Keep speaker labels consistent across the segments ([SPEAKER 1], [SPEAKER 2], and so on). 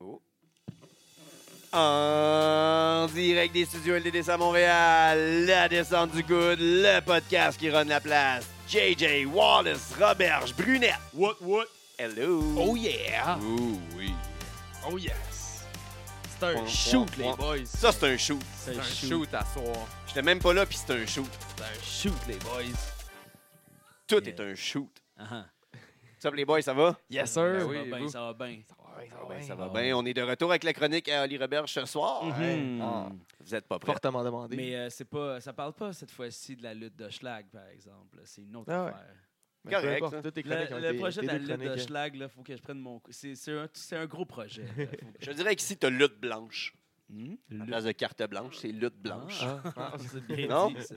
[SPEAKER 1] Oh. En direct des studios LDDC à Montréal, la descente du coude, le podcast qui run la place. JJ Wallace, Roberge, Brunette.
[SPEAKER 2] What, what?
[SPEAKER 1] Hello.
[SPEAKER 2] Oh yeah!
[SPEAKER 1] Ouh, oui.
[SPEAKER 2] Oh yes! C'est un
[SPEAKER 1] Point,
[SPEAKER 2] shoot,
[SPEAKER 1] point,
[SPEAKER 2] les
[SPEAKER 1] point.
[SPEAKER 2] boys!
[SPEAKER 1] Ça, c'est un shoot.
[SPEAKER 2] c'est
[SPEAKER 3] un shoot à soir.
[SPEAKER 1] J'étais même pas là, puis c'est un shoot.
[SPEAKER 2] C'est un shoot, les boys!
[SPEAKER 1] Tout
[SPEAKER 2] Yeah.
[SPEAKER 1] est un shoot.
[SPEAKER 2] Ah, ah.
[SPEAKER 1] What's up, les boys, ça va?
[SPEAKER 2] Yes,
[SPEAKER 3] sir.
[SPEAKER 2] Ça
[SPEAKER 3] Ben Oui,
[SPEAKER 2] va bien,
[SPEAKER 3] vous?
[SPEAKER 2] ça va bien.
[SPEAKER 1] Ça va bien, ça va
[SPEAKER 2] Ah
[SPEAKER 1] bien. On est de retour avec la chronique à Oli Roberge ce soir.
[SPEAKER 2] Mhm.
[SPEAKER 1] Ah, vous êtes pas prêts.
[SPEAKER 3] Fortement demandé.
[SPEAKER 2] Mais euh, c'est pas, ça parle pas cette fois-ci de la lutte de Schlag, par exemple. C'est une autre
[SPEAKER 3] Ah ouais.
[SPEAKER 2] affaire.
[SPEAKER 3] Mais peu
[SPEAKER 1] Correct,
[SPEAKER 3] importe,
[SPEAKER 1] ça.
[SPEAKER 3] toutes tes chroniques ont
[SPEAKER 2] Le, le
[SPEAKER 3] été-
[SPEAKER 2] projet de
[SPEAKER 3] tes
[SPEAKER 2] la
[SPEAKER 3] deux
[SPEAKER 2] lutte de
[SPEAKER 3] chroniques, hein.
[SPEAKER 2] Schlag, il faut que je prenne mon. coup. C'est c'est un, c'est un gros projet. là. Faut que-
[SPEAKER 1] Je dirais qu'ici, t'as lutte blanche.
[SPEAKER 2] Hmm?
[SPEAKER 1] À
[SPEAKER 2] Lutte.
[SPEAKER 1] place de carte blanche, c'est lutte blanche.
[SPEAKER 3] hein.
[SPEAKER 2] Ah, c'est bien
[SPEAKER 1] Non?
[SPEAKER 2] dit, ça.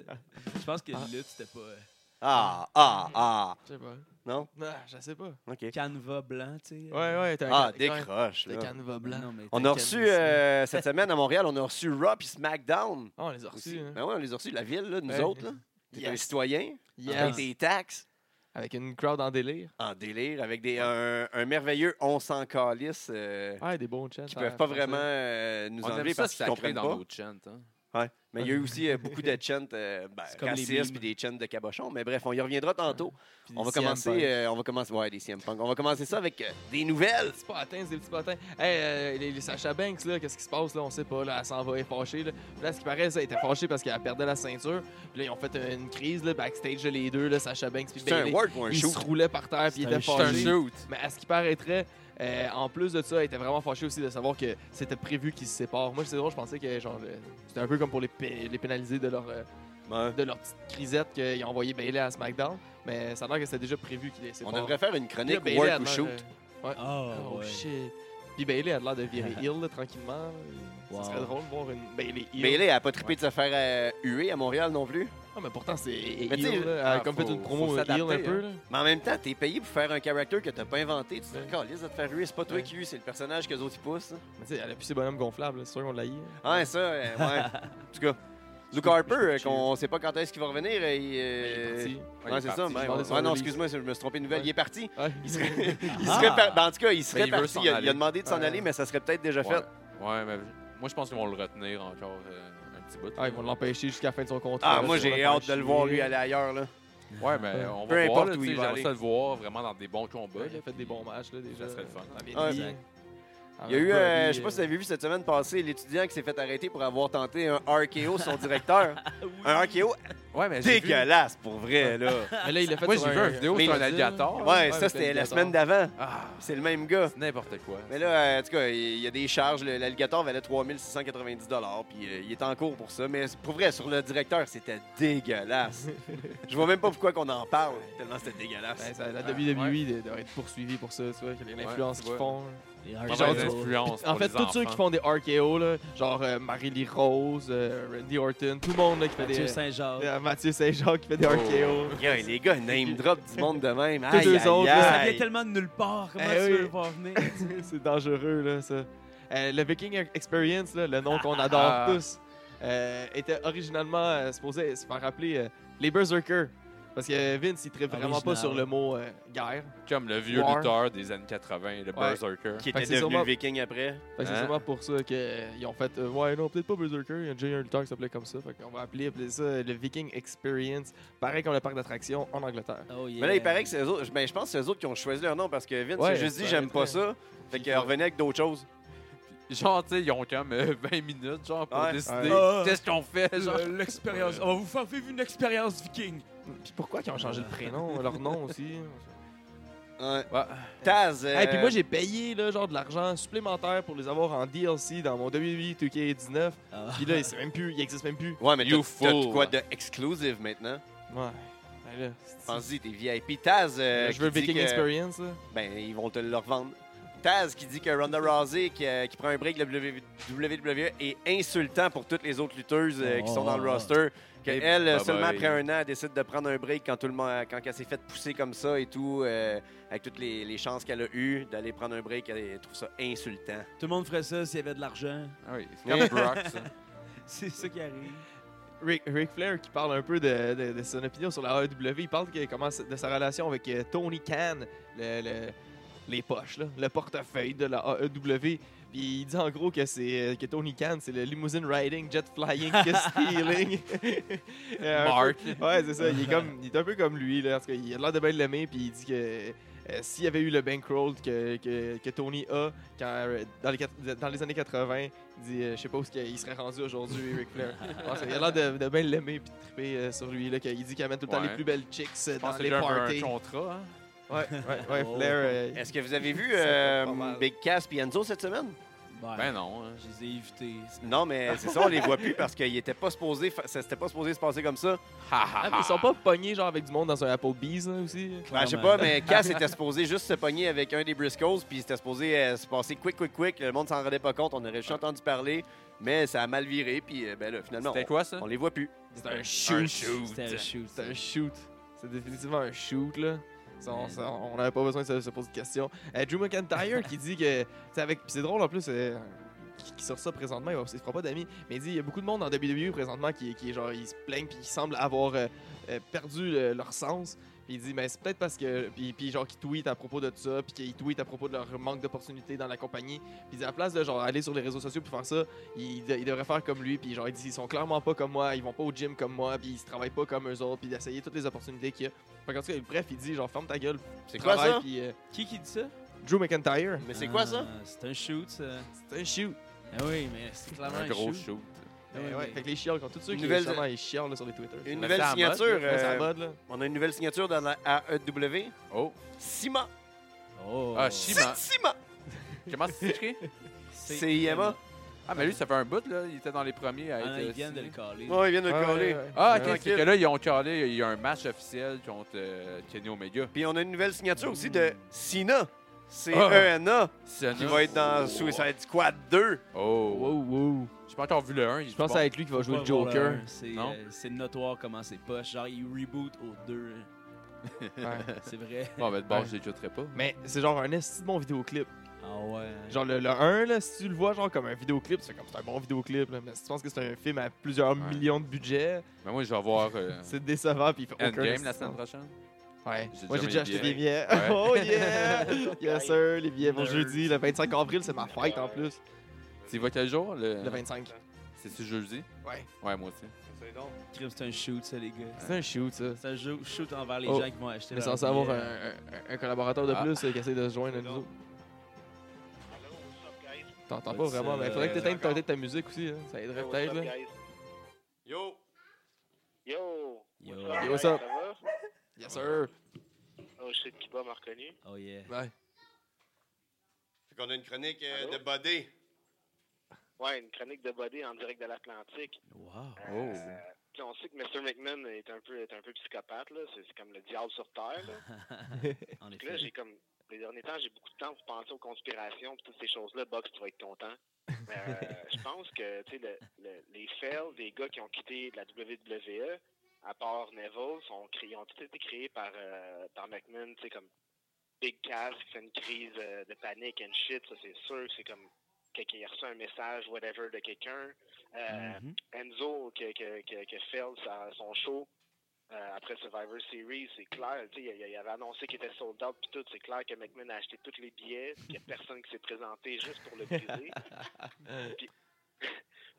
[SPEAKER 2] Je pense que
[SPEAKER 3] Ah.
[SPEAKER 2] lutte, c'était pas. euh,
[SPEAKER 1] Ah, ah, ah.
[SPEAKER 3] Je sais pas.
[SPEAKER 1] Non?
[SPEAKER 3] Non, je sais pas.
[SPEAKER 1] OK.
[SPEAKER 2] Canevas blanc, tu sais. euh.
[SPEAKER 3] Ouais,
[SPEAKER 2] Ah,
[SPEAKER 3] ouais, t'as
[SPEAKER 1] Ah,
[SPEAKER 3] un- ouais,
[SPEAKER 1] décroche,
[SPEAKER 3] Le
[SPEAKER 1] là.
[SPEAKER 3] canevas blanc.
[SPEAKER 2] Non, mais
[SPEAKER 1] On a
[SPEAKER 2] t'es
[SPEAKER 1] reçu,
[SPEAKER 2] calme, ça.
[SPEAKER 1] euh, cette semaine à Montréal, on a reçu Raw puis SmackDown.
[SPEAKER 3] Ah, on les a
[SPEAKER 1] aussi.
[SPEAKER 3] reçus. hein.
[SPEAKER 1] Ben ouais, on les a reçus, la ville, là, nous
[SPEAKER 3] Ouais.
[SPEAKER 1] autres. Là. T'es un
[SPEAKER 3] Yes.
[SPEAKER 1] citoyen, avec
[SPEAKER 3] Yes.
[SPEAKER 1] des taxes,
[SPEAKER 3] Avec une crowd en délire.
[SPEAKER 1] en délire, avec des, un, un merveilleux on s'en calisse euh,
[SPEAKER 3] Ouais, des bons chants.
[SPEAKER 1] qui peuvent pas vraiment euh, nous
[SPEAKER 4] On aime
[SPEAKER 1] enlever
[SPEAKER 4] ça
[SPEAKER 1] parce
[SPEAKER 4] se
[SPEAKER 1] qu'ils
[SPEAKER 4] sacrer
[SPEAKER 1] comprennent
[SPEAKER 4] dans
[SPEAKER 1] pas.
[SPEAKER 4] nos chants. Hein?
[SPEAKER 1] Ouais. Mais il y a eu aussi euh, beaucoup de chants euh, ben,
[SPEAKER 2] C'est comme les
[SPEAKER 1] racistes
[SPEAKER 2] mimes.
[SPEAKER 1] puis des chants de cabochon. Mais bref, on y reviendra tantôt. On va, commencer, euh, on va commencer... Ouais, des CM Punk. On va commencer ça avec euh, des nouvelles.
[SPEAKER 3] Des petits patins, c'est des petits patins. Hey, euh, les, les Sacha Banks, là, qu'est-ce qui se passe, là? On sait pas, là, elle s'en va, elle est fâchée, là. Puis Là, ce qui paraît, ça, elle était fâchée parce qu'elle perdait la ceinture. Puis là, ils ont fait une, une crise, là, backstage, là, les deux, là, Sacha Banks puis
[SPEAKER 1] C'est un
[SPEAKER 3] Bayley.
[SPEAKER 1] word ou un
[SPEAKER 3] Ils
[SPEAKER 1] shoot?
[SPEAKER 3] se roulaient par terre, puis ils étaient
[SPEAKER 2] C'est un shoot.
[SPEAKER 4] C'est un
[SPEAKER 3] fâchés.
[SPEAKER 4] shoot.
[SPEAKER 3] Mais à ce qui paraîtrait, euh, en plus de ça, elle était vraiment fâchée aussi de savoir que c'était prévu qu'ils se séparent. Moi, c'est drôle, je pensais que genre euh, c'était un peu comme pour les, pé- les pénaliser de leur, euh,
[SPEAKER 1] Ouais.
[SPEAKER 3] de leur petite crisette qu'ils ont envoyé Bailey à SmackDown. Mais ça a l'air que c'était déjà prévu qu'ils les
[SPEAKER 1] On
[SPEAKER 3] séparent.
[SPEAKER 1] devrait faire une chronique
[SPEAKER 3] Là, Bayley a
[SPEAKER 1] work ou
[SPEAKER 3] l'air,
[SPEAKER 1] shoot.
[SPEAKER 3] euh,
[SPEAKER 2] Ah,
[SPEAKER 3] oh
[SPEAKER 2] ouais.
[SPEAKER 3] shit. Puis Bailey a l'air de virer heel là, tranquillement.
[SPEAKER 2] Wow.
[SPEAKER 3] Ça serait drôle de voir une Bailey heel.
[SPEAKER 1] Bailey, elle a pas trippé de se faire euh, huer à Montréal non plus.
[SPEAKER 3] Ah, mais pourtant, c'est heel.
[SPEAKER 1] Mais tu sais,
[SPEAKER 3] là. Elle a
[SPEAKER 4] ah,
[SPEAKER 3] comme fait
[SPEAKER 4] faut-
[SPEAKER 3] une promo
[SPEAKER 4] faut
[SPEAKER 3] heel un
[SPEAKER 4] s'adapter,
[SPEAKER 3] peu. Là.
[SPEAKER 1] Mais en même temps, t'es payé pour faire un character que t'as pas inventé. Tu te
[SPEAKER 3] Ouais.
[SPEAKER 1] dis, calisse de te faire huer, c'est pas toi
[SPEAKER 3] Ouais.
[SPEAKER 1] qui hue, c'est le personnage que les autres ils poussent. hein.
[SPEAKER 3] Mais tu sais, elle a plus ses bonhommes gonflables. là. C'est sûr qu'on l'a eu. hein.
[SPEAKER 1] Ah, ça, euh, ouais. En tout cas,
[SPEAKER 3] Je
[SPEAKER 1] Luke
[SPEAKER 3] peux-
[SPEAKER 1] Harper,
[SPEAKER 3] je peux
[SPEAKER 1] euh,
[SPEAKER 3] te
[SPEAKER 1] qu'on sait pas quand est-ce qu'il va revenir. euh, il, euh,
[SPEAKER 4] Ouais, il
[SPEAKER 1] ouais,
[SPEAKER 4] est
[SPEAKER 1] c'est
[SPEAKER 4] parti,
[SPEAKER 1] ça. ben,
[SPEAKER 4] j'ai
[SPEAKER 1] ouais,
[SPEAKER 3] demandé son
[SPEAKER 1] ouais, non,
[SPEAKER 3] release.
[SPEAKER 1] excuse-moi, je me suis trompé de nouvelle.
[SPEAKER 3] Ouais.
[SPEAKER 1] Il est parti.
[SPEAKER 3] Ouais.
[SPEAKER 1] Il serait, il
[SPEAKER 2] Ah!
[SPEAKER 1] serait par- ben, en tout cas, il serait
[SPEAKER 4] il veut
[SPEAKER 1] parti.
[SPEAKER 4] s'en
[SPEAKER 1] Il a, il a
[SPEAKER 4] aller.
[SPEAKER 1] demandé de s'en
[SPEAKER 3] Ouais.
[SPEAKER 1] aller, mais ça serait peut-être déjà
[SPEAKER 4] Ouais.
[SPEAKER 1] fait.
[SPEAKER 4] Ouais, mais moi, je pense qu'ils vont le retenir encore euh, un petit bout.
[SPEAKER 3] Ah, ils vont l'empêcher jusqu'à la fin de son contrat.
[SPEAKER 1] Ah,
[SPEAKER 3] là,
[SPEAKER 1] moi,
[SPEAKER 3] ça va
[SPEAKER 1] j'ai
[SPEAKER 3] faire
[SPEAKER 1] hâte de le voir,
[SPEAKER 3] chier.
[SPEAKER 1] lui, aller ailleurs. Là.
[SPEAKER 4] Ouais, mais on
[SPEAKER 1] Peu
[SPEAKER 4] va voir.
[SPEAKER 1] importe
[SPEAKER 4] Là,
[SPEAKER 1] où il
[SPEAKER 4] tu sais,
[SPEAKER 1] va
[SPEAKER 4] J'aimerais
[SPEAKER 1] aller.
[SPEAKER 4] ça le voir vraiment dans des bons combats.
[SPEAKER 3] il
[SPEAKER 4] là,
[SPEAKER 3] a fait
[SPEAKER 4] puis-
[SPEAKER 3] des bons matchs, là, déjà.
[SPEAKER 4] Ça serait le fun.
[SPEAKER 3] Ah, bien
[SPEAKER 1] Ah,
[SPEAKER 3] dit.
[SPEAKER 4] oui.
[SPEAKER 3] Ah,
[SPEAKER 1] Il y
[SPEAKER 3] ben,
[SPEAKER 1] a eu, euh, je sais pas si vous avez vu cette semaine passée, l'étudiant qui s'est fait arrêter pour avoir tenté un RKO, son directeur.
[SPEAKER 3] Ah
[SPEAKER 1] Un RKO
[SPEAKER 3] Eh,
[SPEAKER 4] Ouais, mais j'ai vu-
[SPEAKER 1] dégueulasse, pour vrai, là.
[SPEAKER 3] Mais là, il l'a fait
[SPEAKER 4] Moi,
[SPEAKER 3] sur
[SPEAKER 4] j'ai vu
[SPEAKER 3] un-
[SPEAKER 4] une vidéo
[SPEAKER 3] Mais
[SPEAKER 4] sur
[SPEAKER 3] il
[SPEAKER 4] un
[SPEAKER 3] l'a dit,
[SPEAKER 4] alligator.
[SPEAKER 3] là.
[SPEAKER 1] Ouais, ça,
[SPEAKER 3] avec
[SPEAKER 1] c'était la
[SPEAKER 3] l'alligator.
[SPEAKER 1] semaine d'avant.
[SPEAKER 4] Ah,
[SPEAKER 1] C'est le même gars.
[SPEAKER 4] c'est n'importe quoi.
[SPEAKER 1] Mais là, euh, en tout cas, il y a des charges. Le- L'alligator valait 3690 puis euh, il est en cours pour ça. Mais pour vrai, sur le directeur, c'était dégueulasse. Je vois même pas pourquoi qu'on en parle, tellement c'était dégueulasse.
[SPEAKER 3] Ben, ça- la
[SPEAKER 4] Ouais.
[SPEAKER 3] WWE de- devrait être poursuivie pour ça, tu vois, que les- l'influence
[SPEAKER 4] tu
[SPEAKER 3] qu'ils
[SPEAKER 4] vois.
[SPEAKER 3] font. là.
[SPEAKER 2] Les
[SPEAKER 3] Genre,
[SPEAKER 4] Mauvaise
[SPEAKER 3] tu-
[SPEAKER 2] Hardcore.
[SPEAKER 4] influence
[SPEAKER 3] En
[SPEAKER 4] pour
[SPEAKER 3] fait,
[SPEAKER 4] les
[SPEAKER 3] tous ceux qui
[SPEAKER 4] enfants.
[SPEAKER 3] font des RKO, là, genre euh, Marilyn Rose, euh, Randy Orton, tout le monde là, qui fait
[SPEAKER 2] Mathieu
[SPEAKER 3] des.
[SPEAKER 2] Saint-Jean.
[SPEAKER 3] Euh, Mathieu Saint-Jean qui fait des
[SPEAKER 4] Oh.
[SPEAKER 3] RKO.
[SPEAKER 1] Gars, les gars, name drop du monde de même.
[SPEAKER 3] Tous
[SPEAKER 1] Aïe,
[SPEAKER 3] eux
[SPEAKER 1] aïe,
[SPEAKER 3] autres, là,
[SPEAKER 2] Ça
[SPEAKER 1] aïe.
[SPEAKER 2] vient tellement de nulle part. Comment
[SPEAKER 3] Eh
[SPEAKER 2] tu veux
[SPEAKER 3] oui.
[SPEAKER 2] le voir venir?
[SPEAKER 3] C'est dangereux, là, ça. Euh, le Viking Experience, là, le nom qu'on adore
[SPEAKER 4] Ah.
[SPEAKER 3] tous, euh, était originalement euh, supposé se faire appeler euh, les Berserkers. Parce que Vince, il ne vraiment pas
[SPEAKER 2] Original.
[SPEAKER 3] sur le mot euh, guerre.
[SPEAKER 4] Comme le vieux
[SPEAKER 3] War.
[SPEAKER 4] lutteur des années 80, le
[SPEAKER 3] Ouais.
[SPEAKER 4] Berserker.
[SPEAKER 1] Qui
[SPEAKER 3] Fait que
[SPEAKER 1] était
[SPEAKER 3] c'est
[SPEAKER 1] devenu
[SPEAKER 3] sûrement-
[SPEAKER 1] viking après.
[SPEAKER 3] Fait que c'est
[SPEAKER 4] Hein?
[SPEAKER 3] sûrement pour ça qu'ils ont fait euh, Ouais, non, peut-être pas Berserker, il y a déjà eu un lutteur qui s'appelait comme ça. Fait qu'on va appeler, appeler ça euh, le Viking Experience. Pareil comme le parc d'attractions en Angleterre.
[SPEAKER 2] Oh, yeah.
[SPEAKER 1] Mais là, il paraît que c'est eux autres. Ben, je pense que c'est eux autres qui ont choisi leur nom parce que Vince
[SPEAKER 3] Ouais,
[SPEAKER 1] a juste dit
[SPEAKER 3] ça
[SPEAKER 1] j'aime pas
[SPEAKER 3] paraîtrait.
[SPEAKER 1] ça. Fait qu'il revenait avec d'autres choses.
[SPEAKER 4] Genre, tu sais, ils ont comme euh, 20 minutes genre pour
[SPEAKER 1] Ouais.
[SPEAKER 4] décider
[SPEAKER 3] Ah.
[SPEAKER 2] Ouais.
[SPEAKER 4] qu'est-ce qu'on fait. Genre,
[SPEAKER 2] Le- L'expérience. On va vous faire vivre une expérience viking.
[SPEAKER 3] Puis pourquoi qu'ils ont changé le prénom, leur nom aussi
[SPEAKER 1] Ouais.
[SPEAKER 4] Ouais.
[SPEAKER 1] Taz.
[SPEAKER 3] Et puis moi,
[SPEAKER 1] euh,
[SPEAKER 3] j'ai payé là, genre de l'argent supplémentaire pour les avoir en DLC dans mon E WWE 2K19.
[SPEAKER 2] Ah.
[SPEAKER 3] Puis là, il sait même plus, il existe même plus.
[SPEAKER 1] Ouais, mais
[SPEAKER 4] You
[SPEAKER 1] t'as t'as de
[SPEAKER 4] fool.
[SPEAKER 1] quoi de exclusive maintenant?
[SPEAKER 3] Ouais. Ben là, c'est-
[SPEAKER 1] Pense-y, t'es VIP. Taz. euh,
[SPEAKER 3] je veux
[SPEAKER 1] qui dit
[SPEAKER 3] Viking
[SPEAKER 1] que-
[SPEAKER 3] Experience. là.
[SPEAKER 1] Ben, ils vont te le revendre. Taz qui dit que Ronda Rousey, qui, euh, qui prend un break de WWE, est insultant pour toutes les autres lutteuses euh, qui sont dans le
[SPEAKER 2] Oh.
[SPEAKER 1] roster. Que
[SPEAKER 4] Hey,
[SPEAKER 1] elle,
[SPEAKER 4] bye
[SPEAKER 1] seulement
[SPEAKER 4] bye.
[SPEAKER 1] après un an, elle décide de prendre un break quand, tout le monde, quand elle s'est faite pousser comme ça et tout, euh, avec toutes les, les chances qu'elle a eues d'aller prendre un break, elle, elle trouve ça insultant.
[SPEAKER 2] Tout le monde ferait ça s'il y avait de l'argent.
[SPEAKER 4] Ah oui, c'est comme Brock, ça.
[SPEAKER 2] C'est ça qui arrive.
[SPEAKER 3] Ric, Ric Flair qui parle un peu de, de- de E, son opinion sur la AEW. Il parle que- comment, de sa relation avec euh, Tony Khan, le, le- les poches, là, le portefeuille de la AEW. E. Puis il dit en gros que c'est euh, que Tony Khan, c'est le limousine riding, jet flying, kiss stealing. Euh, un peu-
[SPEAKER 4] Mark.
[SPEAKER 3] Ouais, c'est ça. Il est, comme, il est un peu comme lui. Là. En tout cas, il a l'air de bien l'aimer. Puis il dit que euh, s'il y avait eu le bankroll que, que, que Tony a quand, euh, dans, les, quat- dans les années 80, il dit euh, Je sais pas où est-ce qu'il serait rendu aujourd'hui, Ric Flair. En tout cas, il a l'air de, de bien l'aimer. Puis de triper euh, sur lui. Là, qu'il dit qu'il amène tout le temps
[SPEAKER 4] Ouais.
[SPEAKER 3] les plus belles chicks euh,
[SPEAKER 4] Je pense
[SPEAKER 3] dans
[SPEAKER 4] que c'est
[SPEAKER 3] les
[SPEAKER 4] déjà un-
[SPEAKER 3] parties.
[SPEAKER 4] un contrat. hein.
[SPEAKER 3] Ouais, ouais, ouais, Flair. euh,
[SPEAKER 1] Est-ce que vous avez vu
[SPEAKER 3] Ça fait
[SPEAKER 1] euh,
[SPEAKER 3] pas mal.
[SPEAKER 1] Big Cass et Enzo cette semaine?
[SPEAKER 2] Ouais.
[SPEAKER 4] Ben non. hein.
[SPEAKER 2] Je les ai évités.
[SPEAKER 1] Non, mais c'est ça, on les voit plus parce qu'ils étaient pas supposés, fa- ça s'était pas supposé se passer comme ça.
[SPEAKER 4] Ha, ha,
[SPEAKER 3] ah, mais
[SPEAKER 4] ha.
[SPEAKER 3] ils sont pas pognés genre avec du monde dans un Applebee's là, aussi.
[SPEAKER 1] Ben, je sais pas, mais Cass était supposé juste se pogner avec un des Briscoes, puis c'était supposé euh, se passer quick, quick, quick. Le monde s'en rendait pas compte, on aurait juste entendu parler, mais ça a mal viré, puis euh, ben là, finalement,
[SPEAKER 4] C'était
[SPEAKER 1] on,
[SPEAKER 4] quoi ça?
[SPEAKER 1] on les voit plus.
[SPEAKER 3] C'est un
[SPEAKER 4] Un
[SPEAKER 3] shoot.
[SPEAKER 4] shoot.
[SPEAKER 2] C'était un shoot.
[SPEAKER 3] C'est un shoot. C'est définitivement un shoot, là. Ça, on- ça, on n'avait pas besoin de se, se poser de questions. Euh, Drew McIntyre qui dit que. tu sais, avec- puis C'est drôle en plus, euh, qui, qui sort ça présentement, il, va, il se fera pas d'amis. Mais il dit il y a beaucoup de monde en WWE présentement qui, qui genre, ils se plaignent puis qui semblent avoir euh, euh, perdu euh, leur sens. Puis il dit mais c'est peut-être parce que. Puis, puis genre, qu'ils tweetent à propos de ça, puis qu'ils tweetent à propos de leur manque d'opportunités dans la compagnie. Puis il dit à la place de genre aller sur les réseaux sociaux pour faire ça, ils, de- ils devraient faire comme lui, puis genre, ils disent, ils sont clairement pas comme moi, ils vont pas au gym comme moi, puis ils se travaillent pas comme eux autres, puis d'essayer toutes les opportunités qu'il y a. Fait qu'en tout cas, bref, il dit, genre, ferme ta gueule,
[SPEAKER 1] C'est quoi
[SPEAKER 3] travaille,
[SPEAKER 1] ça?
[SPEAKER 3] puis euh,
[SPEAKER 2] Qui qui dit ça?
[SPEAKER 3] Drew McIntyre,
[SPEAKER 1] Mais c'est quoi ça?
[SPEAKER 2] Ah, C'est un shoot, ça.
[SPEAKER 3] c'est un shoot.
[SPEAKER 2] Ah oui, mais c'est clairement
[SPEAKER 4] Un
[SPEAKER 2] un
[SPEAKER 4] gros
[SPEAKER 2] shoot.
[SPEAKER 4] shoot.
[SPEAKER 2] Ah
[SPEAKER 3] Ouais,
[SPEAKER 2] oui,
[SPEAKER 3] ouais,
[SPEAKER 2] mais-
[SPEAKER 3] Fait que les chiens, quand tous ceux
[SPEAKER 1] Une
[SPEAKER 3] qui
[SPEAKER 1] nouvelle-
[SPEAKER 3] justement, ils chialent là, sur les Twitter.
[SPEAKER 1] Une
[SPEAKER 4] Mais
[SPEAKER 1] nouvelle
[SPEAKER 4] c'est à mode,
[SPEAKER 1] signature.
[SPEAKER 3] Ouais, c'est à
[SPEAKER 1] euh,
[SPEAKER 3] la mode, là.
[SPEAKER 1] on a une nouvelle signature dans la AEW.
[SPEAKER 4] Oh.
[SPEAKER 1] Sima.
[SPEAKER 2] Oh.
[SPEAKER 4] Ah, Shima.
[SPEAKER 1] C'est Sima.
[SPEAKER 4] Comment c'est écrit?
[SPEAKER 1] C'est IMA.
[SPEAKER 4] Ah, mais lui, ça fait un bout, là. Il était dans les premiers à
[SPEAKER 2] Ah,
[SPEAKER 4] être.
[SPEAKER 2] non,
[SPEAKER 4] euh,
[SPEAKER 2] ils viennent de
[SPEAKER 4] signé.
[SPEAKER 2] le caler.
[SPEAKER 1] Ouais, il vient de le
[SPEAKER 3] Ouais,
[SPEAKER 1] coller.
[SPEAKER 3] ouais, ouais.
[SPEAKER 4] Ah,
[SPEAKER 1] Ouais.
[SPEAKER 4] ok. C'est que là, ils ont calé. Il y a un match officiel contre euh, Kenny Omega.
[SPEAKER 1] Puis on a une nouvelle signature aussi de Sina. C'est
[SPEAKER 4] Ah.
[SPEAKER 1] ENA
[SPEAKER 4] Sienna.
[SPEAKER 1] qui va être dans
[SPEAKER 4] Oh.
[SPEAKER 1] Suicide Squad 2.
[SPEAKER 4] Oh.
[SPEAKER 3] Wow, wow.
[SPEAKER 4] J'ai pas encore vu le 1.
[SPEAKER 3] Je pense que ça va être lui qui va jouer le Joker.
[SPEAKER 2] C'est
[SPEAKER 4] Non?
[SPEAKER 2] euh, c'est notoire comment c'est poche. Genre, il reboot au 2.
[SPEAKER 3] Ouais.
[SPEAKER 2] C'est vrai.
[SPEAKER 4] Bon, ben, de base,
[SPEAKER 3] Ouais.
[SPEAKER 4] je les jotterai pas.
[SPEAKER 3] Mais c'est genre un esti de bon vidéoclip.
[SPEAKER 2] Ah ouais.
[SPEAKER 3] Genre le, le 1, là, si tu le vois genre comme un vidéoclip, c'est comme c'est un bon vidéoclip. Là. Mais si tu penses que c'est un film à plusieurs
[SPEAKER 4] Ouais.
[SPEAKER 3] millions de budget,
[SPEAKER 4] Mais moi, je vais voir euh,
[SPEAKER 3] c'est décevant puis il fait aucun
[SPEAKER 4] Endgame
[SPEAKER 3] esti
[SPEAKER 4] la
[SPEAKER 3] de sens.
[SPEAKER 4] semaine prochaine.
[SPEAKER 3] Ouais.
[SPEAKER 4] J'ai
[SPEAKER 3] Moi, j'ai déjà
[SPEAKER 4] déjà
[SPEAKER 3] acheté
[SPEAKER 4] mes
[SPEAKER 3] des billets.
[SPEAKER 4] Ouais.
[SPEAKER 3] oh yeah! yes sir, les billets pour
[SPEAKER 2] Nerd.
[SPEAKER 3] jeudi. Le 25 avril, c'est ma fête en plus.
[SPEAKER 4] Tu y vas quel jour? Le,
[SPEAKER 3] Le 25.
[SPEAKER 4] C'est-tu jeudi?
[SPEAKER 3] Ouais.
[SPEAKER 4] Ouais, moi aussi.
[SPEAKER 2] Crime, c'est un shoot, ça, les gars.
[SPEAKER 3] C'est un shoot, ça.
[SPEAKER 2] C'est un jeu- shoot envers les
[SPEAKER 3] Oh.
[SPEAKER 2] gens qui vont acheter.
[SPEAKER 3] Mais hein.
[SPEAKER 2] leur
[SPEAKER 3] censé avoir un, euh,
[SPEAKER 2] billet.
[SPEAKER 3] un- un collaborateur de
[SPEAKER 4] Ah.
[SPEAKER 3] plus euh, qui essaie de se joindre à nous autres. T'entends pas vraiment, mais il faudrait que euh, t'éteignes peut-être ta musique aussi. hein. Ça aiderait peut-être. là.
[SPEAKER 1] Yo!
[SPEAKER 5] Yo!
[SPEAKER 2] Yo.
[SPEAKER 3] Yo, what's up?
[SPEAKER 5] Ça va?
[SPEAKER 3] Yes sir.
[SPEAKER 5] Oh shit, Kiba m'a reconnu.
[SPEAKER 2] Oh yeah.
[SPEAKER 3] Ouais.
[SPEAKER 1] Fait qu'on a une chronique euh,
[SPEAKER 5] Allô?
[SPEAKER 1] de Buddy.
[SPEAKER 5] Ouais, une chronique de body en direct de l'Atlantique.
[SPEAKER 2] Wow.
[SPEAKER 4] Oh.
[SPEAKER 5] Puis on sait que Mr. McMahon est un peu, est un peu psychopathe, là. C'est c'est comme le diable sur Terre, là.
[SPEAKER 2] En
[SPEAKER 5] Puis là,
[SPEAKER 2] effet.
[SPEAKER 5] j'ai comme. Les derniers temps, j'ai beaucoup de temps pour penser aux conspirations et toutes ces choses-là. Box, tu vas être content. Mais euh, je pense que, tu sais, le- le- les fails des gars qui ont quitté la WWE, à part Neville, sont créés, ont tous été créés par, euh, par McMahon, tu sais, comme Big Cass, qui fait une crise euh, de panique and shit, ça c'est sûr. C'est comme quelqu'un a reçu un message, whatever, de quelqu'un. Euh,
[SPEAKER 2] Mhm.
[SPEAKER 3] Mm-hmm.
[SPEAKER 5] Enzo que, que, que, que Feld, sa- son show euh, après Survivor Series, c'est clair. tu sais, Il, il avait annoncé qu'il était sold out puis tout. C'est clair que McMahon a acheté tous les billets, puis qu'il n'y a personne qui s'est présenté juste pour le briser. puis,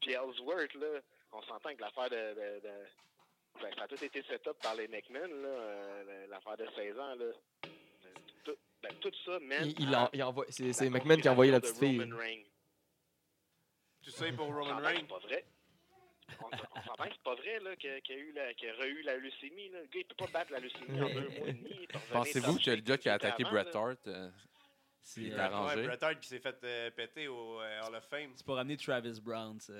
[SPEAKER 5] puis Ellsworth, là, on s'entend que l'affaire de, de- de- ben, ça a tout été set up par les McMahon, là, euh, l'affaire de 16 ans, là. Euh, Tout, ben, tout ça mène
[SPEAKER 3] Il, il
[SPEAKER 5] à
[SPEAKER 3] en- il envoie- c'est, c'est
[SPEAKER 5] la
[SPEAKER 3] McMahon qui a envoyé la petite
[SPEAKER 5] conspiration de
[SPEAKER 3] fille.
[SPEAKER 5] Roman Reigns.
[SPEAKER 1] Tout ça pour
[SPEAKER 5] On
[SPEAKER 1] Roman
[SPEAKER 5] s'entend que c'est
[SPEAKER 1] Reigns.
[SPEAKER 5] pas vrai. On s- on s'entend que c'est pas vrai là, qu'il qu'il a, eu la- qu'il a re-eu la leucémie. Là. Le gars, il peut pas battre la leucémie en deux mois et demi. puis revenir
[SPEAKER 4] Pensez-vous
[SPEAKER 5] torcher
[SPEAKER 4] que le gars qui a
[SPEAKER 5] comme
[SPEAKER 4] attaqué
[SPEAKER 5] avant,
[SPEAKER 4] Bret
[SPEAKER 5] là.
[SPEAKER 4] Hart, euh,
[SPEAKER 2] C'est
[SPEAKER 4] Il est
[SPEAKER 2] euh,
[SPEAKER 4] arrangé.
[SPEAKER 1] Ouais, Bret Hart qui s'est fait euh, péter au euh, Hall of Fame.
[SPEAKER 2] c'est pour ramener Travis Brown, ça.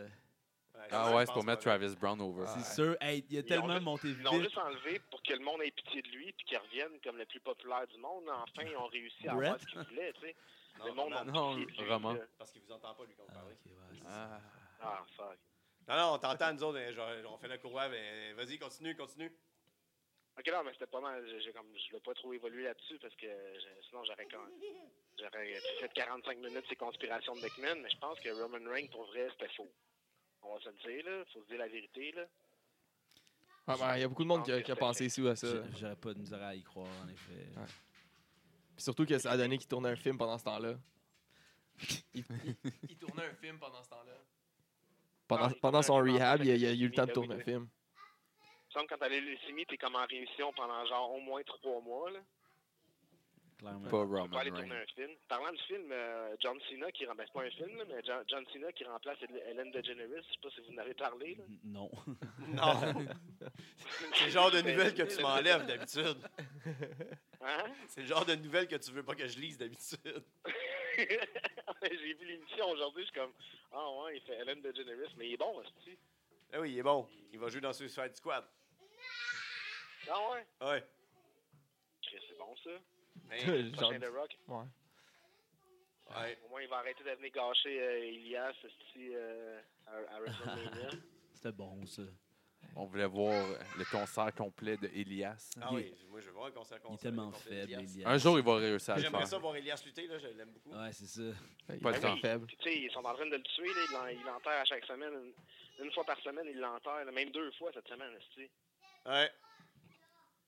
[SPEAKER 4] Ah
[SPEAKER 1] ça,
[SPEAKER 4] ouais,
[SPEAKER 1] je
[SPEAKER 4] c'est
[SPEAKER 1] pense
[SPEAKER 4] pour mettre
[SPEAKER 1] pas.
[SPEAKER 4] Travis Brown over.
[SPEAKER 3] Ah.
[SPEAKER 2] C'est
[SPEAKER 3] Ouais.
[SPEAKER 2] sûr. Hey, il a
[SPEAKER 5] Ils ont
[SPEAKER 2] tellement
[SPEAKER 5] juste-
[SPEAKER 2] monté
[SPEAKER 5] Ils l'ont
[SPEAKER 2] vite.
[SPEAKER 5] juste enlevé pour que le monde ait pitié de lui puis qu'il revienne comme le plus populaire du monde. Enfin, ils ont réussi à avoir
[SPEAKER 2] Brett?
[SPEAKER 5] ce qu'ils voulaient. tu sais.
[SPEAKER 1] Non,
[SPEAKER 5] le monde a
[SPEAKER 1] Roman,
[SPEAKER 4] non,
[SPEAKER 5] pitié de lui,
[SPEAKER 4] Roman.
[SPEAKER 5] là.
[SPEAKER 1] Parce qu'il vous entend pas, lui, quand vous
[SPEAKER 2] Ah,
[SPEAKER 1] parlez.
[SPEAKER 2] ok, ouais.
[SPEAKER 4] Ah.
[SPEAKER 5] Ah, fuck.
[SPEAKER 1] Non, non, on t'entend, nous autres. hein, genre, on fait la courroie, mais vas-y, continue, continue.
[SPEAKER 5] Ok, non, mais c'était pas mal. J'ai- j'ai comme- Je l'ai pas trop évolué là-dessus parce que je- sinon j'aurais quand J'aurais fait 45 minutes ces conspirations de McMahon, mais je pense que Roman Reigns, pour vrai, c'était faux. On va se le dire, là. Faut se dire la vérité, là.
[SPEAKER 3] Ah, ben, il y a beaucoup de monde qui a, qui a pensé ici ou à ça.
[SPEAKER 2] J'a- J'aurais pas de misère à y croire, en effet.
[SPEAKER 3] Ouais. Puis surtout que ça a donné qu'il tournait un film pendant ce temps-là. Il, il- il tournait un film pendant ce temps-là. Pendant, pendant son rehab, il, a- il a eu le temps de tourner un film.
[SPEAKER 5] Il me semble que quand t'as la leucémie, t'es comme en rémission pendant genre au moins trois mois. Là.
[SPEAKER 2] clairement.
[SPEAKER 4] Pas
[SPEAKER 5] Tu peux
[SPEAKER 4] Roman
[SPEAKER 5] aller
[SPEAKER 4] Reigns.
[SPEAKER 5] tourner un film. Parlant du film, euh, John Cena qui remplace pas un film, là, mais John, John Cena qui remplace Hel- Hélène DeGeneres, je sais pas si vous en avez parlé. là.
[SPEAKER 2] N- Non.
[SPEAKER 1] Non. C'est le genre de
[SPEAKER 5] Mais-
[SPEAKER 1] nouvelles que tu m'enlèves d'habitude.
[SPEAKER 5] Hein?
[SPEAKER 1] C'est le genre de nouvelles que tu veux pas que je lise d'habitude.
[SPEAKER 5] J'ai vu l'émission aujourd'hui, je suis comme Ah ouais, il fait Hélène DeGeneres, mais il est bon aussi.
[SPEAKER 1] Ah oui, il est bon. Il va jouer dans Suicide Squad.
[SPEAKER 5] Ah ouais?
[SPEAKER 1] Ouais.
[SPEAKER 5] Chris, C'est bon ça.
[SPEAKER 1] Mais- Ah
[SPEAKER 3] Genre-
[SPEAKER 5] Prochain The Rock.
[SPEAKER 3] ouais.
[SPEAKER 1] ouais.
[SPEAKER 5] Au moins, il va arrêter de venir gâcher euh, Elias esti, euh, à, à WrestleMania.
[SPEAKER 2] C'était bon, ça.
[SPEAKER 4] On voulait voir euh, le concert complet de Elias.
[SPEAKER 1] Ah oui, moi je veux voir un concert
[SPEAKER 2] Il est
[SPEAKER 1] concert
[SPEAKER 2] tellement
[SPEAKER 1] contre
[SPEAKER 2] faible,
[SPEAKER 1] Elias.
[SPEAKER 2] Elias.
[SPEAKER 4] Un jour, il va réussir à le
[SPEAKER 1] J'aimerais
[SPEAKER 4] faire.
[SPEAKER 1] ça voir Elias lutter, là, je l'aime beaucoup.
[SPEAKER 2] Ouais, c'est ça.
[SPEAKER 4] Pas le
[SPEAKER 5] Ben
[SPEAKER 4] temps.
[SPEAKER 5] oui.
[SPEAKER 3] faible.
[SPEAKER 5] Puis, tu sais, ils sont en train de le tuer, là. Ils l'en- Ils l'enterrent à chaque semaine. Une, une fois par semaine, ils l'enterrent, là, même deux fois cette semaine, esti.
[SPEAKER 1] Ouais.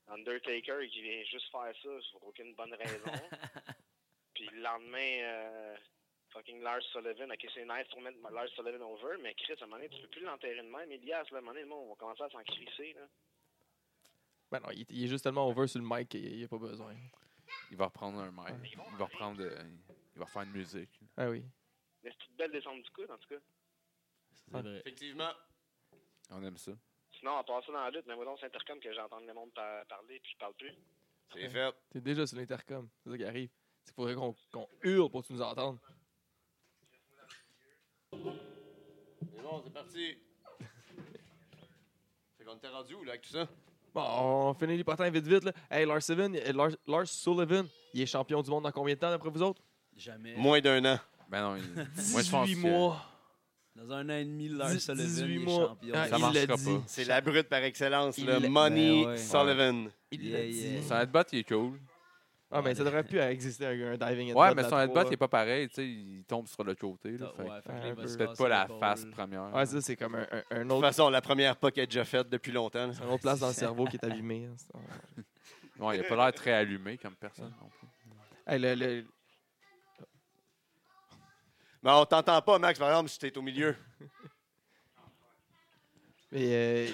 [SPEAKER 5] Undertaker qui vient juste faire ça pour aucune bonne raison. Puis le lendemain, euh, fucking Lars Sullivan, ok, c'est nice pour mettre Lars Sullivan over, mais Chris, à un moment donné, tu peux plus l'enterrer de même. Elias, là, à un moment donné, le monde, on va commencer à s'en crisser, là.
[SPEAKER 3] Ben non, il, il est juste tellement over sur le mic qu'il n'y a pas besoin.
[SPEAKER 4] Il va reprendre un mic. Il va reprendre. euh, il va refaire une musique.
[SPEAKER 3] Ah oui.
[SPEAKER 5] Mais c'est une belle descente du coude, en tout cas.
[SPEAKER 3] Ah.
[SPEAKER 2] C'est vrai.
[SPEAKER 1] Effectivement.
[SPEAKER 4] On aime ça.
[SPEAKER 5] Sinon, en passant dans la lutte, mais moi, donc, c'est intercom que j'entends le monde par- parler, puis je parle plus.
[SPEAKER 1] C'est fait.
[SPEAKER 3] T'es déjà sur l'intercom. C'est ça qui arrive. C'est qu'il faudrait qu'on qu'on hurle pour que tu nous entendes.
[SPEAKER 1] C'est bon, c'est parti. fait qu'on était rendu où, là, avec tout ça?
[SPEAKER 3] Bon, on finit les potins vite vite. Là. Hey, Lars, Sullivan, euh, Lars, Lars Sullivan, il est champion du monde dans combien de temps d'après vous autres?
[SPEAKER 2] Jamais.
[SPEAKER 1] Moins d'un an.
[SPEAKER 4] Ben non, il- moi je pense. que-
[SPEAKER 3] mois.
[SPEAKER 2] Dans un an et demi, l'heure
[SPEAKER 3] 18
[SPEAKER 2] Sullivan il est
[SPEAKER 3] mois.
[SPEAKER 2] champion.
[SPEAKER 3] Ah,
[SPEAKER 4] Ça
[SPEAKER 3] il
[SPEAKER 4] marchera
[SPEAKER 3] l'a dit.
[SPEAKER 4] pas.
[SPEAKER 1] C'est la brute par excellence,
[SPEAKER 3] Il-
[SPEAKER 1] le Money
[SPEAKER 2] Ben ouais.
[SPEAKER 1] Sullivan.
[SPEAKER 3] Il
[SPEAKER 2] Yeah,
[SPEAKER 3] l'a dit.
[SPEAKER 2] yeah.
[SPEAKER 4] Son headbutt, il est cool.
[SPEAKER 3] Ah, mais ça devrait plus exister un, un diving
[SPEAKER 4] Ouais, mais son headbutt,
[SPEAKER 3] headbutt
[SPEAKER 4] il est pas pareil. tu sais, Il tombe sur le côté. là, fait que
[SPEAKER 2] Ouais, fait que
[SPEAKER 3] un
[SPEAKER 2] là, il
[SPEAKER 3] peu.
[SPEAKER 2] va se
[SPEAKER 4] C'est peut-être
[SPEAKER 2] casser
[SPEAKER 4] pas la
[SPEAKER 2] l'épaule.
[SPEAKER 4] face première.
[SPEAKER 3] Ouais, ça, c'est comme un, un- un
[SPEAKER 1] De toute
[SPEAKER 3] autre,
[SPEAKER 1] façon, la première POC est déjà faite depuis longtemps. là.
[SPEAKER 3] un autre place dans le cerveau qui est abîmé. hein. C'est-
[SPEAKER 4] Ouais, il a pas l'air très allumé comme personne non plus.
[SPEAKER 3] Hey, le- le-
[SPEAKER 1] Mais on t'entend pas, Max, par exemple, si t'es au milieu.
[SPEAKER 3] mais, euh,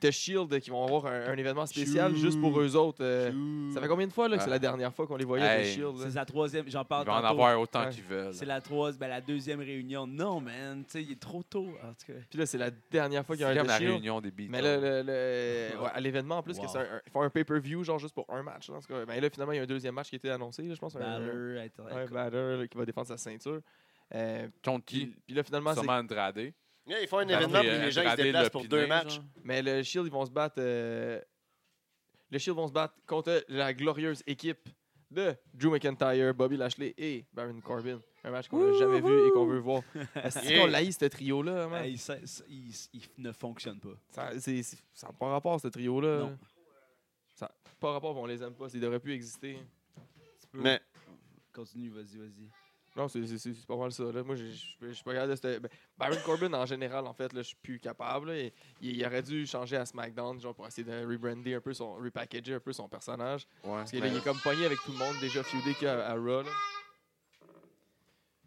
[SPEAKER 3] The Shield qui vont avoir un, un événement spécial juste pour eux autres. euh, ça fait combien de fois là, que c'est la
[SPEAKER 4] Ah.
[SPEAKER 3] dernière fois qu'on les voyait
[SPEAKER 4] Hey.
[SPEAKER 3] The Shield? là?
[SPEAKER 2] C'est la troisième. J'en
[SPEAKER 4] Il
[SPEAKER 2] parle
[SPEAKER 4] va en
[SPEAKER 2] tantôt.
[SPEAKER 4] avoir autant
[SPEAKER 3] Ouais.
[SPEAKER 4] qu'ils veulent.
[SPEAKER 2] C'est la troisième, ben, la deuxième réunion. Non, man, tu sais, il est trop tôt. En tout cas,
[SPEAKER 3] Puis là, c'est la dernière fois
[SPEAKER 4] C'est
[SPEAKER 3] qu'il y a un
[SPEAKER 4] comme
[SPEAKER 3] The
[SPEAKER 4] la
[SPEAKER 3] Shield.
[SPEAKER 4] réunion des Beatles.
[SPEAKER 3] Mais là, le, le- ouais, à l'événement, en plus,
[SPEAKER 2] Wow.
[SPEAKER 3] que c'est un, un- ils font un pay-per-view, genre juste pour un match. là, en tout cas. Mais là, finalement, il y a un deuxième match qui était annoncé, là, je pense. un- Un,
[SPEAKER 2] Balor, être-
[SPEAKER 3] un Balor, là, qui va défendre sa ceinture. Euh,
[SPEAKER 4] Contre qui
[SPEAKER 3] puis, puis là, finalement, c'est.
[SPEAKER 4] Sûrement Andrade.
[SPEAKER 1] Yeah, ils font un
[SPEAKER 3] Ben,
[SPEAKER 1] événement où
[SPEAKER 3] puis,
[SPEAKER 1] les gens ils se
[SPEAKER 4] Andrade
[SPEAKER 1] déplacent
[SPEAKER 4] l'a
[SPEAKER 1] pour
[SPEAKER 4] piné,
[SPEAKER 1] deux matchs.
[SPEAKER 4] genre.
[SPEAKER 3] Mais le Shield, ils vont se battre. euh, Le Shield vont se battre contre la glorieuse équipe de Drew McIntyre, Bobby Lashley et Baron Corbin. Un match qu'on n'a jamais vu et qu'on veut voir. Est-ce
[SPEAKER 1] Yeah.
[SPEAKER 3] qu'on laïe ce trio-là, man?
[SPEAKER 2] Ben, il, s- s- il s- il ne fonctionne pas.
[SPEAKER 3] Ça c'est- c'est- ça n'a pas rapport, ce trio-là.
[SPEAKER 2] Non.
[SPEAKER 3] Ça n'a pas rapport, on les aime pas. Ils auraient pu exister.
[SPEAKER 1] Mais
[SPEAKER 2] Continue, vas-y, vas-y.
[SPEAKER 3] Non, c'est- c'est c'est- c'est pas mal ça. Là. Moi, je- je je suis pas capable de. cette- ben, Baron Corbin, en général, en fait, là, je suis plus capable. là. Il, il aurait dû changer à SmackDown genre, pour essayer de rebrander un peu son. repackager un peu son personnage.
[SPEAKER 4] Ouais.
[SPEAKER 3] Parce que là, il est comme pogné avec tout le monde déjà feudé qu'il y a à, à Raw. là.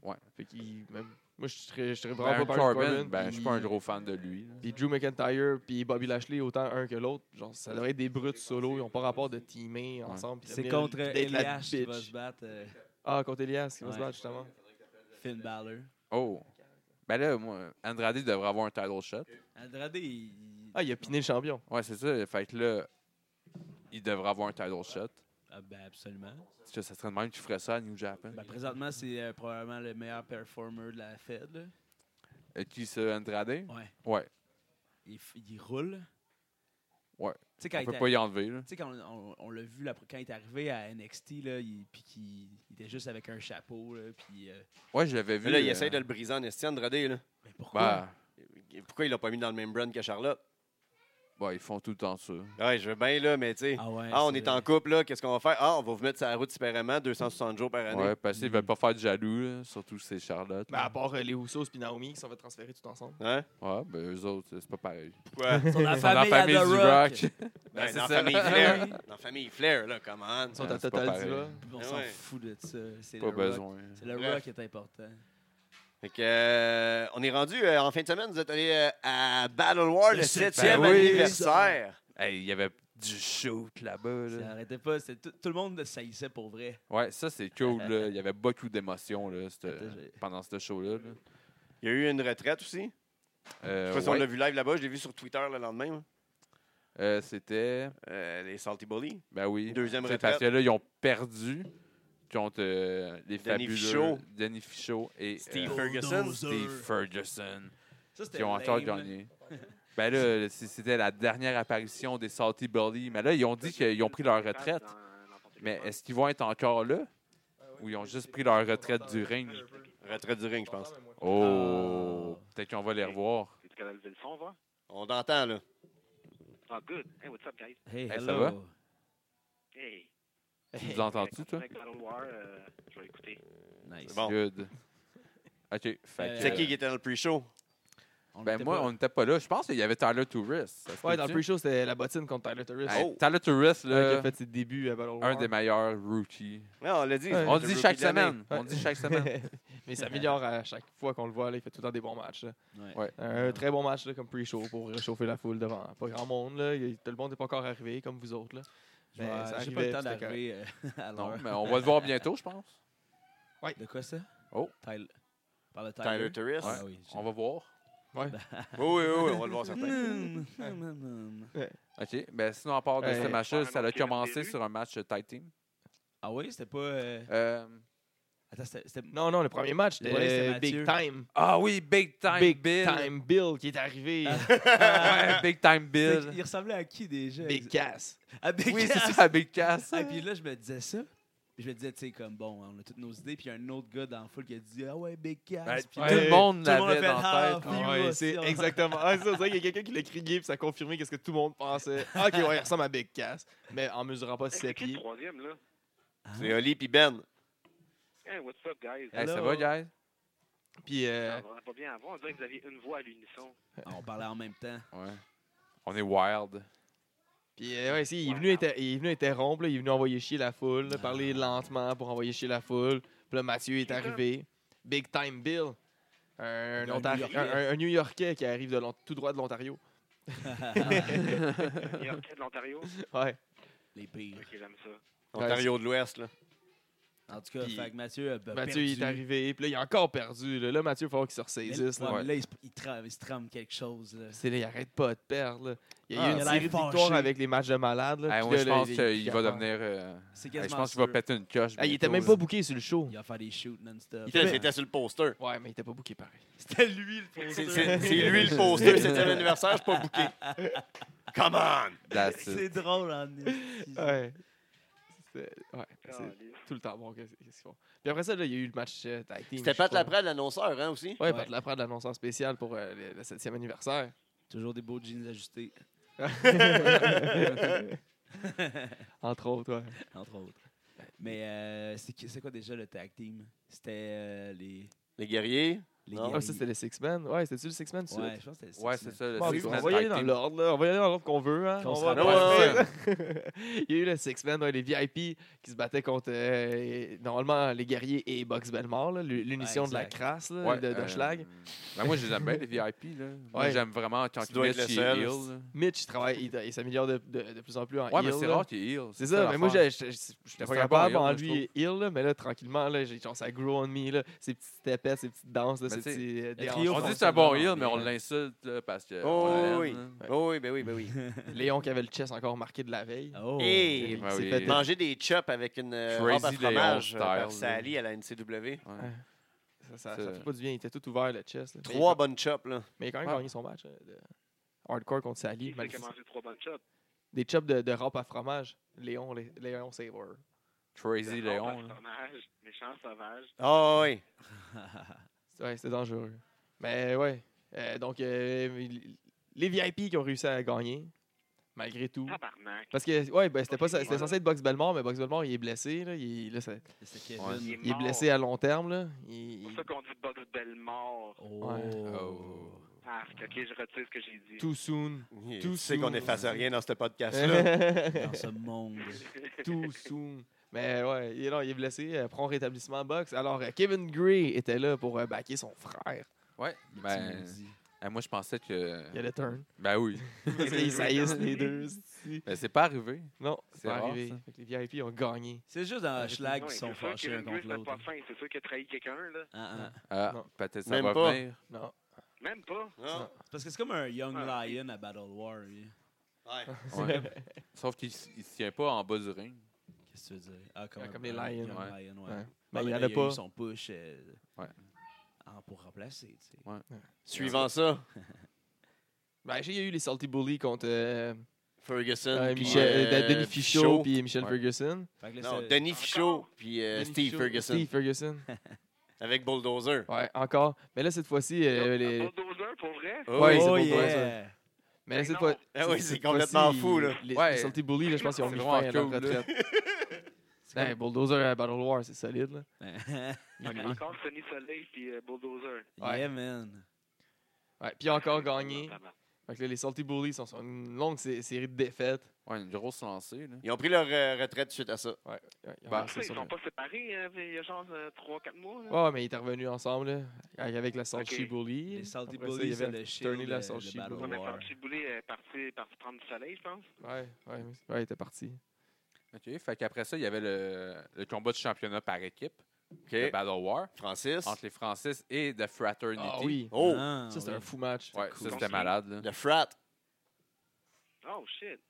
[SPEAKER 4] Ouais.
[SPEAKER 3] Fait qu'il. même- Moi, je serais, je serais vraiment
[SPEAKER 4] Baron
[SPEAKER 3] pas Baron Corbin.
[SPEAKER 4] Corbin, ben,
[SPEAKER 3] puis-
[SPEAKER 4] je suis pas un gros fan de lui. là.
[SPEAKER 3] Puis Drew McIntyre, puis Bobby Lashley, autant un que l'autre. Genre, ça devrait être des brutes solo. Ils ont pas rapport de teamer ensemble. puis
[SPEAKER 2] C'est
[SPEAKER 3] devenir-
[SPEAKER 2] contre
[SPEAKER 3] d'être la
[SPEAKER 2] Elias qui va
[SPEAKER 3] bitch.
[SPEAKER 2] se battre. euh,
[SPEAKER 3] Ah, contre Elias qui va se
[SPEAKER 2] Ouais.
[SPEAKER 3] battre, justement.
[SPEAKER 2] Finn Balor.
[SPEAKER 4] Oh. Ben là, moi, Andrade devrait avoir un title shot.
[SPEAKER 2] Andrade, il...
[SPEAKER 3] Ah, il a piné le champion.
[SPEAKER 4] Ouais, c'est ça. Fait que là, il devrait avoir un title shot.
[SPEAKER 2] ah, ben, absolument.
[SPEAKER 4] Parce que Ça serait de même que tu ferais ça à New Japan.
[SPEAKER 2] Ben, présentement, c'est euh, probablement le meilleur performer de la Fed. là.
[SPEAKER 4] Euh, qui ça, Andrade?
[SPEAKER 2] Ouais.
[SPEAKER 4] Ouais.
[SPEAKER 2] Il, f- il roule.
[SPEAKER 4] Ouais.
[SPEAKER 2] Tu sais, quand
[SPEAKER 4] On
[SPEAKER 2] il
[SPEAKER 4] peut
[SPEAKER 2] était-
[SPEAKER 4] pas y enlever. Là.
[SPEAKER 2] Tu sais, quand on, on- on l'a vu la pr- quand il est arrivé à NXT, là, il, puis qu'il il était juste avec un chapeau, là, puis... euh,
[SPEAKER 4] Ouais, je l'avais vu.
[SPEAKER 1] mais là, il
[SPEAKER 4] euh,
[SPEAKER 1] essaye de le briser en esti, Andrade. Là.
[SPEAKER 2] mais pourquoi?
[SPEAKER 4] ben,
[SPEAKER 1] Pourquoi il l'a pas mis dans le même brand que Charlotte?
[SPEAKER 4] Ouais, bah, ils font tout le temps ça.
[SPEAKER 1] Ouais, je veux bien, là, mais tu sais.
[SPEAKER 2] Ah ouais.
[SPEAKER 1] Ah, on
[SPEAKER 2] c'est
[SPEAKER 1] est
[SPEAKER 2] vrai.
[SPEAKER 1] en couple, là. Qu'est-ce qu'on va faire? Ah, on va vous mettre sur la route séparément 260 jours par année.
[SPEAKER 4] Ouais, parce qu'ils veulent pas faire de jaloux, là, surtout c'est Charlotte.
[SPEAKER 2] Bah.
[SPEAKER 3] Ben, à part euh, les Houssos et Naomi qui s'en va transférer tout ensemble.
[SPEAKER 1] Hein?
[SPEAKER 4] Ouais, ben eux autres, c'est pas pareil.
[SPEAKER 1] Pourquoi?
[SPEAKER 2] Ils sont dans la
[SPEAKER 4] Dans la
[SPEAKER 2] famille, à The Rock.
[SPEAKER 4] du rock.
[SPEAKER 1] Ben,
[SPEAKER 4] c'est
[SPEAKER 1] dans
[SPEAKER 4] ça.
[SPEAKER 1] Famille
[SPEAKER 2] Ah
[SPEAKER 1] Flair.
[SPEAKER 2] oui.
[SPEAKER 1] Dans Famille Flair, là, comment?
[SPEAKER 3] Ils sont
[SPEAKER 4] Ouais,
[SPEAKER 3] à
[SPEAKER 4] c'est pas
[SPEAKER 3] Total
[SPEAKER 4] pareil.
[SPEAKER 3] Diva.
[SPEAKER 2] On
[SPEAKER 1] Ah
[SPEAKER 2] s'en
[SPEAKER 1] ouais.
[SPEAKER 2] fout de ça. C'est
[SPEAKER 4] Pas
[SPEAKER 2] le rock.
[SPEAKER 4] besoin.
[SPEAKER 2] C'est le
[SPEAKER 1] Bref.
[SPEAKER 2] rock qui est important.
[SPEAKER 1] Fait que, euh, on est rendu euh, en fin de semaine. Vous êtes allé euh, à Battle War, le
[SPEAKER 2] Le sept-
[SPEAKER 1] 7e
[SPEAKER 4] Ben oui.
[SPEAKER 1] anniversaire.
[SPEAKER 4] Hey, il y avait du shoot là-bas.
[SPEAKER 2] Ça
[SPEAKER 4] Là.
[SPEAKER 2] arrêtait pas. c'était Tout, tout le monde saillissait pour vrai.
[SPEAKER 4] Ouais, ça c'est cool. là. Il y avait beaucoup d'émotions là, cette-
[SPEAKER 2] Attends, j'ai-
[SPEAKER 4] pendant ce show-là. là.
[SPEAKER 1] Il y a eu une retraite aussi. Je
[SPEAKER 4] Euh,
[SPEAKER 1] sais pas si on
[SPEAKER 4] ouais.
[SPEAKER 1] l'a vu live là-bas. Je l'ai vu sur Twitter le lendemain. moi.
[SPEAKER 4] Euh, C'était.
[SPEAKER 1] Euh, les Salty Bully.
[SPEAKER 4] Ben oui.
[SPEAKER 1] Deuxième
[SPEAKER 4] C'est
[SPEAKER 1] retraite.
[SPEAKER 4] parce que là, ils ont perdu contre euh, les
[SPEAKER 1] Denis
[SPEAKER 4] fabuleux
[SPEAKER 1] Fichaud.
[SPEAKER 4] Denis Fichaud et euh,
[SPEAKER 1] Steve Ferguson.
[SPEAKER 2] Bulldozer.
[SPEAKER 4] Steve Ferguson
[SPEAKER 2] Ça, c'était hein.
[SPEAKER 4] qui ont encore
[SPEAKER 2] lame, là.
[SPEAKER 4] gagné. Ben là, c- c'était la dernière apparition des Salty Burley. Mais là, ils ont dit qu'ils ont pris leur retraite. Mais est-ce qu'ils vont être encore là? Ou ils ont juste pris leur retraite du ring?
[SPEAKER 1] Retraite du ring, je pense.
[SPEAKER 2] Ah.
[SPEAKER 4] Oh! Peut-être qu'on va les revoir.
[SPEAKER 5] Tu connais le Vilson, va?
[SPEAKER 1] On t'entend, là.
[SPEAKER 5] Oh, good. Hey, what's up, guys?
[SPEAKER 2] Hey,
[SPEAKER 4] Hey, ça
[SPEAKER 2] hello.
[SPEAKER 4] va?
[SPEAKER 5] Hey.
[SPEAKER 4] Tu nous entends-tu, toi?
[SPEAKER 5] Avec Battle War, euh, je vais écouter.
[SPEAKER 2] Nice.
[SPEAKER 1] Bon.
[SPEAKER 4] Good. OK. Fait
[SPEAKER 2] Euh,
[SPEAKER 4] que-
[SPEAKER 1] C'est qui qui était dans le pre-show?
[SPEAKER 2] On
[SPEAKER 4] Ben
[SPEAKER 2] l'était
[SPEAKER 4] moi,
[SPEAKER 2] pas.
[SPEAKER 4] on n'était pas là. Je pense qu'il y avait Tyler Tourist. Ça se
[SPEAKER 3] Ouais, dans le
[SPEAKER 4] peut-tu?
[SPEAKER 3] pre-show, c'était la bottine contre Tyler Turris.
[SPEAKER 4] Hey,
[SPEAKER 1] Oh.
[SPEAKER 4] Tyler Tourist,
[SPEAKER 3] Là, qui
[SPEAKER 4] là,
[SPEAKER 3] a fait ses débuts à Battle War.
[SPEAKER 4] un des meilleurs rookies.
[SPEAKER 1] Ouais, on l'a dit.
[SPEAKER 3] Ouais.
[SPEAKER 4] On
[SPEAKER 1] C'est
[SPEAKER 4] dit
[SPEAKER 1] le
[SPEAKER 4] chaque
[SPEAKER 1] rookie de l'année.
[SPEAKER 4] semaine. On
[SPEAKER 3] Ouais.
[SPEAKER 4] dit chaque semaine.
[SPEAKER 3] Mais il s'améliore à chaque fois qu'on le voit. là, il fait tout le temps des bons matchs. là.
[SPEAKER 2] Ouais.
[SPEAKER 4] Ouais.
[SPEAKER 3] Un très bon match là, comme pre-show pour réchauffer la foule devant pas grand monde. Là. Il- Tout le monde n'est pas encore arrivé, comme vous autres. Là.
[SPEAKER 2] Je
[SPEAKER 3] Mais
[SPEAKER 2] vais-
[SPEAKER 3] ça
[SPEAKER 2] J'ai pas
[SPEAKER 3] arrivait,
[SPEAKER 2] le temps
[SPEAKER 3] puis c'était
[SPEAKER 2] d'arriver euh, à
[SPEAKER 4] Non,
[SPEAKER 2] l'heure.
[SPEAKER 4] mais on va le voir bientôt, je pense.
[SPEAKER 2] De quoi ça?
[SPEAKER 4] Oh.
[SPEAKER 2] Tyler. Par le Tyler.
[SPEAKER 1] Tyler Turris.
[SPEAKER 2] Ah oui.
[SPEAKER 4] On va voir.
[SPEAKER 1] Oui, oui, oui, on va le voir certain.
[SPEAKER 2] Mm, mm, mm, mm.
[SPEAKER 4] OK. Ben, sinon, à part de
[SPEAKER 3] Ouais.
[SPEAKER 4] ce match-là,
[SPEAKER 5] Ouais,
[SPEAKER 4] ça
[SPEAKER 5] non,
[SPEAKER 4] a
[SPEAKER 5] Kevin
[SPEAKER 4] commencé
[SPEAKER 5] Perry.
[SPEAKER 4] sur un match euh, tag team.
[SPEAKER 2] Ah oui, c'était pas. euh,
[SPEAKER 4] Euh,
[SPEAKER 2] Attends, c'était. c'était-
[SPEAKER 3] Non, non, le premier match, c'était
[SPEAKER 2] Ouais, c'était
[SPEAKER 3] euh, Big
[SPEAKER 2] Mathieu.
[SPEAKER 3] Time.
[SPEAKER 4] Ah oui, Big Time
[SPEAKER 3] Big
[SPEAKER 4] Bill.
[SPEAKER 3] Time Bill Ah, qui est arrivé.
[SPEAKER 4] Ouais, Big
[SPEAKER 2] Ah,
[SPEAKER 4] Time
[SPEAKER 2] C'est- Il
[SPEAKER 4] Bill.
[SPEAKER 2] ressemblait à qui déjà?
[SPEAKER 3] Big Cass.
[SPEAKER 2] À Big
[SPEAKER 4] Oui,
[SPEAKER 2] Cass.
[SPEAKER 4] c'est ça, hein? Big Cass.
[SPEAKER 2] Et puis là, je me disais ça. Puis Je me disais, tu sais, comme bon, on a toutes nos idées. Puis il y a un autre gars dans le foule qui a dit Ah ouais, Big Cass.
[SPEAKER 4] Ben,
[SPEAKER 2] Puis
[SPEAKER 4] Tout
[SPEAKER 3] Ouais.
[SPEAKER 2] tout-
[SPEAKER 4] le monde
[SPEAKER 2] tout le monde
[SPEAKER 4] l'avait
[SPEAKER 2] a fait
[SPEAKER 4] dans la
[SPEAKER 2] Ah,
[SPEAKER 4] tête. hein.
[SPEAKER 2] oui.
[SPEAKER 3] ouais,
[SPEAKER 2] moi
[SPEAKER 3] c'est
[SPEAKER 2] aussi, on-
[SPEAKER 3] exactement. Ah, c'est ça, il y a quelqu'un qui l'a crié, puis ça a confirmé qu'est-ce que tout le monde pensait. Ah, ok, ouais, il ressemble à Big Cass, mais en mesurant pas
[SPEAKER 5] Hey,
[SPEAKER 3] 7
[SPEAKER 5] c'est qui le
[SPEAKER 3] pieds.
[SPEAKER 5] troisième, là?
[SPEAKER 1] C'est Oli puis Ben.
[SPEAKER 5] Hey, what's up, guys?
[SPEAKER 4] Hey, ça
[SPEAKER 2] Hello.
[SPEAKER 4] va, guys?
[SPEAKER 3] Puis,
[SPEAKER 5] Ça
[SPEAKER 3] euh,
[SPEAKER 5] va pas bien avant. On dirait que vous aviez une voix à l'unisson.
[SPEAKER 2] Ah, On parlait en même temps.
[SPEAKER 4] Ouais. On est wild.
[SPEAKER 3] puis euh, ouais, si, il, est venu inter- il est venu interrompre, là, il est venu envoyer chier la foule, là, parler lentement pour envoyer chier la foule. Puis là, Mathieu est arrivé. Big Time Bill, un,
[SPEAKER 2] Un
[SPEAKER 3] Ontari-
[SPEAKER 2] New-Yorkais.
[SPEAKER 3] un- un New-Yorkais qui arrive de l'On- tout droit de l'Ontario.
[SPEAKER 5] Il est de l'Ontario?
[SPEAKER 3] Ouais.
[SPEAKER 2] Les pires.
[SPEAKER 5] Ok, j'aime ça.
[SPEAKER 1] Ontario de l'Ouest, là.
[SPEAKER 2] En tout cas,
[SPEAKER 3] Puis-
[SPEAKER 2] fait que Mathieu a
[SPEAKER 3] Mathieu il est
[SPEAKER 2] perdu.
[SPEAKER 3] arrivé, puis là, il est encore perdu. Là, Là, Mathieu, il va falloir qu'il se
[SPEAKER 2] Mais
[SPEAKER 3] ressaisisse.
[SPEAKER 2] ouais,
[SPEAKER 3] là.
[SPEAKER 2] mais là, il se- il, tra- il se trame quelque chose. Là.
[SPEAKER 3] C'est là, il arrête pas de perdre. là. Il y a
[SPEAKER 1] Ah,
[SPEAKER 3] eu une
[SPEAKER 2] il a l'air
[SPEAKER 3] série de
[SPEAKER 2] fâché.
[SPEAKER 3] victoires avec les matchs de malades. là,
[SPEAKER 4] Hey,
[SPEAKER 3] puis
[SPEAKER 4] moi,
[SPEAKER 3] là,
[SPEAKER 4] je
[SPEAKER 3] là,
[SPEAKER 4] pense
[SPEAKER 3] il-
[SPEAKER 4] qu'il va
[SPEAKER 3] capable.
[SPEAKER 4] devenir. euh,
[SPEAKER 2] C'est
[SPEAKER 4] hey,
[SPEAKER 2] quasiment
[SPEAKER 4] je pense qu'il va
[SPEAKER 2] sûr.
[SPEAKER 4] péter une coche.
[SPEAKER 3] Ah, il était
[SPEAKER 4] bientôt,
[SPEAKER 3] même
[SPEAKER 4] là.
[SPEAKER 3] pas booké sur le show.
[SPEAKER 2] Il va faire des shoots non-stop.
[SPEAKER 3] fait-
[SPEAKER 1] C'était sur le poster.
[SPEAKER 3] Ouais, mais il était pas booké pareil.
[SPEAKER 2] C'était lui le poster.
[SPEAKER 1] C'est c'est- c'est lui le poster, c'était l'anniversaire, je suis pas bouqué. Come on!
[SPEAKER 4] That's it.
[SPEAKER 2] C'est drôle en esti.
[SPEAKER 3] Ouais. C'est- Ouais, c'est
[SPEAKER 5] Calice.
[SPEAKER 3] tout le temps bon. Qu'est-ce qu'est-ce qu'ils font? Puis après ça, là, il y a eu le match euh, tag team.
[SPEAKER 1] C'était
[SPEAKER 3] je sais
[SPEAKER 1] Pat Laprade, l'annonceur, hein, aussi?
[SPEAKER 3] Ouais,
[SPEAKER 2] Ouais.
[SPEAKER 3] Pat Laprade, l'annonceur spécial pour euh, le, le 7e anniversaire.
[SPEAKER 2] Toujours des beaux jeans ajustés,
[SPEAKER 3] Entre autres, ouais.
[SPEAKER 2] entre autres. Mais euh, c'est qui- c'est quoi déjà le tag team? C'était euh, les,
[SPEAKER 1] Les guerriers.
[SPEAKER 2] les
[SPEAKER 1] Non.
[SPEAKER 3] Ah,
[SPEAKER 2] guerriers.
[SPEAKER 3] ça, c'était les Six Men. Ouais, c'était-tu les Six Men? tout de
[SPEAKER 2] Ouais,
[SPEAKER 3] suite?
[SPEAKER 2] je pense que c'était les
[SPEAKER 4] Ouais,
[SPEAKER 2] Six
[SPEAKER 4] c'est
[SPEAKER 2] Men.
[SPEAKER 4] ça. le
[SPEAKER 3] Bon,
[SPEAKER 4] Six
[SPEAKER 3] on
[SPEAKER 4] Man
[SPEAKER 3] va y aller
[SPEAKER 4] Tag
[SPEAKER 3] dans
[SPEAKER 4] Team.
[SPEAKER 3] l'ordre, là. On va y aller dans l'ordre qu'on veut. Hein.
[SPEAKER 2] Qu'on
[SPEAKER 3] On
[SPEAKER 2] se
[SPEAKER 3] va-
[SPEAKER 1] rappelle.
[SPEAKER 3] Il y a eu le Six Men, ouais, les VIP qui se battaient contre, euh, normalement, les guerriers et Box Belmore, là, l'unition
[SPEAKER 2] Ouais,
[SPEAKER 3] de la
[SPEAKER 2] exact.
[SPEAKER 3] crasse là,
[SPEAKER 4] Ouais,
[SPEAKER 3] de
[SPEAKER 4] euh,
[SPEAKER 3] Doschlag.
[SPEAKER 4] ben moi, je les aime bien, les VIP. Là. Moi,
[SPEAKER 3] Ouais.
[SPEAKER 4] j'aime vraiment quand
[SPEAKER 1] Tu
[SPEAKER 4] ils
[SPEAKER 1] dois être
[SPEAKER 4] mettent
[SPEAKER 1] le
[SPEAKER 4] chez
[SPEAKER 1] seul.
[SPEAKER 4] Hill. là.
[SPEAKER 3] Mitch, il, travaille, il, il s'améliore de, de- de plus en plus en
[SPEAKER 4] Ouais, mais
[SPEAKER 3] heel,
[SPEAKER 4] c'est
[SPEAKER 3] là.
[SPEAKER 4] rare qu'il est Hill.
[SPEAKER 3] C'est ça, mais moi,
[SPEAKER 4] l'affaire.
[SPEAKER 3] j'ai- j'étais j'étais
[SPEAKER 4] un
[SPEAKER 3] pas
[SPEAKER 4] bon
[SPEAKER 3] capable
[SPEAKER 4] heel,
[SPEAKER 3] en
[SPEAKER 4] là, je
[SPEAKER 3] lui heel, là, mais là, tranquillement, là, j'ai genre, ça grow on me, là, ces petites tapettes, ces petites danses, là,
[SPEAKER 4] Mais
[SPEAKER 3] ces
[SPEAKER 4] tu sais,
[SPEAKER 3] petits euh,
[SPEAKER 2] trio
[SPEAKER 3] déhanchements.
[SPEAKER 4] On dit que
[SPEAKER 2] fonctionne
[SPEAKER 4] c'est un bon
[SPEAKER 2] vraiment
[SPEAKER 4] Hill, mais on
[SPEAKER 2] bien.
[SPEAKER 4] l'insulte là, parce que.
[SPEAKER 1] Oh,
[SPEAKER 4] on l'aime,
[SPEAKER 1] oui.
[SPEAKER 4] là.
[SPEAKER 1] Oh oui, ben oui, ben oui.
[SPEAKER 3] Léon qui avait le chest encore marqué de la veille.
[SPEAKER 2] Oh.
[SPEAKER 1] Hey!
[SPEAKER 3] Il
[SPEAKER 4] Ben
[SPEAKER 3] s'est
[SPEAKER 4] oui.
[SPEAKER 3] fait-
[SPEAKER 1] Manger des chops avec une euh,
[SPEAKER 4] Crazy
[SPEAKER 1] robe à
[SPEAKER 4] Leon
[SPEAKER 1] fromage euh,
[SPEAKER 4] style, là.
[SPEAKER 1] par Sally à la NCW.
[SPEAKER 4] Ouais.
[SPEAKER 3] Ça, ça- ça
[SPEAKER 4] C'est-
[SPEAKER 3] fait pas du bien, il était tout ouvert, le chest. là. Mais
[SPEAKER 1] Trois bonnes chops, là.
[SPEAKER 3] Mais il a quand même
[SPEAKER 4] Ouais.
[SPEAKER 3] gagné son match. euh, de hardcore contre Sally.
[SPEAKER 5] Qui c'est qui a
[SPEAKER 3] malgré-
[SPEAKER 5] mangé trois bonnes shots?
[SPEAKER 3] Des chops de, de rap à fromage. Léon, Lé- Léon Savor.
[SPEAKER 4] Crazy Léon. là.
[SPEAKER 5] Sauvage, méchant sauvage.
[SPEAKER 1] Ah oui.
[SPEAKER 3] Ouais, c'était dangereux. Mais ouais. Euh, donc, euh, les VIP qui ont réussi à gagner. malgré tout.
[SPEAKER 5] Tabarnak.
[SPEAKER 3] Parce que, ouais, ben, c'était, pas, ça- c'était
[SPEAKER 5] Voilà.
[SPEAKER 3] censé être Box Belmore, mais Box Belmore, il est blessé. Là, il, là, ça-
[SPEAKER 2] C'est Kevin.
[SPEAKER 4] Ouais.
[SPEAKER 5] Il est,
[SPEAKER 3] il est
[SPEAKER 5] mort.
[SPEAKER 3] blessé à long terme. Là. Il-
[SPEAKER 5] C'est pour
[SPEAKER 3] il-
[SPEAKER 5] ça qu'on dit Box Bell mort.
[SPEAKER 2] Oh.
[SPEAKER 3] Ouais.
[SPEAKER 4] Oh.
[SPEAKER 5] Arc, ok, je retire ce que j'ai dit.
[SPEAKER 3] too soon.
[SPEAKER 1] Tu sais qu'on
[SPEAKER 3] soon.
[SPEAKER 1] efface rien dans ce podcast-là.
[SPEAKER 2] Dans ce monde.
[SPEAKER 3] too soon. Mais ouais, il, est- non, il est blessé. euh, prompt rétablissement Box. Alors, euh, Kevin Gray était là pour euh, backer son frère.
[SPEAKER 4] Ouais,
[SPEAKER 2] le petit
[SPEAKER 4] ben,
[SPEAKER 2] maudit.
[SPEAKER 4] euh, moi je pensais que.
[SPEAKER 3] Il allait turn.
[SPEAKER 4] Ben oui.
[SPEAKER 3] ils saillissent les deux. c'est-tu.
[SPEAKER 4] Ben c'est pas arrivé.
[SPEAKER 3] Non,
[SPEAKER 4] C'est
[SPEAKER 3] c'est pas
[SPEAKER 4] rare,
[SPEAKER 3] arrivé.
[SPEAKER 4] ça.
[SPEAKER 3] Fait que les VIP ont gagné.
[SPEAKER 2] C'est juste dans
[SPEAKER 3] Ouais,
[SPEAKER 2] Schlag
[SPEAKER 5] Ouais,
[SPEAKER 2] qui sont
[SPEAKER 5] c'est sûr
[SPEAKER 2] fâchés
[SPEAKER 5] que
[SPEAKER 2] un
[SPEAKER 5] Ringo,
[SPEAKER 2] contre
[SPEAKER 5] c'est
[SPEAKER 2] l'autre.
[SPEAKER 5] pas fin, C'est sûr qu'il a trahi quelqu'un, là.
[SPEAKER 2] Ah, ah.
[SPEAKER 4] Ah,
[SPEAKER 3] Non.
[SPEAKER 4] peut-être ça
[SPEAKER 1] Même
[SPEAKER 4] va
[SPEAKER 1] pas.
[SPEAKER 4] venir.
[SPEAKER 3] Non.
[SPEAKER 5] Même pas.
[SPEAKER 1] Ah,
[SPEAKER 2] C'est Parce que c'est comme un Young
[SPEAKER 5] Ah.
[SPEAKER 2] Lion à Battle War. lui.
[SPEAKER 1] ouais.
[SPEAKER 4] Ouais. Sauf qu'il s- il se tient pas en bas du ring.
[SPEAKER 2] Qu'est-ce que tu veux dire? Ah, comme,
[SPEAKER 3] Ah,
[SPEAKER 2] un
[SPEAKER 3] comme les
[SPEAKER 2] Young
[SPEAKER 3] Lions,
[SPEAKER 2] Young Lion, ouais.
[SPEAKER 3] Ouais.
[SPEAKER 2] Ouais,
[SPEAKER 3] Ben, il n'y
[SPEAKER 2] mais
[SPEAKER 3] en
[SPEAKER 2] là,
[SPEAKER 3] a
[SPEAKER 2] eu
[SPEAKER 3] pas.
[SPEAKER 2] son push euh,
[SPEAKER 4] Ouais.
[SPEAKER 2] en- pour remplacer. tu sais.
[SPEAKER 1] Suivant ça,
[SPEAKER 3] Ben, j'ai eu les Salty Bully contre euh,
[SPEAKER 1] Ferguson.
[SPEAKER 3] euh,
[SPEAKER 1] puis,
[SPEAKER 3] Michel,
[SPEAKER 1] euh,
[SPEAKER 3] euh, Denis Fichot puis Michel
[SPEAKER 4] Ouais.
[SPEAKER 3] Ferguson.
[SPEAKER 2] Fait que là,
[SPEAKER 1] Non,
[SPEAKER 2] c'est-
[SPEAKER 1] Denis Fichot puis euh,
[SPEAKER 3] Denis
[SPEAKER 1] Steve
[SPEAKER 3] Fichot,
[SPEAKER 1] Ferguson
[SPEAKER 3] Steve Ferguson.
[SPEAKER 1] avec Bulldozer.
[SPEAKER 3] Ouais, encore. Mais là, cette fois-ci, euh,
[SPEAKER 5] Un
[SPEAKER 3] les-
[SPEAKER 5] bulldozer, pour vrai?
[SPEAKER 1] Oh,
[SPEAKER 3] Ouais,
[SPEAKER 1] oui.
[SPEAKER 3] c'est
[SPEAKER 2] oh,
[SPEAKER 3] bon,
[SPEAKER 2] yeah.
[SPEAKER 3] Mais là,
[SPEAKER 5] Mais
[SPEAKER 3] cette
[SPEAKER 5] non.
[SPEAKER 3] fois.
[SPEAKER 1] Ah oui,
[SPEAKER 3] cette
[SPEAKER 1] c'est
[SPEAKER 3] fois-ci,
[SPEAKER 1] complètement fou, là.
[SPEAKER 3] Les,
[SPEAKER 4] Ouais.
[SPEAKER 3] les Salty Bully, là, je pense qu'ils ont
[SPEAKER 4] C'est
[SPEAKER 3] mis
[SPEAKER 4] vraiment
[SPEAKER 3] fin à leur
[SPEAKER 4] cool, là.
[SPEAKER 3] retraite.
[SPEAKER 2] C'est comme-
[SPEAKER 3] Hey, Bulldozer à Battle War, c'est solide, là.
[SPEAKER 5] Encore Sonny Soleil puis euh, Bulldozer.
[SPEAKER 2] Yeah, man.
[SPEAKER 3] Ouais, puis encore gagné.
[SPEAKER 5] Ah, bah,
[SPEAKER 3] Fait que là, les Salty Bullies sont sur une longue sé- série de défaites.
[SPEAKER 4] Ouais, une grosse lancée. Là.
[SPEAKER 1] Ils ont pris leur euh, retraite suite à ça.
[SPEAKER 3] Ouais, ouais, ils ont
[SPEAKER 4] Bah,
[SPEAKER 5] bah,
[SPEAKER 3] lancé
[SPEAKER 5] Ils
[SPEAKER 3] sur
[SPEAKER 5] sont
[SPEAKER 3] le-
[SPEAKER 5] pas séparés, hein, il y a genre 3-4 mois. là.
[SPEAKER 3] Ouais, ouais, mais ils étaient revenus ensemble, là, avec- avec la Salty
[SPEAKER 5] Ok.
[SPEAKER 3] Bully.
[SPEAKER 2] Les Salty
[SPEAKER 3] Après ça,
[SPEAKER 2] Bullies,
[SPEAKER 3] il y
[SPEAKER 2] c'est
[SPEAKER 3] avait
[SPEAKER 2] le
[SPEAKER 3] Turner,
[SPEAKER 2] shield
[SPEAKER 3] la
[SPEAKER 2] de-
[SPEAKER 3] sortie,
[SPEAKER 2] de Battle
[SPEAKER 3] Bully.
[SPEAKER 5] Ouais, mais
[SPEAKER 2] War.
[SPEAKER 5] Franchi Boulet est parti, parti prendre du soleil, je pense.
[SPEAKER 3] Ouais, ouais, mais- ouais, il était parti.
[SPEAKER 4] OK. Fait qu'après ça, il y avait le, le combat de championnat par équipe, le
[SPEAKER 1] OK.
[SPEAKER 4] Battle War,
[SPEAKER 1] Francis.
[SPEAKER 4] entre les Francis et The Fraternity.
[SPEAKER 3] Ah oui.
[SPEAKER 1] Oh,
[SPEAKER 2] Ah,
[SPEAKER 3] Ça, c'était
[SPEAKER 2] oui.
[SPEAKER 3] un fou match.
[SPEAKER 4] Ouais,
[SPEAKER 5] Cool.
[SPEAKER 4] ça, c'était malade. là.
[SPEAKER 1] le frat.
[SPEAKER 5] Oh shit.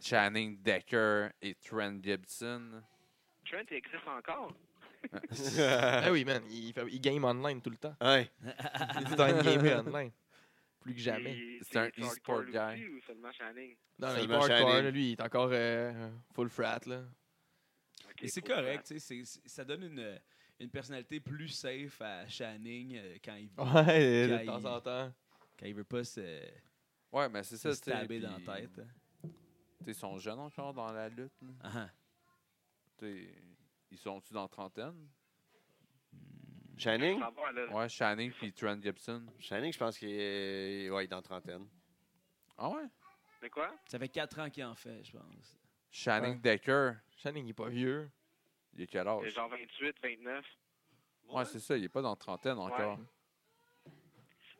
[SPEAKER 4] Channing Decker et Trent Gibson.
[SPEAKER 5] Trent il existe encore.
[SPEAKER 3] Ah oui, man, il, fait- il game online tout le temps.
[SPEAKER 1] ouais.
[SPEAKER 3] Il est tout le temps gamé online. Plus que jamais.
[SPEAKER 5] Il-
[SPEAKER 4] C'est un
[SPEAKER 5] il est
[SPEAKER 4] e-sport guy.
[SPEAKER 5] hardcore aussi, ou seulement Channing?
[SPEAKER 3] Non, non, il est
[SPEAKER 1] Seulement
[SPEAKER 3] pas hardcore,
[SPEAKER 1] Shannon.
[SPEAKER 3] là, lui, il est encore euh, full frat, là.
[SPEAKER 5] Ok,
[SPEAKER 2] Et c'est
[SPEAKER 5] pour ça.
[SPEAKER 2] correct, tu sais, c'est- c'est- ça donne une, une personnalité plus safe à Shanning euh, quand il veut,
[SPEAKER 3] Ouais, de
[SPEAKER 2] Puis,
[SPEAKER 3] temps en temps.
[SPEAKER 2] quand il veut pas se,
[SPEAKER 4] Ouais, mais c'est ça.
[SPEAKER 2] se
[SPEAKER 4] tu sais,
[SPEAKER 2] stabber dans
[SPEAKER 4] puis,
[SPEAKER 2] la tête. hein.
[SPEAKER 4] tu sais, Ils sont jeunes encore dans la lutte. là.
[SPEAKER 2] Ah,
[SPEAKER 4] Tu sais, Ils sont-tu dans la trentaine?
[SPEAKER 1] Channing.
[SPEAKER 5] Ça va, là.
[SPEAKER 4] Ouais, Channing puis Trent Gibson.
[SPEAKER 1] Channing, je pense qu'il est... Ouais, il est dans la trentaine.
[SPEAKER 4] Ah ouais?
[SPEAKER 5] Mais quoi?
[SPEAKER 2] Ça fait 4 ans qu'il en fait, je pense.
[SPEAKER 4] Channing
[SPEAKER 3] Ouais.
[SPEAKER 4] Decker,
[SPEAKER 3] Shannon, il est pas vieux.
[SPEAKER 4] il est quel
[SPEAKER 5] C'est
[SPEAKER 4] âge?
[SPEAKER 5] genre 28, 29.
[SPEAKER 4] Oh, Ouais, c'est ça, il est pas dans la trentaine encore.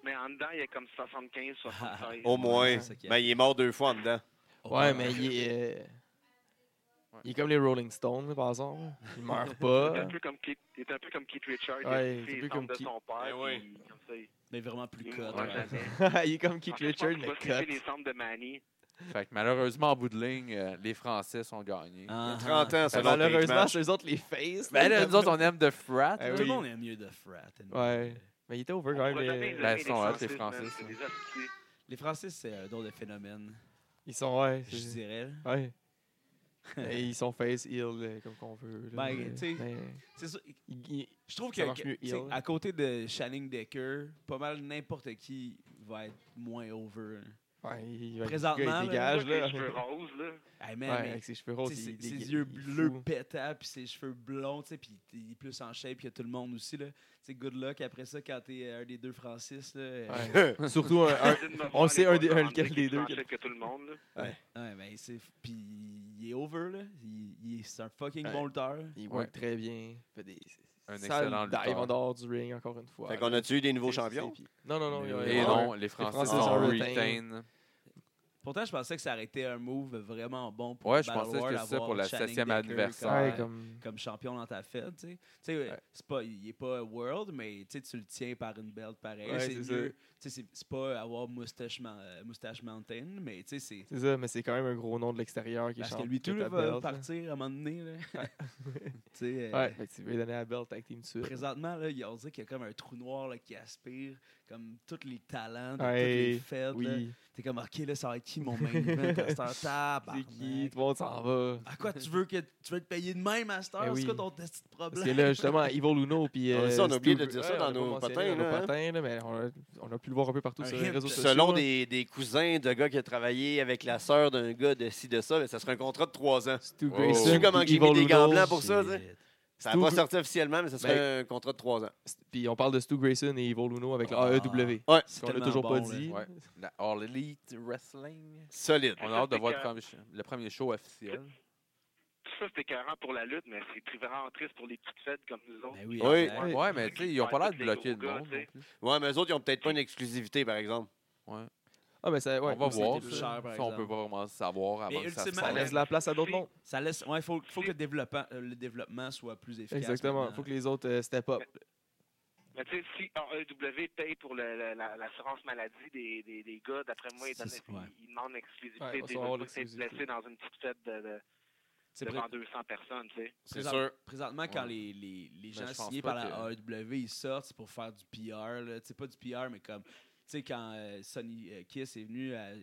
[SPEAKER 5] Mais en dedans, il est comme 75, 76.
[SPEAKER 1] Au moins.
[SPEAKER 2] C'est ça qui
[SPEAKER 1] Mais il est mort deux fois en dedans.
[SPEAKER 2] Oh,
[SPEAKER 3] Ouais, mais il est. euh,
[SPEAKER 4] Ouais.
[SPEAKER 3] Il est comme les Rolling Stones, là, par exemple. là. Il meurt pas.
[SPEAKER 5] Il est un peu comme Keith, il est un peu comme Keith Richards.
[SPEAKER 3] Ouais,
[SPEAKER 5] il
[SPEAKER 3] c'est un
[SPEAKER 5] est
[SPEAKER 3] peu comme
[SPEAKER 5] de
[SPEAKER 3] Keith.
[SPEAKER 5] son père.
[SPEAKER 1] Eh oui.
[SPEAKER 5] puis comme ça, il-
[SPEAKER 2] mais vraiment plus hein. Ah,
[SPEAKER 5] il
[SPEAKER 2] cut.
[SPEAKER 5] meurt
[SPEAKER 4] ouais.
[SPEAKER 5] jamais.
[SPEAKER 3] il est comme Keith
[SPEAKER 5] En fait, je pense
[SPEAKER 3] Richards,
[SPEAKER 5] qu'il
[SPEAKER 3] mais
[SPEAKER 5] va suivre les
[SPEAKER 3] cut.
[SPEAKER 5] centres de Manny.
[SPEAKER 4] Fait que malheureusement, en bout de ligne, euh, les Français sont gagnés.
[SPEAKER 1] Il a
[SPEAKER 2] Ah,
[SPEAKER 1] 30 ans,
[SPEAKER 3] Ben,
[SPEAKER 1] selon
[SPEAKER 3] Malheureusement,
[SPEAKER 1] Malheureusement,
[SPEAKER 3] c'est eux autres les faces.
[SPEAKER 4] Ben là, nous autres, on aime The Frat.
[SPEAKER 3] Eh
[SPEAKER 2] Tout
[SPEAKER 4] là.
[SPEAKER 2] le
[SPEAKER 3] oui.
[SPEAKER 2] monde aime mieux de frat. admettons.
[SPEAKER 3] Ouais. Mais il était over
[SPEAKER 5] On
[SPEAKER 3] quand même. euh,
[SPEAKER 5] pourra jamais
[SPEAKER 3] mais-
[SPEAKER 5] les
[SPEAKER 4] Ben,
[SPEAKER 5] aimer,
[SPEAKER 4] ils sont hot, les
[SPEAKER 5] man,
[SPEAKER 4] Francis,
[SPEAKER 5] C'est
[SPEAKER 4] hein.
[SPEAKER 5] des hosties.
[SPEAKER 2] Les Français, c'est un drôle de phénomène,
[SPEAKER 3] Ils sont, ouais.
[SPEAKER 2] je
[SPEAKER 3] c'est-
[SPEAKER 2] dirais. là.
[SPEAKER 3] Ouais. Mais ils sont face, heel, euh, comme qu'on veut. là,
[SPEAKER 2] Ben,
[SPEAKER 3] mais-
[SPEAKER 2] tu sais,
[SPEAKER 3] mais
[SPEAKER 2] C'est sûr,
[SPEAKER 3] il- il-
[SPEAKER 2] Je trouve
[SPEAKER 3] Ça
[SPEAKER 2] que,
[SPEAKER 3] marche
[SPEAKER 2] que-
[SPEAKER 3] mieux,
[SPEAKER 2] tu sais,
[SPEAKER 3] heel.
[SPEAKER 2] à côté de Shanning Decker, pas mal n'importe qui va être moins over. hein.
[SPEAKER 3] ouais, il va
[SPEAKER 2] Présentement,
[SPEAKER 3] il dégage,
[SPEAKER 5] Moi,
[SPEAKER 3] là.
[SPEAKER 5] les cheveux roses, là.
[SPEAKER 2] Hey,
[SPEAKER 3] Ouais,
[SPEAKER 2] man, mais,
[SPEAKER 3] avec ses cheveux roses.
[SPEAKER 2] tu sais, ses,
[SPEAKER 3] il dégue-
[SPEAKER 2] ses yeux
[SPEAKER 3] il est
[SPEAKER 2] bleus
[SPEAKER 3] fou.
[SPEAKER 2] pétants, puis ses cheveux blonds, tu sais, puis il est plus en shape que tout le monde aussi. Là. Tu sais, good luck après ça quand t'es euh, un des deux Francis. Là, euh,
[SPEAKER 3] Ouais.
[SPEAKER 1] c'est
[SPEAKER 3] Surtout un, un- on sait un des- un lequel des deux.
[SPEAKER 5] Je que tout le monde. là.
[SPEAKER 2] ouais, ben, c'est- puis il est over, là. Il, il est- c'est un fucking
[SPEAKER 3] Ouais.
[SPEAKER 2] bon lutteur.
[SPEAKER 3] Il
[SPEAKER 4] Ouais.
[SPEAKER 3] work très bien. Fait des
[SPEAKER 4] Un
[SPEAKER 3] sales
[SPEAKER 4] excellent lutteur.
[SPEAKER 3] dive en dehors du ring, encore une fois.
[SPEAKER 1] Fait qu'on a-tu eu des nouveaux
[SPEAKER 3] C'est-
[SPEAKER 1] champions?
[SPEAKER 3] c'est- Non, non, non. il y a-
[SPEAKER 4] Et
[SPEAKER 3] ouais.
[SPEAKER 4] non, les Français,
[SPEAKER 3] Français
[SPEAKER 4] sont
[SPEAKER 3] sont
[SPEAKER 4] retain.
[SPEAKER 2] Pourtant, je pensais que ça aurait été un move vraiment bon pour
[SPEAKER 4] Ouais, je
[SPEAKER 2] Battle
[SPEAKER 4] pensais
[SPEAKER 2] War
[SPEAKER 4] que ça
[SPEAKER 2] d'avoir
[SPEAKER 4] pour le
[SPEAKER 2] Shanning
[SPEAKER 4] 7e
[SPEAKER 2] Decker
[SPEAKER 4] anniversaire.
[SPEAKER 2] comme-
[SPEAKER 3] Ouais, comme...
[SPEAKER 2] comme champion dans ta fête, tu sais. Tu sais,
[SPEAKER 3] Ouais.
[SPEAKER 2] c'est pas, il est pas world, mais tu sais, tu le tiens par une belt pareil.
[SPEAKER 3] Ouais,
[SPEAKER 2] c'est
[SPEAKER 3] c'est
[SPEAKER 2] mieux. Tu sais, c'est- c'est pas avoir moustache, Man- euh, moustache mountain, mais tu sais, c'est
[SPEAKER 3] C'est ça, mais c'est quand même un gros nom de l'extérieur qui
[SPEAKER 2] parce
[SPEAKER 3] chante
[SPEAKER 2] que lui
[SPEAKER 3] que
[SPEAKER 2] tout
[SPEAKER 3] ta
[SPEAKER 2] va
[SPEAKER 3] belt, là.
[SPEAKER 2] partir à un moment donné. là. tu sais, euh,
[SPEAKER 3] Ouais, fait que tu veux donner la belt avec Team Sud.
[SPEAKER 2] présentement, là, il- on dirait qu'il y a comme un trou noir là, qui aspire comme tous les talents, de toutes
[SPEAKER 3] Ouais,
[SPEAKER 2] les fêtes. là.
[SPEAKER 3] Oui.
[SPEAKER 2] T'es comme, OK, là, ça va être qui mon main event à cette heure?
[SPEAKER 3] C'est
[SPEAKER 2] Tabarnak.
[SPEAKER 3] qui? Tout le monde s'en va.
[SPEAKER 2] À quoi tu veux que tu veux te payer de même à cette heure?
[SPEAKER 3] Eh oui.
[SPEAKER 2] C'est quoi ton petit problème?
[SPEAKER 3] Parce que là, justement, Evil Uno, puis.
[SPEAKER 1] Ah,
[SPEAKER 3] euh,
[SPEAKER 1] ça, on a oublié
[SPEAKER 3] Stu-
[SPEAKER 1] de dire ça
[SPEAKER 3] Ouais,
[SPEAKER 1] dans
[SPEAKER 3] on l'a
[SPEAKER 1] nos
[SPEAKER 3] pas mentionné
[SPEAKER 1] potins,
[SPEAKER 3] dans nos
[SPEAKER 1] là, hein.
[SPEAKER 3] potins, là, mais on a, on a pu le voir un peu partout
[SPEAKER 2] Un
[SPEAKER 3] sur les
[SPEAKER 2] hip,
[SPEAKER 3] réseaux
[SPEAKER 2] puis
[SPEAKER 3] sociaux.
[SPEAKER 1] Selon
[SPEAKER 3] là.
[SPEAKER 1] des, des cousins de gars qui a travaillé avec la sœur d'un gars de ci, de ça, ben, ça serait un contrat de trois ans.
[SPEAKER 3] Stu
[SPEAKER 4] Oh.
[SPEAKER 1] Tu
[SPEAKER 3] Grayson,
[SPEAKER 1] sais comment
[SPEAKER 3] puis
[SPEAKER 1] j'ai mis
[SPEAKER 3] Evil
[SPEAKER 1] des gants
[SPEAKER 3] Uno,
[SPEAKER 1] blancs pour ça? tu sais?
[SPEAKER 2] Shit.
[SPEAKER 1] Ça n'a pas
[SPEAKER 3] Stu-
[SPEAKER 1] sorti officiellement, mais ça serait un contrat de trois ans.
[SPEAKER 3] Puis on parle de Stu Grayson et Evil Uno avec
[SPEAKER 2] Ah.
[SPEAKER 3] l'AEW.
[SPEAKER 1] Ouais,
[SPEAKER 2] C'est
[SPEAKER 3] Qu'on
[SPEAKER 2] tellement
[SPEAKER 3] l'a toujours pas
[SPEAKER 2] bon, là.
[SPEAKER 3] dit.
[SPEAKER 4] Ouais. La All Elite Wrestling.
[SPEAKER 1] solide.
[SPEAKER 4] On a hâte de voir le premier, le premier show officiel.
[SPEAKER 5] Ça, c'est écœurant pour la lutte, mais c'est vraiment triste pour les petites fêtes comme nous autres.
[SPEAKER 2] Ben oui,
[SPEAKER 1] Oui.
[SPEAKER 2] exact.
[SPEAKER 4] Ouais, mais tu sais, ils ont pas l'air de
[SPEAKER 5] Tous les gros
[SPEAKER 4] bloquer le
[SPEAKER 5] gars,
[SPEAKER 4] monde.
[SPEAKER 5] tu sais.
[SPEAKER 4] non plus.
[SPEAKER 1] Ouais, mais eux autres, ils ont peut-être pas une exclusivité, par exemple.
[SPEAKER 3] Ah, mais ça, ouais,
[SPEAKER 4] on va
[SPEAKER 3] ça,
[SPEAKER 4] voir.
[SPEAKER 2] plus
[SPEAKER 4] ça.
[SPEAKER 2] cher, par
[SPEAKER 4] Ça, on peut
[SPEAKER 2] exemple.
[SPEAKER 4] pas vraiment savoir avant
[SPEAKER 2] Mais
[SPEAKER 4] que ça se
[SPEAKER 2] ultimement,
[SPEAKER 3] Ça
[SPEAKER 4] sorte.
[SPEAKER 3] laisse la place à d'autres mondes.
[SPEAKER 2] Ça laisse. Ouais, faut, faut que le développement, euh, le développement soit plus efficace.
[SPEAKER 3] Exactement.
[SPEAKER 2] maintenant.
[SPEAKER 3] Faut que les autres euh, step up.
[SPEAKER 5] Mais tu sais, si AEW paye pour le- le- la- l'assurance maladie des, des, des gars, d'après moi, ils,
[SPEAKER 2] C'est ça,
[SPEAKER 5] donnent-
[SPEAKER 2] ouais.
[SPEAKER 5] ils- ils demandent exclusivité.
[SPEAKER 3] Ouais, on
[SPEAKER 5] des
[SPEAKER 3] va avoir
[SPEAKER 5] fois, c'est
[SPEAKER 3] l'exclusivité.
[SPEAKER 5] blessé dans une petite fête de, de-
[SPEAKER 2] C'est
[SPEAKER 5] devant
[SPEAKER 2] pré-
[SPEAKER 5] 200 personnes, tu sais.
[SPEAKER 1] C'est
[SPEAKER 2] Présent-
[SPEAKER 1] sûr.
[SPEAKER 2] Présentement, quand
[SPEAKER 4] Ouais.
[SPEAKER 2] les, les, les gens
[SPEAKER 4] je pense
[SPEAKER 2] signés
[SPEAKER 4] pas
[SPEAKER 2] par la AEW, ils sortent, c'est pour faire du PR. là. Tu sais, pas du PR, mais comme. Tu sais, quand euh, Sonny euh, Kiss est venu, euh,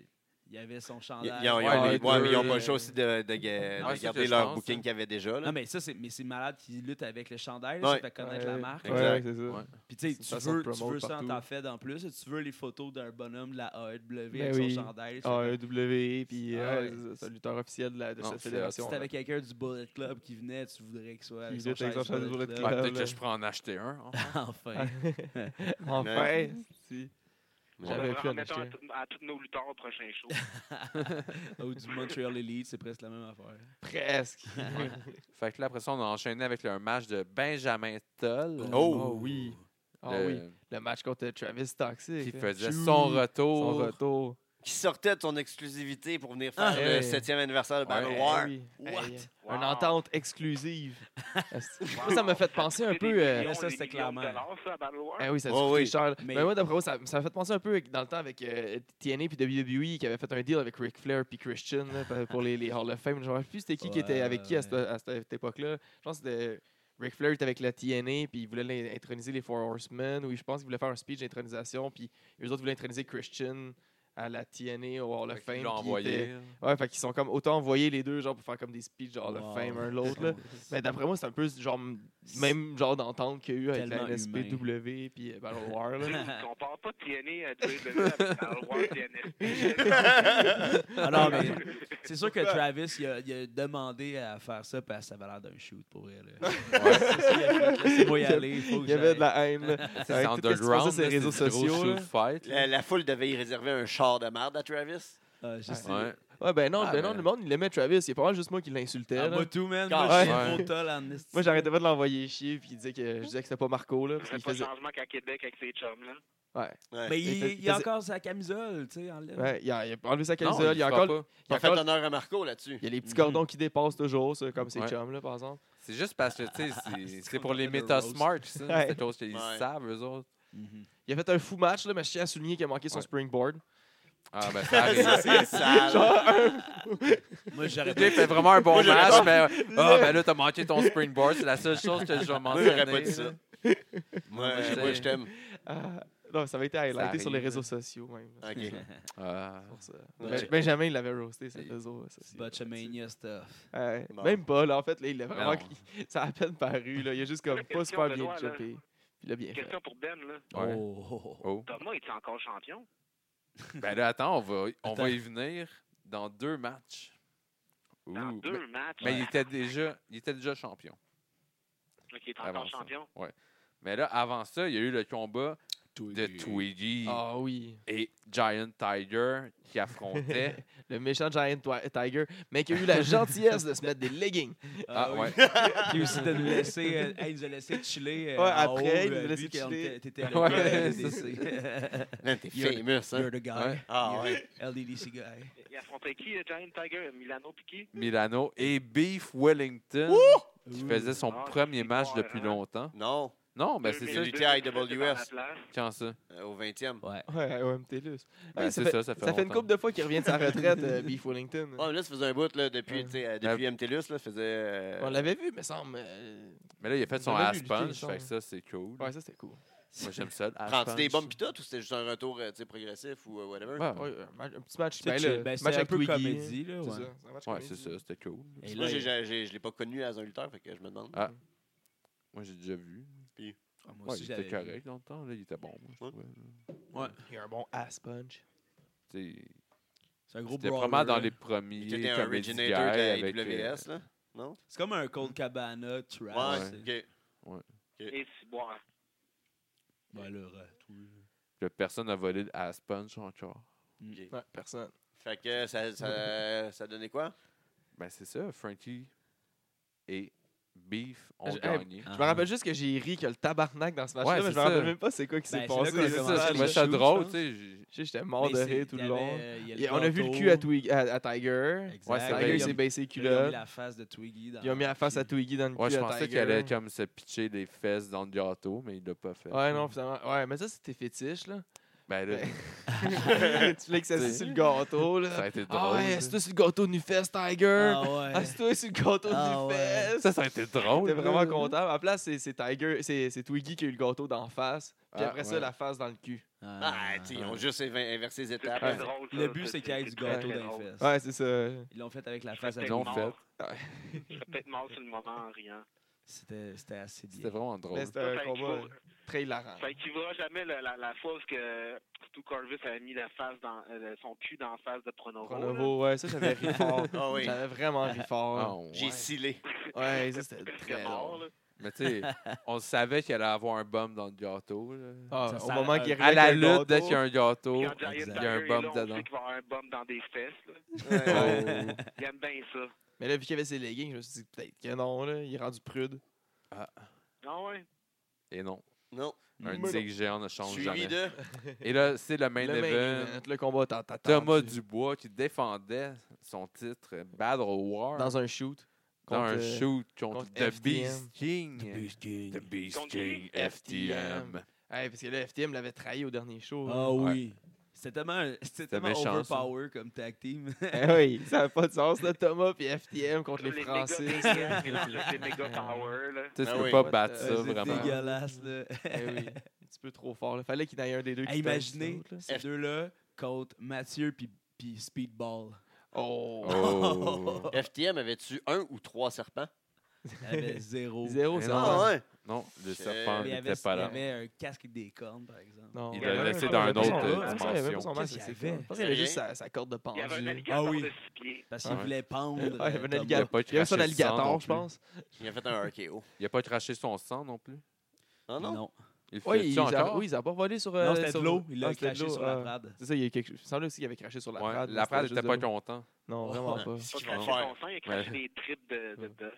[SPEAKER 2] il y avait son
[SPEAKER 1] Ils
[SPEAKER 2] chandail.
[SPEAKER 1] ils ont, ils ont-
[SPEAKER 4] Ouais, les
[SPEAKER 1] ouais, mais ils ont
[SPEAKER 3] deux,
[SPEAKER 1] pas
[SPEAKER 3] euh,
[SPEAKER 1] le choix aussi de, de, ga- de
[SPEAKER 4] Ouais, c'est
[SPEAKER 1] garder
[SPEAKER 4] que je
[SPEAKER 1] leur
[SPEAKER 4] pense,
[SPEAKER 1] booking
[SPEAKER 4] hein.
[SPEAKER 1] qu'il y avait déjà. Là.
[SPEAKER 2] Non, mais ça, c'est mais c'est malade qu'ils luttent avec le chandail. là,
[SPEAKER 1] Ouais.
[SPEAKER 2] Ça fait connaître la
[SPEAKER 3] Ouais.
[SPEAKER 2] marque.
[SPEAKER 3] Ouais,
[SPEAKER 1] Exact.
[SPEAKER 3] c'est ça.
[SPEAKER 4] Ouais.
[SPEAKER 2] Puis tu
[SPEAKER 3] C'est
[SPEAKER 2] sais,
[SPEAKER 3] une
[SPEAKER 2] tu
[SPEAKER 3] façon de
[SPEAKER 2] veux, tu
[SPEAKER 3] promouvoir
[SPEAKER 2] veux ça en
[SPEAKER 3] partout.
[SPEAKER 2] t'en fait en plus. Tu veux les photos d'un bonhomme de la AEW
[SPEAKER 3] Ben
[SPEAKER 2] avec
[SPEAKER 3] oui.
[SPEAKER 2] son chandail. ça fait-
[SPEAKER 3] AEW, E puis
[SPEAKER 2] Ah
[SPEAKER 3] euh,
[SPEAKER 2] ouais.
[SPEAKER 3] c'est ça, c'est le lutteur officiel de, la, de
[SPEAKER 4] Non,
[SPEAKER 3] cette
[SPEAKER 4] c'est-
[SPEAKER 3] fédération.
[SPEAKER 2] Si
[SPEAKER 3] là.
[SPEAKER 2] t'avais quelqu'un du Bullet Club qui venait, tu voudrais qu'il soit
[SPEAKER 3] Qui
[SPEAKER 2] avec son
[SPEAKER 3] lutte avec son
[SPEAKER 2] chandail
[SPEAKER 3] chandail
[SPEAKER 2] du Bullet
[SPEAKER 3] du Bullet
[SPEAKER 2] Club.
[SPEAKER 4] Ouais,
[SPEAKER 3] Là,
[SPEAKER 4] Peut-être
[SPEAKER 3] là.
[SPEAKER 4] que je pourrais en acheter un. hein.
[SPEAKER 2] Enfin.
[SPEAKER 3] enfin, si.
[SPEAKER 5] On
[SPEAKER 3] J'avais
[SPEAKER 5] devrait
[SPEAKER 3] pu en
[SPEAKER 5] en mettre un à,
[SPEAKER 3] acheter.
[SPEAKER 5] tout- à tous nos lutteurs au prochain show.
[SPEAKER 2] Ou du Montreal Elite, c'est presque la même affaire.
[SPEAKER 3] Presque.
[SPEAKER 4] Fait que là, après ça, on a enchaîné avec le match de Benjamin Toll.
[SPEAKER 1] Oh!
[SPEAKER 3] oui. Ah
[SPEAKER 4] Le-
[SPEAKER 3] oui. Le match contre Travis Toxic.
[SPEAKER 4] Qui
[SPEAKER 3] hein.
[SPEAKER 4] faisait
[SPEAKER 3] Chou.
[SPEAKER 4] son retour.
[SPEAKER 3] Son retour.
[SPEAKER 1] Qui sortait de son exclusivité pour venir faire
[SPEAKER 2] Ah,
[SPEAKER 1] le
[SPEAKER 3] ouais.
[SPEAKER 1] septième anniversaire de Battle
[SPEAKER 4] Ouais.
[SPEAKER 1] War.
[SPEAKER 3] Eh oui.
[SPEAKER 1] What?
[SPEAKER 3] Eh,
[SPEAKER 5] Wow.
[SPEAKER 3] Une entente exclusive. Moi,
[SPEAKER 5] Wow.
[SPEAKER 3] ça m'a fait penser un
[SPEAKER 5] coûté
[SPEAKER 3] peu.
[SPEAKER 5] des
[SPEAKER 3] euh,
[SPEAKER 5] millions,
[SPEAKER 2] ça,
[SPEAKER 5] des
[SPEAKER 2] c'était
[SPEAKER 5] millions de
[SPEAKER 2] clairement.
[SPEAKER 5] dollars, ça, à Battle War.
[SPEAKER 3] Eh oui, ça a
[SPEAKER 1] Ouais,
[SPEAKER 3] coûté
[SPEAKER 1] oui.
[SPEAKER 3] cher.
[SPEAKER 2] Mais-
[SPEAKER 3] Mais, moi, d'après moi, ça ça m'a fait penser un peu avec- dans le temps avec euh, TNA puis WWE qui avait fait un deal avec Ric Flair puis Christian là, pa- pour les, les Hall of Fame. Je ne sais plus c'était qui qui était
[SPEAKER 2] Ouais,
[SPEAKER 3] avec qui à
[SPEAKER 2] ouais.
[SPEAKER 3] cette, à cette époque-là. Je pense que c'était Ric Flair était avec la TNA puis il voulait l'in- introniser les Four Horsemen ou je pense qu'il voulait faire un speech d'intronisation puis eux autres voulaient introniser Christian à la TNA au Hall of
[SPEAKER 4] Fait
[SPEAKER 3] Fame.
[SPEAKER 4] qu'il l'a
[SPEAKER 3] puis il
[SPEAKER 4] envoyé.
[SPEAKER 3] était- Ouais, fait qu'ils sont comme autant envoyés les deux genre pour faire comme des speeches de Hall
[SPEAKER 2] Wow.
[SPEAKER 3] of Fame un l'autre. là. Mais d'après moi, c'est un peu ce genre même genre d'entente qu'il y a eu avec la
[SPEAKER 2] Tellement
[SPEAKER 3] NSPW puis euh, Battle War. là.
[SPEAKER 5] Tu compares pas TNA à WWE avec Battle War et NXT.
[SPEAKER 2] Ah non, mais c'est sûr que Travis, il a, il a demandé à faire ça parce que ça avait l'air d'un shoot pour elle. Laissez-moi y aller. faut que
[SPEAKER 3] Il y avait
[SPEAKER 2] j'aille.
[SPEAKER 3] de la haine. là.
[SPEAKER 4] C'est
[SPEAKER 3] Avec tout ce qui se
[SPEAKER 4] underground.
[SPEAKER 3] passait sur les
[SPEAKER 4] là,
[SPEAKER 3] réseaux
[SPEAKER 4] c'est du gros
[SPEAKER 3] sociaux,
[SPEAKER 4] show
[SPEAKER 3] là.
[SPEAKER 4] de fight. là.
[SPEAKER 1] La, la foule devait y réserver un char de marde à Travis.
[SPEAKER 2] Ah, je sais.
[SPEAKER 4] Ouais.
[SPEAKER 3] Ouais, ben non,
[SPEAKER 4] Ah,
[SPEAKER 3] ben non,
[SPEAKER 4] ben.
[SPEAKER 3] le monde, il aimait Travis. Il y a pas mal juste moi qui l'insultais.
[SPEAKER 2] Ah,
[SPEAKER 3] là.
[SPEAKER 2] moi,
[SPEAKER 3] moi,
[SPEAKER 2] tout, man.
[SPEAKER 1] Quand-
[SPEAKER 2] Moi, j'ai
[SPEAKER 4] Ouais.
[SPEAKER 2] trop tol en esti.
[SPEAKER 3] j'arrêtais pas de l'envoyer chier, puis il disait que je disais que c'était pas Marco, là. Parce
[SPEAKER 5] C'est
[SPEAKER 3] qu'il
[SPEAKER 5] pas
[SPEAKER 3] faisait.
[SPEAKER 5] changement qu'à Québec avec ces chums-là.
[SPEAKER 3] Ouais,
[SPEAKER 1] Ouais.
[SPEAKER 2] Mais
[SPEAKER 1] il
[SPEAKER 2] il,
[SPEAKER 3] faisait-
[SPEAKER 2] il a encore sa camisole, tu sais, en l'air.
[SPEAKER 3] ouais, il a, il a enlevé sa
[SPEAKER 4] Non,
[SPEAKER 3] camisole. il, y a
[SPEAKER 4] fera
[SPEAKER 3] encore,
[SPEAKER 4] pas.
[SPEAKER 3] il, y a
[SPEAKER 1] a fait
[SPEAKER 3] encore-
[SPEAKER 1] honneur à Marco là-dessus.
[SPEAKER 3] il y a les petits cordons qui dépassent toujours, ça, comme ces
[SPEAKER 4] Ouais.
[SPEAKER 3] chums, là, par exemple.
[SPEAKER 4] C'est juste parce que, tu sais, c'est- c'est pour les
[SPEAKER 2] qu'on fait de
[SPEAKER 4] méta smart, ça.
[SPEAKER 3] Ouais.
[SPEAKER 4] C'est chose qu'ils
[SPEAKER 1] Ouais.
[SPEAKER 4] savent, eux autres.
[SPEAKER 2] Mhm.
[SPEAKER 3] Il a fait un fou match, là, mais je tiens à souligner qu'il a manqué son
[SPEAKER 4] Ouais.
[SPEAKER 3] springboard.
[SPEAKER 4] Ah, ben, ça arrive.
[SPEAKER 1] Ça, c'est sale.
[SPEAKER 2] Moi, j'aurais
[SPEAKER 4] Tu sais,
[SPEAKER 2] pas-
[SPEAKER 4] fait vraiment un bon
[SPEAKER 1] Moi, j'aurais
[SPEAKER 4] match, mais ah, ben là, t'as manqué ton springboard. C'est la seule chose que je vais
[SPEAKER 1] Moi, j'aurais
[SPEAKER 4] mentionner.
[SPEAKER 1] pas dit ça. Moi,
[SPEAKER 4] Moi, je
[SPEAKER 1] moi,
[SPEAKER 4] t'ai-
[SPEAKER 1] je t'aime.
[SPEAKER 3] Ah, non, ça avait été highlighté sur les
[SPEAKER 4] arrive,
[SPEAKER 3] réseaux
[SPEAKER 4] là.
[SPEAKER 3] sociaux, même.
[SPEAKER 1] OK.
[SPEAKER 4] Ah.
[SPEAKER 3] Pour ça. Ben,
[SPEAKER 1] Ouais.
[SPEAKER 3] Benjamin, il l'avait roasté, ses
[SPEAKER 4] Il-
[SPEAKER 3] réseaux sociaux.
[SPEAKER 2] Botchamania stuff.
[SPEAKER 3] Ouais,
[SPEAKER 1] Bon.
[SPEAKER 3] Même pas, là, en fait, là, il l'a
[SPEAKER 4] Non.
[SPEAKER 3] vraiment. Ça a à peine paru, là. Il a juste comme pas
[SPEAKER 5] Question
[SPEAKER 3] super
[SPEAKER 5] de
[SPEAKER 3] bien
[SPEAKER 5] loi, là.
[SPEAKER 3] chopé. Il a bien fait.
[SPEAKER 5] Question pour Ben, là.
[SPEAKER 4] Ah, Ouais.
[SPEAKER 2] Oh, oh, oh.
[SPEAKER 4] Oh.
[SPEAKER 5] Thomas, est encore champion?
[SPEAKER 4] Ben là, attends, on va, on
[SPEAKER 2] Attends.
[SPEAKER 4] va y venir dans deux matchs.
[SPEAKER 5] Dans
[SPEAKER 4] Ouh.
[SPEAKER 5] deux
[SPEAKER 4] Mais,
[SPEAKER 5] matchs.
[SPEAKER 4] mais il, était déjà, il était déjà champion.
[SPEAKER 5] Ok, il est
[SPEAKER 4] avant
[SPEAKER 5] encore
[SPEAKER 4] ça.
[SPEAKER 5] champion.
[SPEAKER 4] Mais là, avant ça, il y a eu le combat de Twiggy
[SPEAKER 3] Ah oui,
[SPEAKER 4] et Giant Tiger qui affrontaient.
[SPEAKER 3] le méchant Giant Twi- Tiger, mais qui a eu la gentillesse de se mettre des leggings.
[SPEAKER 4] ah,
[SPEAKER 2] oui.
[SPEAKER 4] ouais.
[SPEAKER 2] Puis aussi de nous laisser. euh, hey, il nous a laissé chiller. euh,
[SPEAKER 3] Ouais,
[SPEAKER 2] en
[SPEAKER 3] après,
[SPEAKER 2] haut,
[SPEAKER 3] il nous a
[SPEAKER 2] euh,
[SPEAKER 3] laissé
[SPEAKER 2] vu qu'on
[SPEAKER 3] chiller.
[SPEAKER 2] était- T'étais à
[SPEAKER 4] Ouais,
[SPEAKER 2] la
[SPEAKER 4] c'est
[SPEAKER 2] LDDC.
[SPEAKER 1] Man, t'es
[SPEAKER 2] You're-
[SPEAKER 1] famous, hein?
[SPEAKER 2] You're the guy.
[SPEAKER 4] Ouais.
[SPEAKER 1] Ah,
[SPEAKER 2] You're
[SPEAKER 1] ouais.
[SPEAKER 2] LDDC guy.
[SPEAKER 5] Il affrontait qui, le Giant Tiger? Milano Piquet?
[SPEAKER 4] Milano et Beef Wellington qui
[SPEAKER 2] Ouh.
[SPEAKER 4] faisait son
[SPEAKER 5] Ah,
[SPEAKER 4] premier
[SPEAKER 5] c'est
[SPEAKER 4] match
[SPEAKER 5] fort,
[SPEAKER 4] depuis
[SPEAKER 5] hein.
[SPEAKER 4] longtemps.
[SPEAKER 1] Non,
[SPEAKER 4] Non, ben c'est ça.
[SPEAKER 1] Deux minutes. j'étais à IWS.
[SPEAKER 4] Quand ça?
[SPEAKER 1] euh, au 20e.
[SPEAKER 2] Ouais.
[SPEAKER 3] Ouais, OMT Lus. ça
[SPEAKER 4] Ben, c'est
[SPEAKER 3] fait,
[SPEAKER 4] ça, ça
[SPEAKER 3] ça
[SPEAKER 4] fait
[SPEAKER 3] fait une
[SPEAKER 4] longtemps.
[SPEAKER 3] couple de fois qu'il revient de sa retraite, euh, Beef Wellington.
[SPEAKER 1] Ouais, mais Ah, là, ça faisait un bout là, depuis,
[SPEAKER 3] Ouais.
[SPEAKER 1] tu sais, euh, depuis MTLUS. Là, ça faisait, euh,
[SPEAKER 3] On l'avait vu, me semble. euh,
[SPEAKER 4] Mais là, il a fait son
[SPEAKER 3] J'avais
[SPEAKER 4] ass
[SPEAKER 3] vu lutter, il me
[SPEAKER 4] punch,
[SPEAKER 3] semble.
[SPEAKER 4] fait que ça, c'est cool.
[SPEAKER 3] Ouais, ça c'était cool.
[SPEAKER 4] Moi, j'aime ça. Ah, je
[SPEAKER 1] Prends-tu des
[SPEAKER 4] pense.
[SPEAKER 1] bombes pis tout, ou c'était juste un retour euh, tu sais, progressif ou euh, whatever?
[SPEAKER 4] Ouais,
[SPEAKER 3] Ouais, un match- un petit match.
[SPEAKER 2] C'est
[SPEAKER 3] Ben,
[SPEAKER 2] chill.
[SPEAKER 3] là,
[SPEAKER 2] Ben,
[SPEAKER 3] match
[SPEAKER 2] c'est un
[SPEAKER 3] avec
[SPEAKER 2] peu
[SPEAKER 3] Twiggy,
[SPEAKER 2] comédie, là.
[SPEAKER 3] c'est
[SPEAKER 2] ouais.
[SPEAKER 3] ça, c'est un match
[SPEAKER 4] Ouais,
[SPEAKER 3] comédie.
[SPEAKER 4] c'est ça, c'était cool.
[SPEAKER 2] Et
[SPEAKER 1] Moi,
[SPEAKER 2] là,
[SPEAKER 1] j'ai-
[SPEAKER 2] il-
[SPEAKER 1] j'ai- j'ai- je l'ai pas connu à un lutteur, fait que je me demande.
[SPEAKER 4] Ah. Moi, j'ai déjà vu.
[SPEAKER 2] Ah, moi
[SPEAKER 4] Ouais,
[SPEAKER 2] aussi,
[SPEAKER 4] il était
[SPEAKER 2] j'avais vu.
[SPEAKER 4] correct dans le temps. Là, il était bon, moi, je
[SPEAKER 1] Ouais.
[SPEAKER 4] trouvais. là.
[SPEAKER 3] Il y a un bon ass punch.
[SPEAKER 4] Tu sais,
[SPEAKER 2] C'est un gros
[SPEAKER 4] C'était
[SPEAKER 2] brawler, hein.
[SPEAKER 4] vraiment dans
[SPEAKER 2] là.
[SPEAKER 4] les premiers.
[SPEAKER 1] T'étais un
[SPEAKER 4] comedy
[SPEAKER 1] originator de la
[SPEAKER 4] guy avec, euh,
[SPEAKER 1] IWS, là? Non?
[SPEAKER 2] C'est comme un Cold Cabana, trash.
[SPEAKER 1] Ouais,
[SPEAKER 2] c'est-
[SPEAKER 1] ok.
[SPEAKER 5] Et si, bon, hein,
[SPEAKER 2] Ben, le retour.
[SPEAKER 4] que personne n'a volé de Ass Punch encore.
[SPEAKER 3] Ouais, personne.
[SPEAKER 1] Fait que ça, ça, ça donnait quoi?
[SPEAKER 4] Ben, c'est ça. Frankie et Beef ont
[SPEAKER 3] Je- hey,
[SPEAKER 4] gagné.
[SPEAKER 2] Ah.
[SPEAKER 3] Je me rappelle juste que j'ai ri que le tabarnak dans ce match-là,
[SPEAKER 4] Ouais,
[SPEAKER 3] mais
[SPEAKER 4] c'est
[SPEAKER 3] je me rappelle
[SPEAKER 4] ça.
[SPEAKER 3] même pas c'est quoi qui s'est
[SPEAKER 2] Ben, c'est là
[SPEAKER 3] passé.
[SPEAKER 2] qu'on a
[SPEAKER 4] C'est
[SPEAKER 2] commencé
[SPEAKER 4] ça, je
[SPEAKER 2] le
[SPEAKER 4] trouvais ça
[SPEAKER 3] shoot,
[SPEAKER 4] drôle,
[SPEAKER 3] ça.
[SPEAKER 4] tu sais. j'ai-
[SPEAKER 3] J'ai- J'étais mort de rire tout le long. Et on a vu le cul à, Twig- à, à Tiger.
[SPEAKER 2] Ouais,
[SPEAKER 4] c'est
[SPEAKER 3] Tiger,
[SPEAKER 4] vrai,
[SPEAKER 3] il
[SPEAKER 4] ils
[SPEAKER 3] s'est
[SPEAKER 4] ont-
[SPEAKER 3] baissé les
[SPEAKER 2] Ils ont mis
[SPEAKER 3] culottes.
[SPEAKER 2] la face de Twiggy. dans
[SPEAKER 3] Ils ont mis la face à
[SPEAKER 2] le cul.
[SPEAKER 3] Twiggy dans le
[SPEAKER 4] Ouais,
[SPEAKER 3] cul
[SPEAKER 4] je
[SPEAKER 3] à
[SPEAKER 4] pensais
[SPEAKER 3] Tiger.
[SPEAKER 4] qu'il allait comme se pitcher les fesses dans le gâteau, mais il l'a pas fait.
[SPEAKER 3] Ouais, non, finalement. Ouais, mais ça, c'était fétiche, là.
[SPEAKER 4] Ben là,
[SPEAKER 3] tu voulais que ça soit sur le gâteau, là.
[SPEAKER 4] ça a été drôle.
[SPEAKER 3] Ah ouais,
[SPEAKER 4] là.
[SPEAKER 3] c'est toi sur le gâteau de Nufest, Tiger.
[SPEAKER 2] Ah
[SPEAKER 3] Ah,
[SPEAKER 2] ouais.
[SPEAKER 3] c'est toi sur le gâteau
[SPEAKER 2] Ah
[SPEAKER 3] de
[SPEAKER 2] ouais.
[SPEAKER 3] Nufest.
[SPEAKER 4] ça, ça a été drôle.
[SPEAKER 3] J'étais vraiment
[SPEAKER 4] là.
[SPEAKER 3] content. À la place, c'est c'est Tiger, c'est c'est Twiggy qui a eu le gâteau d'en face. Puis
[SPEAKER 4] Ah,
[SPEAKER 3] après ça,
[SPEAKER 4] ouais.
[SPEAKER 3] la face dans le cul.
[SPEAKER 1] Ah, tu sais, ils ont juste invin- inversé les étapes.
[SPEAKER 5] c'est drôle.
[SPEAKER 2] Le but, c'est qu'il y ait du gâteau dans les fesses.
[SPEAKER 3] Ouais, c'est ça.
[SPEAKER 2] Ils l'ont fait avec la face à
[SPEAKER 4] Ils
[SPEAKER 5] Ils
[SPEAKER 4] l'ont
[SPEAKER 5] ont
[SPEAKER 2] Twiggy.
[SPEAKER 4] fait.
[SPEAKER 5] Je serais peut-être mort sur le moment en riant.
[SPEAKER 2] C'était c'était assez
[SPEAKER 4] C'était
[SPEAKER 2] bien.
[SPEAKER 4] vraiment drôle.
[SPEAKER 3] Mais Ben, c'était un
[SPEAKER 5] Ça
[SPEAKER 3] combat
[SPEAKER 5] équivaut-
[SPEAKER 3] très hilarant.
[SPEAKER 5] Ça équivaudra jamais la, la, la fois où ce que Stu Corvus avait mis la face dans, euh, son cul dans la face de Pronovo. là.
[SPEAKER 3] Pronovo, ouais, ça, j'avais ri fort.
[SPEAKER 1] Ah oui,
[SPEAKER 3] J'avais vraiment ri
[SPEAKER 4] Ah,
[SPEAKER 3] fort.
[SPEAKER 4] ouais.
[SPEAKER 1] j'ai scellé.
[SPEAKER 3] Ouais, ça, c'était
[SPEAKER 5] C'était
[SPEAKER 3] très
[SPEAKER 5] mort,
[SPEAKER 3] drôle.
[SPEAKER 5] là.
[SPEAKER 4] Mais tu sais, on savait qu'il allait avoir un bum dans le gâteau. là.
[SPEAKER 3] Ah,
[SPEAKER 2] Ça
[SPEAKER 3] au
[SPEAKER 2] sent
[SPEAKER 3] moment
[SPEAKER 2] un-
[SPEAKER 3] qu'il
[SPEAKER 4] À
[SPEAKER 3] arrivait
[SPEAKER 4] la
[SPEAKER 3] avec le
[SPEAKER 4] lutte, dès
[SPEAKER 3] gâteau,
[SPEAKER 4] qu'il y a un gâteau,
[SPEAKER 5] Quand Giant
[SPEAKER 2] exact.
[SPEAKER 5] Tiger
[SPEAKER 4] il y a un
[SPEAKER 5] est
[SPEAKER 4] bum
[SPEAKER 5] là, on
[SPEAKER 4] dedans.
[SPEAKER 5] sait qu'il va y avoir un bum dans des fesses. Là.
[SPEAKER 1] Ouais.
[SPEAKER 4] Oh.
[SPEAKER 5] Il aime bien ça.
[SPEAKER 3] Mais là, vu qu'il y avait ses leggings, je me suis dit peut-être que non, là, il est rendu prude.
[SPEAKER 5] Non, Ah ouais.
[SPEAKER 4] Et non,
[SPEAKER 1] Non.
[SPEAKER 4] un
[SPEAKER 3] Mais
[SPEAKER 4] tigre géant ne change
[SPEAKER 1] Suivi
[SPEAKER 4] jamais.
[SPEAKER 1] de.
[SPEAKER 4] Et là, c'est le main
[SPEAKER 3] Le main
[SPEAKER 4] event.
[SPEAKER 3] event, le combat t'as t'as-
[SPEAKER 4] Thomas
[SPEAKER 3] t'as-
[SPEAKER 4] Dubois qui défendait son titre euh, Battle War dans,
[SPEAKER 3] dans un shoot. contre,
[SPEAKER 4] un
[SPEAKER 3] euh,
[SPEAKER 4] shoot contre,
[SPEAKER 3] contre
[SPEAKER 4] The
[SPEAKER 3] FTM.
[SPEAKER 4] Beast King. The Beast
[SPEAKER 5] Contre
[SPEAKER 4] King
[SPEAKER 5] qui?
[SPEAKER 4] FTM.
[SPEAKER 3] Ouais, parce que là, FTM l'avait trahi au dernier show.
[SPEAKER 2] Ah
[SPEAKER 3] là.
[SPEAKER 2] oui. C'était tellement, un- c'était tellement
[SPEAKER 4] méchant, ça.
[SPEAKER 2] overpower comme tag team.
[SPEAKER 3] Eh oui, ça n'a pas de sens, là, Thomas puis FTM contre les
[SPEAKER 5] méga
[SPEAKER 3] Francis.
[SPEAKER 5] maniaques, là, là, les méga power. Là.
[SPEAKER 4] Tu sais,
[SPEAKER 1] Ben
[SPEAKER 4] tu peux
[SPEAKER 1] oui.
[SPEAKER 4] pas
[SPEAKER 3] What
[SPEAKER 4] battre
[SPEAKER 3] the-
[SPEAKER 4] ça
[SPEAKER 2] Euh, C'est
[SPEAKER 4] vraiment.
[SPEAKER 2] dégueulasse. Là.
[SPEAKER 3] Eh oui, un petit peu trop fort. Là. Fallait qu'il y en ait un des deux
[SPEAKER 2] Hey,
[SPEAKER 3] qui tombe,
[SPEAKER 2] imaginez
[SPEAKER 3] l'autre, là.
[SPEAKER 2] ces deux-là contre Mathieu puis puis Speedball.
[SPEAKER 3] Oh!
[SPEAKER 4] Oh.
[SPEAKER 1] FTM, avais-tu un ou trois serpents?
[SPEAKER 2] Il y avait zéro.
[SPEAKER 3] Zéro,
[SPEAKER 4] Mais
[SPEAKER 3] ça.
[SPEAKER 4] non. Ah
[SPEAKER 1] ouais.
[SPEAKER 4] Non, le
[SPEAKER 1] C'est-
[SPEAKER 4] serpent
[SPEAKER 2] Mais il y avait,
[SPEAKER 4] n'était pas
[SPEAKER 2] il y
[SPEAKER 4] là.
[SPEAKER 2] avait un casque avec des cornes, par exemple.
[SPEAKER 3] Non.
[SPEAKER 4] Il
[SPEAKER 5] l'a
[SPEAKER 3] y avait
[SPEAKER 5] laissé
[SPEAKER 3] un-
[SPEAKER 5] dans
[SPEAKER 3] il y
[SPEAKER 5] un
[SPEAKER 3] avait pas
[SPEAKER 5] autre,
[SPEAKER 3] son masque, ça,
[SPEAKER 5] euh,
[SPEAKER 3] Il y avait pas son
[SPEAKER 4] dimension.
[SPEAKER 3] masque,
[SPEAKER 2] Qu'est-ce
[SPEAKER 3] c'est
[SPEAKER 2] qu'il y
[SPEAKER 3] cool.
[SPEAKER 2] avait?
[SPEAKER 3] Je pense qu'il y avait juste sa, sa corde de
[SPEAKER 5] Il y avait un
[SPEAKER 3] pendu.
[SPEAKER 5] alligator
[SPEAKER 2] Ah oui.
[SPEAKER 5] de six pieds.
[SPEAKER 2] Parce qu'il
[SPEAKER 3] Ouais.
[SPEAKER 2] voulait pendre. euh,
[SPEAKER 3] Ah, il y avait un
[SPEAKER 2] Thomas.
[SPEAKER 3] alligator.
[SPEAKER 4] pas
[SPEAKER 3] Il y avait son
[SPEAKER 4] craché le sang non
[SPEAKER 3] alligator, je
[SPEAKER 4] plus.
[SPEAKER 3] pense.
[SPEAKER 1] Il a fait un RKO.
[SPEAKER 4] Il a pas craché son sang non plus.
[SPEAKER 1] Non, Ah, non.
[SPEAKER 2] Non,
[SPEAKER 4] Il fait
[SPEAKER 3] Oui,
[SPEAKER 4] oui,
[SPEAKER 3] ils
[SPEAKER 4] encore.
[SPEAKER 3] a, oui, ils ont pas volé sur. euh,
[SPEAKER 2] Non, c'était de
[SPEAKER 3] sur-
[SPEAKER 2] l'eau. euh, Il
[SPEAKER 3] Ah,
[SPEAKER 2] l'a
[SPEAKER 3] c'était de
[SPEAKER 2] craché
[SPEAKER 3] l'eau,
[SPEAKER 2] sur la
[SPEAKER 3] ah.
[SPEAKER 2] prade.
[SPEAKER 3] C'est ça, il y a quelque chose. Il semblait aussi qu'il avait craché sur la
[SPEAKER 4] Ouais,
[SPEAKER 3] prade. mais
[SPEAKER 4] la
[SPEAKER 3] c'était
[SPEAKER 4] prade
[SPEAKER 3] juste
[SPEAKER 4] n'était
[SPEAKER 3] de
[SPEAKER 4] pas
[SPEAKER 3] l'eau.
[SPEAKER 4] content.
[SPEAKER 3] Non,
[SPEAKER 2] Ouais.
[SPEAKER 3] vraiment pas.
[SPEAKER 1] C'est ce qu'il
[SPEAKER 5] Parce
[SPEAKER 1] faut
[SPEAKER 5] que
[SPEAKER 1] faire.
[SPEAKER 5] son sang, il a craché
[SPEAKER 4] Ouais.
[SPEAKER 5] des tripes de, de bœuf.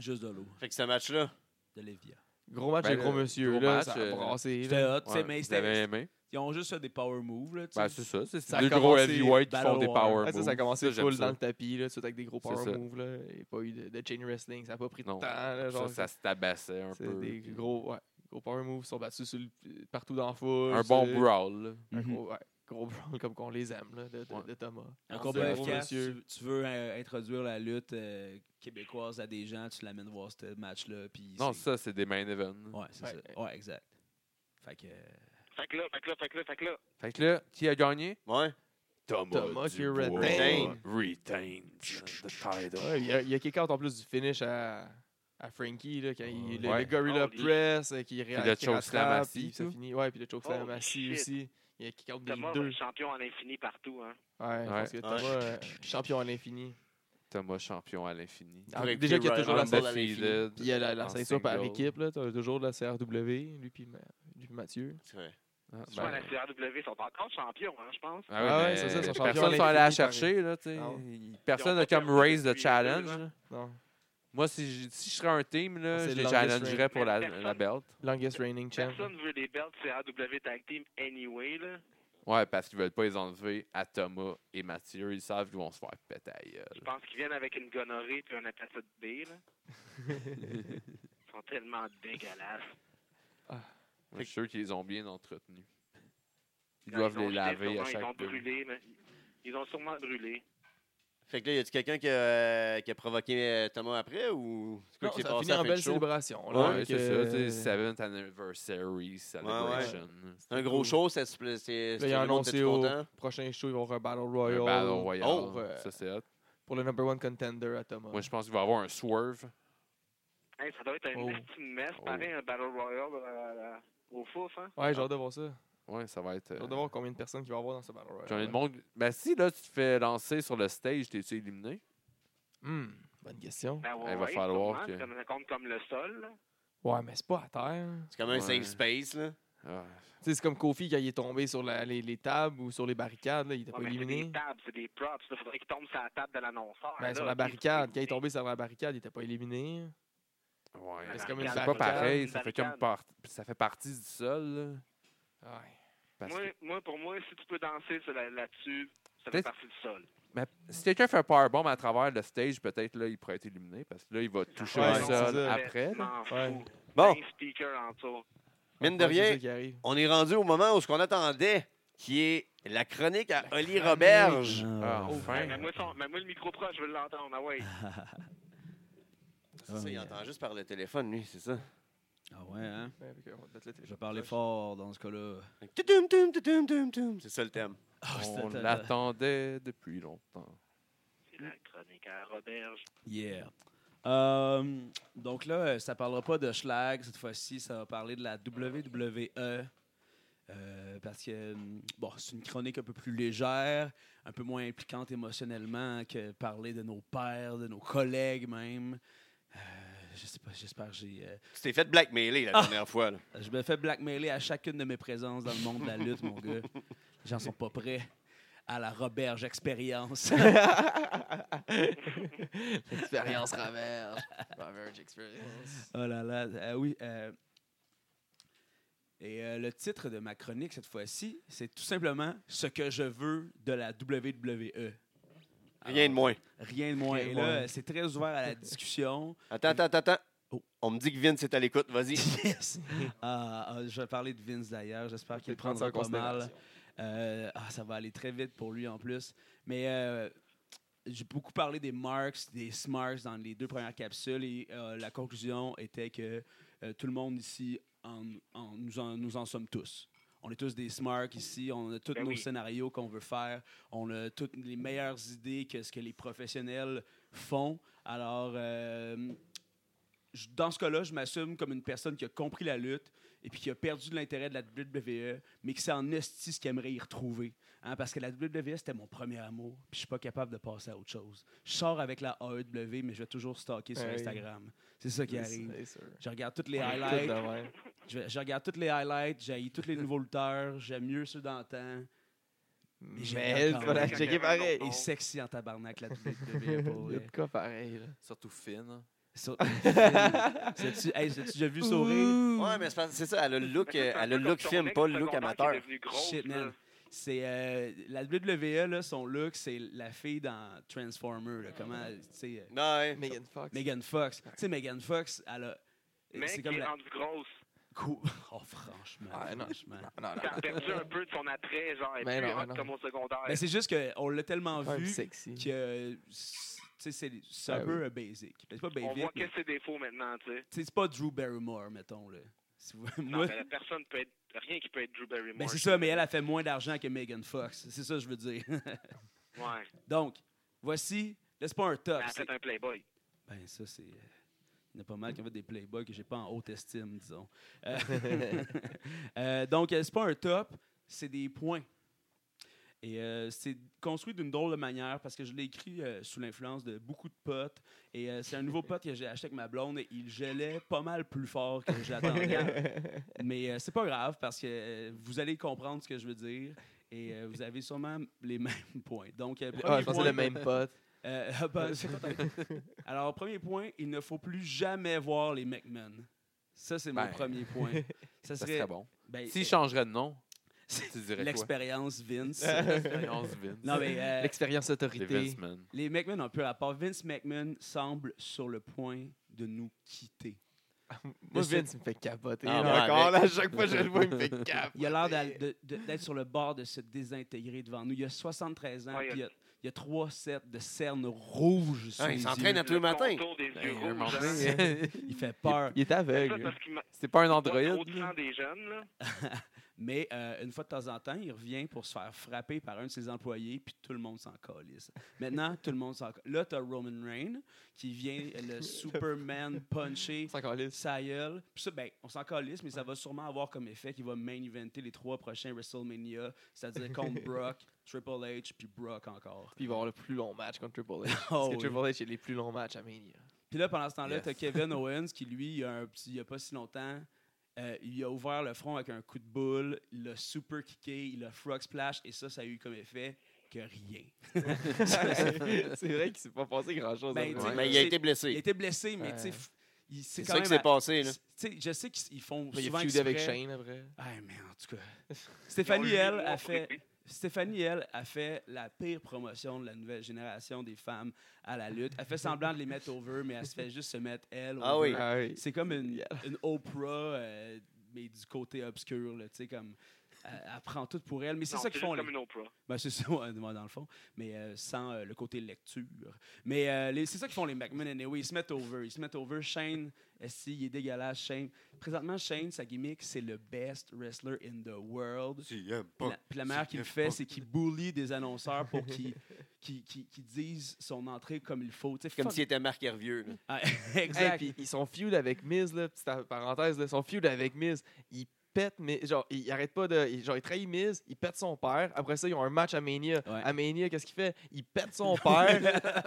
[SPEAKER 2] Juste de l'eau,
[SPEAKER 1] Fait que ce match-là,
[SPEAKER 2] de l'évier.
[SPEAKER 3] Gros match,
[SPEAKER 4] Ben,
[SPEAKER 3] le gros
[SPEAKER 4] le
[SPEAKER 3] monsieur.
[SPEAKER 4] gros
[SPEAKER 3] là,
[SPEAKER 4] match,
[SPEAKER 3] ça a
[SPEAKER 4] euh,
[SPEAKER 3] brassé.
[SPEAKER 2] C'était
[SPEAKER 3] là.
[SPEAKER 2] hot, tu sais,
[SPEAKER 4] Ouais,
[SPEAKER 2] mais
[SPEAKER 4] vous avez
[SPEAKER 2] c'était-
[SPEAKER 4] aimé.
[SPEAKER 2] ils ont juste fait des power moves. Là, tu sais.
[SPEAKER 4] Ben, c'est ça. C'est
[SPEAKER 3] Ça
[SPEAKER 4] c'est
[SPEAKER 3] a
[SPEAKER 4] deux gros
[SPEAKER 3] commencé
[SPEAKER 4] heavyweights qui font
[SPEAKER 2] Battle
[SPEAKER 4] des
[SPEAKER 2] War.
[SPEAKER 4] power
[SPEAKER 3] Ah, ça, ça a
[SPEAKER 4] moves.
[SPEAKER 3] commencé
[SPEAKER 4] j'aime
[SPEAKER 3] full
[SPEAKER 4] ça.
[SPEAKER 3] dans le tapis, là, tout avec des gros
[SPEAKER 4] C'est
[SPEAKER 3] power
[SPEAKER 4] ça.
[SPEAKER 3] moves. Là. Il n'y a pas eu de, de chain wrestling, ça n'a pas pris de
[SPEAKER 4] Non.
[SPEAKER 3] temps. Là,
[SPEAKER 4] Ça,
[SPEAKER 3] genre,
[SPEAKER 4] ça se tabassait un
[SPEAKER 3] c'est
[SPEAKER 4] peu.
[SPEAKER 3] des
[SPEAKER 4] puis-
[SPEAKER 3] gros, ouais, gros power moves sont battus sur le- partout dans la foule.
[SPEAKER 4] Un bon
[SPEAKER 3] c'est-
[SPEAKER 4] brawl. là.
[SPEAKER 3] Un
[SPEAKER 2] Mhm.
[SPEAKER 3] gros, ouais, gros brawl comme qu'on les aime, là, de, de-
[SPEAKER 4] Ouais.
[SPEAKER 3] de Thomas.
[SPEAKER 2] Un
[SPEAKER 3] Ah,
[SPEAKER 2] combat
[SPEAKER 3] c'est gros
[SPEAKER 2] efficace,
[SPEAKER 3] monsieur.
[SPEAKER 2] tu, tu veux euh, introduire la lutte euh, québécoise à des gens, tu l'amènes voir ce match-là. puis
[SPEAKER 4] Non,
[SPEAKER 2] c'est-
[SPEAKER 4] ça, c'est des main events.
[SPEAKER 2] Ouais, c'est
[SPEAKER 3] Ouais.
[SPEAKER 2] ça. Ouais, exact. Fait que. euh,
[SPEAKER 5] Fait que là, fait que là, fait que là, fait que là.
[SPEAKER 4] Fait que là, qui a gagné?
[SPEAKER 1] ouais.
[SPEAKER 3] Thomas qui
[SPEAKER 4] Dubois.
[SPEAKER 3] retain.
[SPEAKER 4] Retain the title.
[SPEAKER 3] Ouais, Il y a, il y a kick out en plus du finish à, à Frankie, là, quand il, le,
[SPEAKER 4] Ouais.
[SPEAKER 3] le Gorilla
[SPEAKER 5] Holy.
[SPEAKER 3] Press, euh, qui,
[SPEAKER 4] le
[SPEAKER 3] ré, qui
[SPEAKER 4] choke slam à
[SPEAKER 3] rattrape,
[SPEAKER 4] six,
[SPEAKER 3] puis ça
[SPEAKER 4] tout.
[SPEAKER 3] finit. Ouais, puis le choke slam
[SPEAKER 5] Holy
[SPEAKER 3] à six
[SPEAKER 5] shit.
[SPEAKER 3] aussi. Il y a kick out des
[SPEAKER 5] Thomas,
[SPEAKER 3] deux.
[SPEAKER 5] le champion à l'infini partout. Hein.
[SPEAKER 3] Ouais, je pense que
[SPEAKER 4] Ouais.
[SPEAKER 3] Thomas, euh, champion à l'infini.
[SPEAKER 4] Thomas champion à l'infini.
[SPEAKER 3] Ah,
[SPEAKER 1] Avec
[SPEAKER 3] déjà
[SPEAKER 1] Ray
[SPEAKER 3] qu'il y a toujours la
[SPEAKER 1] Ryan.
[SPEAKER 3] ceinture.
[SPEAKER 4] Undefeated.
[SPEAKER 3] Il y a euh, la, la
[SPEAKER 4] en
[SPEAKER 3] ceinture par
[SPEAKER 4] single.
[SPEAKER 3] équipe, là. T'as toujours la CRW, lui puis Ma- lui puis Mathieu.
[SPEAKER 1] C'est vrai.
[SPEAKER 4] Ah,
[SPEAKER 5] Je
[SPEAKER 4] ben,
[SPEAKER 5] pense que la CRW sont encore champions, hein, je pense.
[SPEAKER 4] ah oui,
[SPEAKER 3] Ah ouais,
[SPEAKER 4] mais
[SPEAKER 3] c'est ça, ils sont champions à
[SPEAKER 4] Personne sont
[SPEAKER 3] l'infini,
[SPEAKER 4] allés la
[SPEAKER 3] pareil.
[SPEAKER 4] chercher, là, tu sais.
[SPEAKER 3] Ah
[SPEAKER 4] Personne n'a
[SPEAKER 5] Ils ont
[SPEAKER 4] comme
[SPEAKER 5] pas
[SPEAKER 4] raise le
[SPEAKER 5] perdu
[SPEAKER 4] challenge.
[SPEAKER 5] depuis deux ans.
[SPEAKER 4] là.
[SPEAKER 3] Non.
[SPEAKER 4] Moi, si je, si je serais un team, là,
[SPEAKER 3] C'est
[SPEAKER 4] je
[SPEAKER 3] le
[SPEAKER 4] les
[SPEAKER 3] longest
[SPEAKER 4] challengerais pour la,
[SPEAKER 5] reign.
[SPEAKER 4] la belt.
[SPEAKER 3] Longest reigning champ.
[SPEAKER 5] Personne veut les belts CRW Tag Team anyway. Là.
[SPEAKER 4] Ouais, parce qu'ils veulent pas les enlever à Thomas et Mathieu. Ils savent qu'ils vont se faire péter à la
[SPEAKER 5] Je
[SPEAKER 4] gueule.
[SPEAKER 5] pense qu'ils viennent avec une gonorrhée puis un apathète B. Là. Ils sont tellement dégueulasses.
[SPEAKER 4] Moi, Je suis sûr qu'ils les ont bien entretenus. Ils
[SPEAKER 5] Non,
[SPEAKER 4] doivent
[SPEAKER 5] ont
[SPEAKER 4] les
[SPEAKER 5] jeté
[SPEAKER 4] laver à
[SPEAKER 5] sûrement, Ils ont
[SPEAKER 4] chaque fois.
[SPEAKER 5] brûlé. mais- Ils ont sûrement brûlé.
[SPEAKER 1] Fait que là, y a-tu quelqu'un qui, a, euh, qui a provoqué euh, Thomas après ou c'est quoi
[SPEAKER 3] Non,
[SPEAKER 1] qui s'est
[SPEAKER 3] ça a
[SPEAKER 1] passé
[SPEAKER 3] fini en
[SPEAKER 1] après le
[SPEAKER 3] belle
[SPEAKER 1] show?
[SPEAKER 3] célébration. là,
[SPEAKER 4] Ouais,
[SPEAKER 3] avec,
[SPEAKER 4] c'est ça.
[SPEAKER 3] euh,
[SPEAKER 4] tu sais, Seventh Anniversary Celebration.
[SPEAKER 1] C'est un gros show, c'est c'est c'est
[SPEAKER 3] Là, il
[SPEAKER 1] tout
[SPEAKER 3] a
[SPEAKER 1] le monde était
[SPEAKER 3] annoncé au
[SPEAKER 1] content.
[SPEAKER 3] prochain show, ils vont avoir un Battle
[SPEAKER 4] Un
[SPEAKER 3] Royale,
[SPEAKER 4] Battle Royale.
[SPEAKER 3] Oh, ouais.
[SPEAKER 4] Ça, c'est hot.
[SPEAKER 3] pour le number one contender à Thomas.
[SPEAKER 4] Moi, je pense qu'il va y avoir un swerve.
[SPEAKER 5] Hey, ça doit être un
[SPEAKER 3] Oh.
[SPEAKER 5] petit mess,
[SPEAKER 4] Oh.
[SPEAKER 5] pareil, un Battle Royale euh, euh, au fouf, hein?
[SPEAKER 3] Ouais, j'ai hâte de voir ça.
[SPEAKER 4] Ouais, ça va être.
[SPEAKER 3] J'ai
[SPEAKER 4] euh,
[SPEAKER 3] hâte de voir combien de personnes qu'il va y avoir dans ce Battle Royale.
[SPEAKER 4] J'en ai de monde. Ben, si, là, tu te fais lancer sur le stage, t'es-tu éliminé?
[SPEAKER 3] Hmm, bonne question.
[SPEAKER 5] Ben,
[SPEAKER 4] Il va
[SPEAKER 5] ouais,
[SPEAKER 4] falloir
[SPEAKER 5] sûrement,
[SPEAKER 4] que-
[SPEAKER 5] Ça me compte comme le sol, là.
[SPEAKER 3] Ouais, mais c'est pas à terre.
[SPEAKER 1] C'est comme un
[SPEAKER 4] Ouais.
[SPEAKER 1] safe space là.
[SPEAKER 4] Ah,
[SPEAKER 3] Tu sais, c'est comme Kofi quand il est tombé sur la- les, les tables ou sur les barricades, là, il était
[SPEAKER 5] Ouais,
[SPEAKER 3] pas
[SPEAKER 5] mais c'est
[SPEAKER 3] éliminé.
[SPEAKER 5] des tables, c'est des props. Il faudrait qu'il tombe sur la table de l'annonceur.
[SPEAKER 3] Ben,
[SPEAKER 5] là.
[SPEAKER 3] sur la barricade, quand il est tombé sur la barricade, il était pas éliminé.
[SPEAKER 4] ouais.
[SPEAKER 5] La
[SPEAKER 3] c'est comme une
[SPEAKER 4] C'est
[SPEAKER 5] barricade,
[SPEAKER 4] pas
[SPEAKER 3] barricade.
[SPEAKER 4] pareil,
[SPEAKER 5] une
[SPEAKER 4] ça fait,
[SPEAKER 5] barricade.
[SPEAKER 4] comme part- ça fait partie du sol. là,
[SPEAKER 3] Ouais.
[SPEAKER 4] parce
[SPEAKER 5] Moi,
[SPEAKER 4] que-
[SPEAKER 5] moi, pour moi, si tu peux danser sur la- là-dessus, ça fait
[SPEAKER 4] Peut-être-
[SPEAKER 5] partie du sol.
[SPEAKER 4] Mais si quelqu'un fait un powerbomb à travers le stage, peut-être là, il pourrait être éliminé parce que là, il va toucher
[SPEAKER 3] Ouais,
[SPEAKER 4] le
[SPEAKER 3] c'est
[SPEAKER 4] sol
[SPEAKER 3] ça.
[SPEAKER 4] après.
[SPEAKER 5] Je
[SPEAKER 4] là.
[SPEAKER 5] m'en
[SPEAKER 3] Ouais.
[SPEAKER 5] fous.
[SPEAKER 1] Bon,
[SPEAKER 5] Plein de speakers en dessous.
[SPEAKER 1] mine de
[SPEAKER 3] Ouais, c'est
[SPEAKER 1] rien,
[SPEAKER 3] ça qui arrive.
[SPEAKER 1] on est rendu au moment où ce qu'on attendait, qui est la chronique à Oli
[SPEAKER 3] chronique.
[SPEAKER 1] Roberge.
[SPEAKER 2] Ah,
[SPEAKER 4] Ah, enfin.
[SPEAKER 5] Mais moi, son- mais moi, le micro proche, je veux l'entendre. Ah ouais.
[SPEAKER 1] Ça, il entend juste par le téléphone, lui, c'est ça.
[SPEAKER 2] Ah ouais, hein?
[SPEAKER 3] Ouais, fait que, on va te mettre le
[SPEAKER 2] Je vais
[SPEAKER 3] téléphone.
[SPEAKER 2] parler fort dans ce cas-là.
[SPEAKER 1] Tudum, tudum, tudum, tudum, tudum. C'est ça le thème.
[SPEAKER 2] Oh,
[SPEAKER 4] On l'attendait depuis longtemps.
[SPEAKER 5] C'est la chronique à Roberge.
[SPEAKER 2] Yeah. Euh, donc là, euh, ça parlera pas de Schlag cette fois-ci, ça va parler de la WWE. Euh, parce que, hum, bon, c'est une chronique un peu plus légère, un peu moins impliquante émotionnellement que parler de nos pères, de nos collègues même. Euh, je sais pas, j'espère que j'ai. euh,
[SPEAKER 1] Tu t'es fait blackmailer
[SPEAKER 2] Ah.
[SPEAKER 1] la dernière fois. là.
[SPEAKER 2] je me fais blackmailer à chacune de mes présences dans le monde de la lutte, mon gars. Les gens sont pas prêts à la Roberge expérience.
[SPEAKER 3] Expérience Roberge. Roberge Experience.
[SPEAKER 2] Oh là là, euh, oui. euh, Et euh, le titre de ma chronique cette fois-ci, c'est tout simplement ce que je veux de la WWE.
[SPEAKER 1] Rien de moins.
[SPEAKER 2] Rien de moins.
[SPEAKER 3] Rien de
[SPEAKER 2] Et là,
[SPEAKER 3] moins.
[SPEAKER 2] euh, c'est très ouvert à la discussion.
[SPEAKER 1] Attends, attends, attends, attends.
[SPEAKER 2] Oh.
[SPEAKER 1] On me dit que Vince est à l'écoute, vas-y.
[SPEAKER 2] Yes. Ah, ah, je vais parler de Vince d'ailleurs. J'espère qu'il le prendra pas mal. Euh, ah, ça va aller très vite pour lui en plus. Mais euh, j'ai beaucoup parlé des marks, des smarts dans les deux premières capsules et euh, la conclusion était que euh, tout le monde ici, en, en- nous, en, nous en sommes tous. On est tous des smarts ici, on a tous
[SPEAKER 5] Ben
[SPEAKER 2] nos
[SPEAKER 5] oui.
[SPEAKER 2] scénarios qu'on veut faire, on a toutes les meilleures idées que ce que les professionnels font. Alors, euh, je- dans ce cas-là, je m'assume comme une personne qui a compris la lutte et puis qui a perdu de l'intérêt de la WWE, mais qui sait en esti ce qu'elle aimerait y retrouver. Hein, parce que la WWE, c'était mon premier amour, puis je suis pas capable de passer à autre chose. Je sors avec la AEW, mais je vais toujours stalker sur
[SPEAKER 3] Hey.
[SPEAKER 2] Instagram. C'est ça qui
[SPEAKER 3] C'est-
[SPEAKER 2] arrive.
[SPEAKER 3] c'est sûr.
[SPEAKER 2] Je regarde toutes les
[SPEAKER 3] Tout
[SPEAKER 2] highlights.
[SPEAKER 3] de même.
[SPEAKER 2] Je, je regarde toutes les highlights. J'ai tous les nouveaux lutteurs. J'aime mieux ceux d'antan. j'aime
[SPEAKER 3] Mais
[SPEAKER 2] quand
[SPEAKER 3] tu vas la
[SPEAKER 2] même.
[SPEAKER 3] checker pareil.
[SPEAKER 5] Bon.
[SPEAKER 2] Et sexy en tabarnak, la
[SPEAKER 3] Il y
[SPEAKER 2] WWE.
[SPEAKER 3] a
[SPEAKER 2] pour vrai.
[SPEAKER 3] de quoi pareil. là.
[SPEAKER 4] Surtout Finn.
[SPEAKER 2] Sur- Sais-tu- hey, sais-tu déjà vu sourire?
[SPEAKER 1] Ouais, mais c'est parce- c'est ça, elle a le look,
[SPEAKER 5] Ben,
[SPEAKER 1] euh, elle a le look film, pas le look amateur.
[SPEAKER 2] Shit, man. C'est euh, la WWE, là, son look, c'est la fille dans Transformer. là, comment, tu sais, euh,
[SPEAKER 1] Non, ouais.
[SPEAKER 3] Megan Fox.
[SPEAKER 2] Megan Fox. Tu sais, Megan Fox, elle a.
[SPEAKER 5] Mais
[SPEAKER 2] C'est
[SPEAKER 5] qui
[SPEAKER 2] comme
[SPEAKER 5] est
[SPEAKER 2] la.
[SPEAKER 5] rendue grosse.
[SPEAKER 2] Cou- Oh, franchement.
[SPEAKER 3] Ah, non.
[SPEAKER 2] franchement.
[SPEAKER 3] Non, non,
[SPEAKER 5] Ça a perdu un peu de son attrait, genre, elle
[SPEAKER 3] Mais
[SPEAKER 5] est plus
[SPEAKER 3] non, mais
[SPEAKER 5] hot
[SPEAKER 3] non.
[SPEAKER 5] comme au secondaire.
[SPEAKER 2] Mais Ben, c'est juste qu'on l'a tellement
[SPEAKER 3] non.
[SPEAKER 2] vu
[SPEAKER 3] sexy.
[SPEAKER 2] que euh, c- tu sais, c'est c'est un
[SPEAKER 3] Ben
[SPEAKER 2] peu euh, basic. C'est pas
[SPEAKER 5] On
[SPEAKER 2] basic,
[SPEAKER 5] voit
[SPEAKER 2] mais
[SPEAKER 5] que ses défauts maintenant, tu sais.
[SPEAKER 2] tu sais, c'est pas Drew Barrymore, mettons. Là. Si vous-
[SPEAKER 5] Non,
[SPEAKER 2] moi-
[SPEAKER 5] mais la personne peut être. Rien qui peut être Drew Barrymore.
[SPEAKER 2] ben, c'est ça, mais elle a fait moins d'argent que Megan Fox. C'est ça que je veux dire.
[SPEAKER 5] Ouais.
[SPEAKER 2] Donc, voici, laisse pas un top.
[SPEAKER 5] Elle a fait un Playboy.
[SPEAKER 2] Ah, Ben, ça, c'est. euh, Il y en a pas mal qui ont fait des playboys que j'ai pas en haute estime, disons. Euh, euh, donc, euh, c'est pas un top, c'est des points. Et euh, c'est construit d'une drôle de manière parce que je l'ai écrit euh, sous l'influence de beaucoup de potes. Et euh, c'est un nouveau pote que j'ai acheté avec ma blonde et il gelait pas mal plus fort que j'attendais. Mais euh, c'est pas grave parce que euh, vous allez comprendre ce que je veux dire et euh, vous avez sûrement les mêmes points. Donc, euh,
[SPEAKER 3] Ah,
[SPEAKER 2] premier
[SPEAKER 3] je pensais le
[SPEAKER 2] point-
[SPEAKER 3] même pote.
[SPEAKER 2] euh, ah ben, c'est peut-être. Alors, premier point, il ne faut plus jamais voir les McMahon. Ça, c'est
[SPEAKER 4] Ben.
[SPEAKER 2] mon premier point. Ça
[SPEAKER 4] Ça
[SPEAKER 2] serait.
[SPEAKER 4] serait bon.
[SPEAKER 2] ben,
[SPEAKER 4] S'il changerait de nom,
[SPEAKER 2] c'est
[SPEAKER 4] tu dirais quoi?
[SPEAKER 2] L'expérience Vince.
[SPEAKER 4] L'expérience Vince.
[SPEAKER 2] non, mais euh,
[SPEAKER 3] L'expérience
[SPEAKER 4] Les
[SPEAKER 3] autorité.
[SPEAKER 4] Vince Man.
[SPEAKER 2] les McMahon ont peu rapport. Vince McMahon semble sur le point de nous quitter.
[SPEAKER 3] Moi,
[SPEAKER 2] Le seul-
[SPEAKER 3] Vince, il me fait capoter.
[SPEAKER 1] Ah,
[SPEAKER 3] là,
[SPEAKER 1] ouais,
[SPEAKER 3] encore, là,
[SPEAKER 1] avec-
[SPEAKER 3] à chaque fois que je le vois, il me fait capoter.
[SPEAKER 2] Il a l'air d'a- de- de- d'être sur le bord de se désintégrer devant nous. Il a 73 ans.
[SPEAKER 5] Ouais,
[SPEAKER 2] puis il, a, il y a trois sets de cernes rouges sur
[SPEAKER 1] Ah,
[SPEAKER 2] les
[SPEAKER 1] il
[SPEAKER 2] yeux.
[SPEAKER 1] s'entraîne à tous les matins.
[SPEAKER 5] contour des yeux
[SPEAKER 4] Ben, un moment
[SPEAKER 5] rouges, hein.
[SPEAKER 4] donné,
[SPEAKER 2] Il fait peur.
[SPEAKER 3] Il est
[SPEAKER 5] C'est ça,
[SPEAKER 3] aveugle.
[SPEAKER 5] parce qu'il m'a
[SPEAKER 4] C'est pas un
[SPEAKER 5] pas trop
[SPEAKER 4] androïde.
[SPEAKER 5] de sang des jeunes, là.
[SPEAKER 2] Mais euh, une fois de temps en temps, il revient pour se faire frapper par un de ses employés, puis tout le monde s'en calisse. Maintenant, tout le monde s'en calisse. Là, t'as Roman Reign qui vient le Superman puncher
[SPEAKER 3] C'est encore lisse.
[SPEAKER 2] sa gueule. Puis ça, ben, on s'en calisse, mais ça va sûrement avoir comme effet qu'il va main eventer les trois prochains WrestleMania, c'est-à-dire contre Brock, Triple H, puis Brock encore.
[SPEAKER 3] Puis il va avoir le plus long match contre Triple H. Parce que
[SPEAKER 2] Oh oui.
[SPEAKER 3] Triple H, il a les plus longs matchs à Mania.
[SPEAKER 2] Puis là, pendant ce temps-là,
[SPEAKER 4] Yes.
[SPEAKER 2] t'as Kevin Owens qui, lui, il y a, un petit- il y a pas si longtemps, euh, il a ouvert le front avec un coup de boule, il l'a super kické, il a frog splash, et ça, ça a eu comme effet que rien.
[SPEAKER 3] c'est vrai qu'il s'est pas passé grand-chose.
[SPEAKER 2] Ben,
[SPEAKER 3] après.
[SPEAKER 2] tu sais,
[SPEAKER 1] Mais il a
[SPEAKER 2] c'est-
[SPEAKER 1] été
[SPEAKER 2] Il
[SPEAKER 1] blessé.
[SPEAKER 2] était blessé, mais tu sais,
[SPEAKER 3] Ouais.
[SPEAKER 2] f- il- c'est
[SPEAKER 1] C'est
[SPEAKER 2] quand
[SPEAKER 1] ça
[SPEAKER 2] même.
[SPEAKER 1] qui s'est
[SPEAKER 2] à-
[SPEAKER 1] passé. là.
[SPEAKER 2] tu sais, je sais qu'ils font
[SPEAKER 3] il
[SPEAKER 2] souvent
[SPEAKER 3] a feudé avec
[SPEAKER 2] exprès.
[SPEAKER 3] Shane après.
[SPEAKER 2] Ah, mais en tout cas.
[SPEAKER 5] Ils ont
[SPEAKER 2] Stéphanie,
[SPEAKER 5] eu
[SPEAKER 2] elle,
[SPEAKER 5] le
[SPEAKER 2] a
[SPEAKER 5] noir
[SPEAKER 2] fait.
[SPEAKER 5] privé.
[SPEAKER 2] Stéphanie, elle, a fait la pire promotion de la nouvelle génération des femmes à la lutte. Elle fait semblant de les mettre over, mais elle se fait juste se mettre elle.
[SPEAKER 1] Ah
[SPEAKER 2] over.
[SPEAKER 1] oui.
[SPEAKER 3] Ah oui.
[SPEAKER 2] C'est comme une,
[SPEAKER 3] Yeah.
[SPEAKER 2] une Oprah, euh, mais du côté obscur, là, tu sais, comme. Elle, elle prend tout pour elle, mais c'est
[SPEAKER 5] Non,
[SPEAKER 2] ça qu'ils font. les-
[SPEAKER 5] juste comme une Ah, Oprah.
[SPEAKER 2] ben, c'est ça, ouais, moi, dans le fond. Mais euh, sans euh, le côté lecture. Mais euh, les- c'est ça qu'ils font les McMahon anyway. Ils se mettent over. Ils se mettent over. Shane, si, il est dégueulasse. Shane. Présentement, Shane, sa gimmick, c'est le best wrestler in the world. Puis la, puis la meilleure qu'il fait, c'est qu'il bully des annonceurs pour qu'ils qu'ils- qu'ils- qu'ils disent son entrée comme il faut. Tu sais,
[SPEAKER 1] Comme
[SPEAKER 2] fuck-
[SPEAKER 1] s'il était Marc Hervieux. là.
[SPEAKER 2] Ah,
[SPEAKER 3] Hey,
[SPEAKER 2] exact.
[SPEAKER 3] puis ils sont feud avec Miz, là, petite a- parenthèse, là, ils sont feud avec Miz. Ils pètent, mais genre, ils ils arrêtent pas de. ils- genre, ils trahissent Miz, ils pètent son père. Après ça, ils ont un match à Mania.
[SPEAKER 2] Ouais.
[SPEAKER 3] À Mania, qu'est-ce qu'il fait Il pète son père,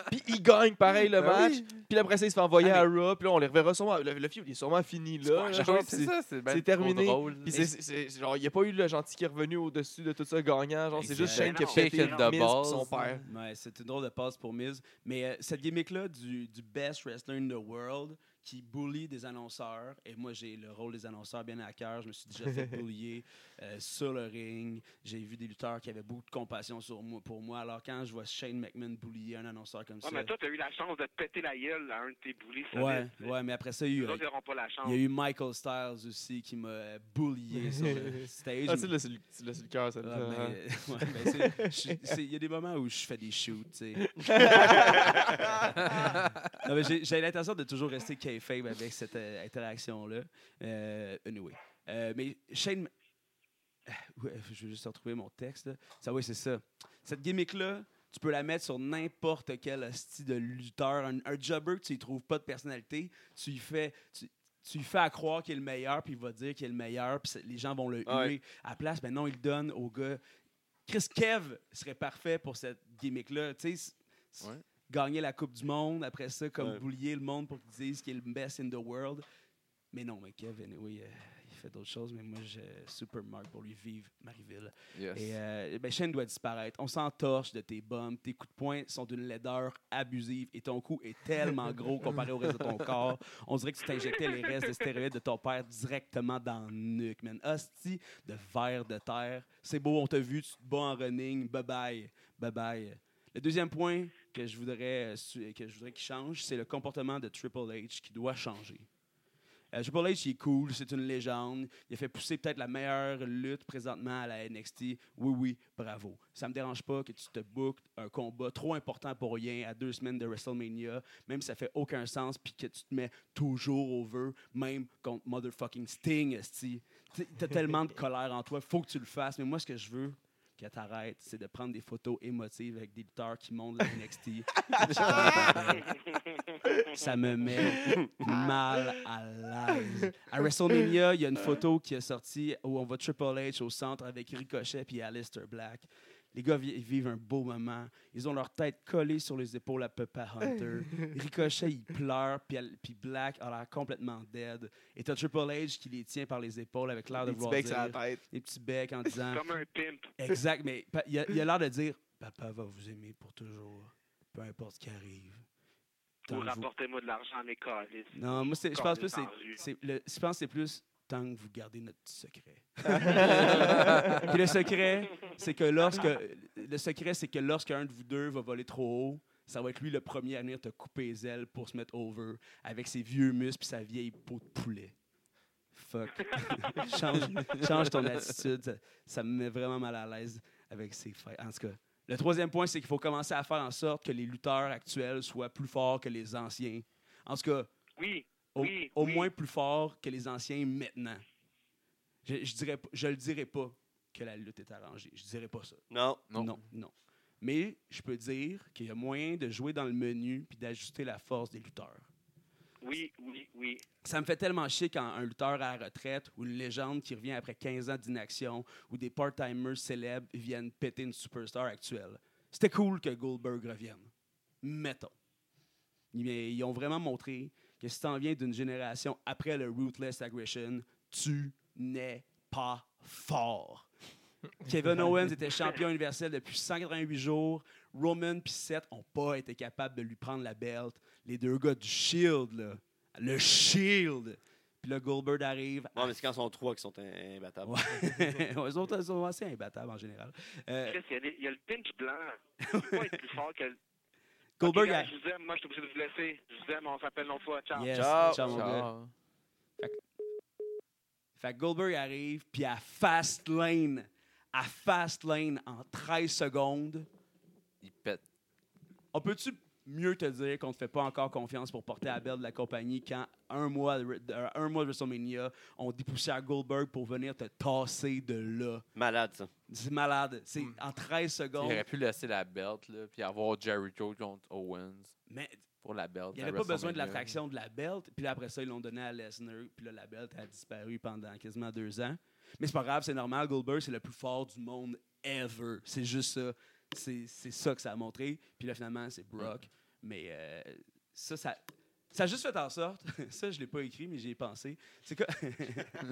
[SPEAKER 3] puis il gagne pareil le
[SPEAKER 4] Ben
[SPEAKER 3] match. Puis après ça, il se fait envoyer
[SPEAKER 2] Ah,
[SPEAKER 3] à Raw, puis là, on les reverra sûrement. Le, le feud est sûrement fini là. là,
[SPEAKER 4] Genre,
[SPEAKER 3] genre,
[SPEAKER 4] c'est
[SPEAKER 3] puis
[SPEAKER 4] ça, c'est ben
[SPEAKER 3] c'est
[SPEAKER 4] trop
[SPEAKER 3] terminé.
[SPEAKER 4] drôle.
[SPEAKER 3] puis c'est- c'est- c'est- genre, il n'y a pas eu le gentil qui est revenu au-dessus de tout ça gagnant. Genre, c'est juste Shane
[SPEAKER 5] Exact.
[SPEAKER 3] qui a pété Miz
[SPEAKER 4] Shake and the
[SPEAKER 3] puis son
[SPEAKER 4] balls.
[SPEAKER 3] père.
[SPEAKER 2] Ouais, c'est une drôle de passe pour Miz. Mais euh, cette gimmick-là du, du best wrestler in the world qui bully des annonceurs, et moi j'ai le rôle des annonceurs bien à cœur, je me suis déjà fait bullier euh, sur le ring, j'ai vu des lutteurs qui avaient beaucoup de compassion sur moi, pour moi, alors quand je vois Shane McMahon bullier un annonceur comme
[SPEAKER 5] Ouais,
[SPEAKER 2] ça,
[SPEAKER 5] mais toi, t'as eu la chance de te péter la gueule à un de tes boulis.
[SPEAKER 2] ouais, ouais, mais après ça, il y,
[SPEAKER 5] Les
[SPEAKER 2] a,
[SPEAKER 5] autres n'auront pas la chance.
[SPEAKER 2] il y a eu Michael Styles aussi qui m'a euh, bullié sur le stage.
[SPEAKER 3] Ah, tu sais, là, c'est le hein. tu l'as sur le cœur, ça.
[SPEAKER 2] Ah, ben, ouais, ben, c'est- je suis- c'est- Il y a des moments où je fais des shoots, tu sais. Non, mais j'ai- J'ai l'intention de toujours rester kayfabe avec cette euh, interaction-là. Euh, anyway. Euh, mais Shane... Ah, ouais, je vais juste retrouver mon texte. là. Ça, oui, c'est ça. Cette gimmick-là, tu peux la mettre sur n'importe quel style de lutteur. Un, un jobber que tu ne trouves pas de personnalité, tu y fais... tu- tu lui fais à croire qu'il est le meilleur, puis il va dire qu'il est le meilleur, puis c'est- les gens vont le
[SPEAKER 1] Ouais.
[SPEAKER 2] huer. À place, ben non, il donne au gars. Chris Kev serait parfait pour cette gimmick-là. Tu sais, c- c-
[SPEAKER 4] Ouais.
[SPEAKER 2] gagner la Coupe du Monde, après ça, comme
[SPEAKER 1] Ouais.
[SPEAKER 2] boulier le monde pour qu'ils disent qu'il est le best in the world. Mais non, mais Kev, euh, oui, il fait d'autres choses, mais moi, je supermarque pour lui vivre Marieville.
[SPEAKER 4] Yes.
[SPEAKER 2] Et euh, ben, Shane doit disparaître. On s'entorche de tes bombes. Tes coups de poing sont d'une laideur abusive et ton cou est tellement gros comparé au reste de ton corps. On dirait que tu t'injectais les restes de stéroïdes de ton père directement dans le nuque, man. Hostie de verre de terre. C'est beau, on t'a vu, tu te bats en running. Bye bye. Bye bye. Le deuxième point que je voudrais euh, su- que je voudrais qu'il change, c'est le comportement de Triple H qui doit changer. Euh, Triple H, il est cool, c'est une légende. Il a fait pousser peut-être la meilleure lutte présentement à la NXT. Oui, oui, bravo. Ça me dérange pas que tu te bookes un combat trop important pour rien à deux semaines de WrestleMania, même si ça fait aucun sens, puis que tu te mets toujours over, même contre motherfucking Sting, esti. T'sais, T'as tellement de colère en toi, faut que tu le fasses. Mais moi, ce que je veux que t'arrêtes, c'est de prendre des photos émotives avec des lutteurs qui montent la NXT. ça me met
[SPEAKER 3] Ah.
[SPEAKER 2] mal à l'aise. À WrestleMania, il y a une photo qui est sortie où on voit Triple H au centre avec Ricochet puis Aleister Black. Les gars vi- vivent un beau moment. Ils ont leur tête collée sur les épaules à Peppa Hunter. Ricochet, il pleure, puis elle- puis Black a l'air complètement dead. Et t'as Triple H qui les tient par les épaules avec l'air de
[SPEAKER 3] Les petits
[SPEAKER 2] vouloir
[SPEAKER 3] becs sur la
[SPEAKER 2] dire...
[SPEAKER 3] tête.
[SPEAKER 2] Les petits becs en disant...
[SPEAKER 5] Comme un pimp.
[SPEAKER 2] Exact, mais pa- il a il a l'air de dire Papa va vous aimer pour toujours, peu importe ce qui arrive. Tant
[SPEAKER 5] Ou
[SPEAKER 2] que vous-
[SPEAKER 5] rapportez-moi de l'argent, mes calices.
[SPEAKER 2] Non, moi, c'est- je pense plus
[SPEAKER 5] Calices
[SPEAKER 2] c'est,
[SPEAKER 5] en rue.
[SPEAKER 2] c'est le- je pense que c'est plus tant que vous gardez notre secret. Puis le secret, c'est que lorsque le secret, c'est que lorsqu'un de vous deux va voler trop haut, ça va être lui le premier à venir te couper les ailes pour se mettre over avec ses vieux muscles et sa vieille peau de poulet. Fuck. change, change ton attitude. Ça, ça me met vraiment mal à l'aise avec ses failles. En tout cas, Le troisième point, c'est qu'il faut commencer à faire en sorte que les lutteurs actuels soient plus forts que les anciens. En tout cas,
[SPEAKER 5] Oui,
[SPEAKER 2] au,
[SPEAKER 5] Oui,
[SPEAKER 2] au
[SPEAKER 5] oui.
[SPEAKER 2] moins plus forts que les anciens maintenant. Je, je dirais, p- je le dirais pas que la lutte est arrangée. Je dirais pas ça.
[SPEAKER 1] Non.
[SPEAKER 4] Non.
[SPEAKER 2] non. non. Mais je peux dire qu'il y a moyen de jouer dans le menu puis d'ajuster la force des lutteurs.
[SPEAKER 5] oui, oui, oui.
[SPEAKER 2] Ça me fait tellement chier quand un lutteur à la retraite ou une légende qui revient après 15 ans d'inaction ou des part-timers célèbres viennent péter une superstar actuelle. C'était cool que Goldberg revienne. Mettons. Mais ils ont vraiment montré que si t'en viens d'une génération après le Ruthless Aggression, tu n'es pas fort. Kevin Owens était champion universel depuis 188 jours. Roman puis Seth n'ont pas été capables de lui prendre la belt. Les deux gars du Shield, là. Le Shield! Puis là, Goldberg arrive.
[SPEAKER 1] Non, mais c'est quand ils sont trois qui sont im- imbattables.
[SPEAKER 2] Ah. Ouais. Ouais, Ils sont ils sont assez imbattables en général. Euh,
[SPEAKER 5] Chris, il y, a des- il y a le pinch blanc. Il faut pas être plus fort que le.
[SPEAKER 2] Goldberg,
[SPEAKER 5] Ok, gars,
[SPEAKER 2] a-
[SPEAKER 5] je vous aime, moi je suis obligé de vous laisser. Je vous aime, on s'appelle l'autre fois. Ciao.
[SPEAKER 2] Yes,
[SPEAKER 1] Ciao.
[SPEAKER 2] ciao, mon gars.
[SPEAKER 4] Genre,
[SPEAKER 2] Fait que Goldberg arrive, puis à Fast Lane, à Fast Lane en 13 secondes,
[SPEAKER 4] il pète.
[SPEAKER 2] on peut-tu mieux te dire qu'on ne te fait pas encore confiance pour porter la belle de la compagnie quand un mois, de- euh, un mois de WrestleMania, on dépoussait à Goldberg pour venir te tasser de là?
[SPEAKER 1] Malade, ça.
[SPEAKER 2] C'est malade. C'est en 13
[SPEAKER 4] Il
[SPEAKER 2] secondes.
[SPEAKER 4] aurait pu laisser la belt, là, puis avoir Jericho contre Owens
[SPEAKER 2] Mais
[SPEAKER 4] pour la belt.
[SPEAKER 2] il n'y
[SPEAKER 4] à
[SPEAKER 2] avait pas besoin de
[SPEAKER 4] WrestleMania.
[SPEAKER 2] l'attraction de la belt. Puis là, après ça, ils l'ont donné à Lesnar. Puis là, la belt a disparu pendant quasiment deux ans. Mais c'est pas grave, c'est normal. Goldberg, c'est le plus fort du monde ever. C'est juste ça. C'est c'est ça que ça a montré. Puis là, finalement, c'est Brock. Mais euh, ça, ça. Ça a juste fait en sorte, ça je l'ai pas écrit, mais j'y ai pensé. C'est co-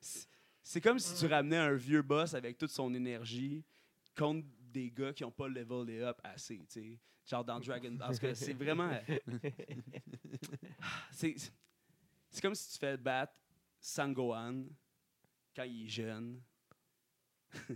[SPEAKER 2] C'est- c'est comme si tu ramenais un vieux boss avec toute son énergie contre des gars qui n'ont pas levelé up assez, tu sais. Genre dans Dragon Ball. Parce que c'est vraiment. c'est c'est comme si tu fais battre Sangohan quand il est jeune,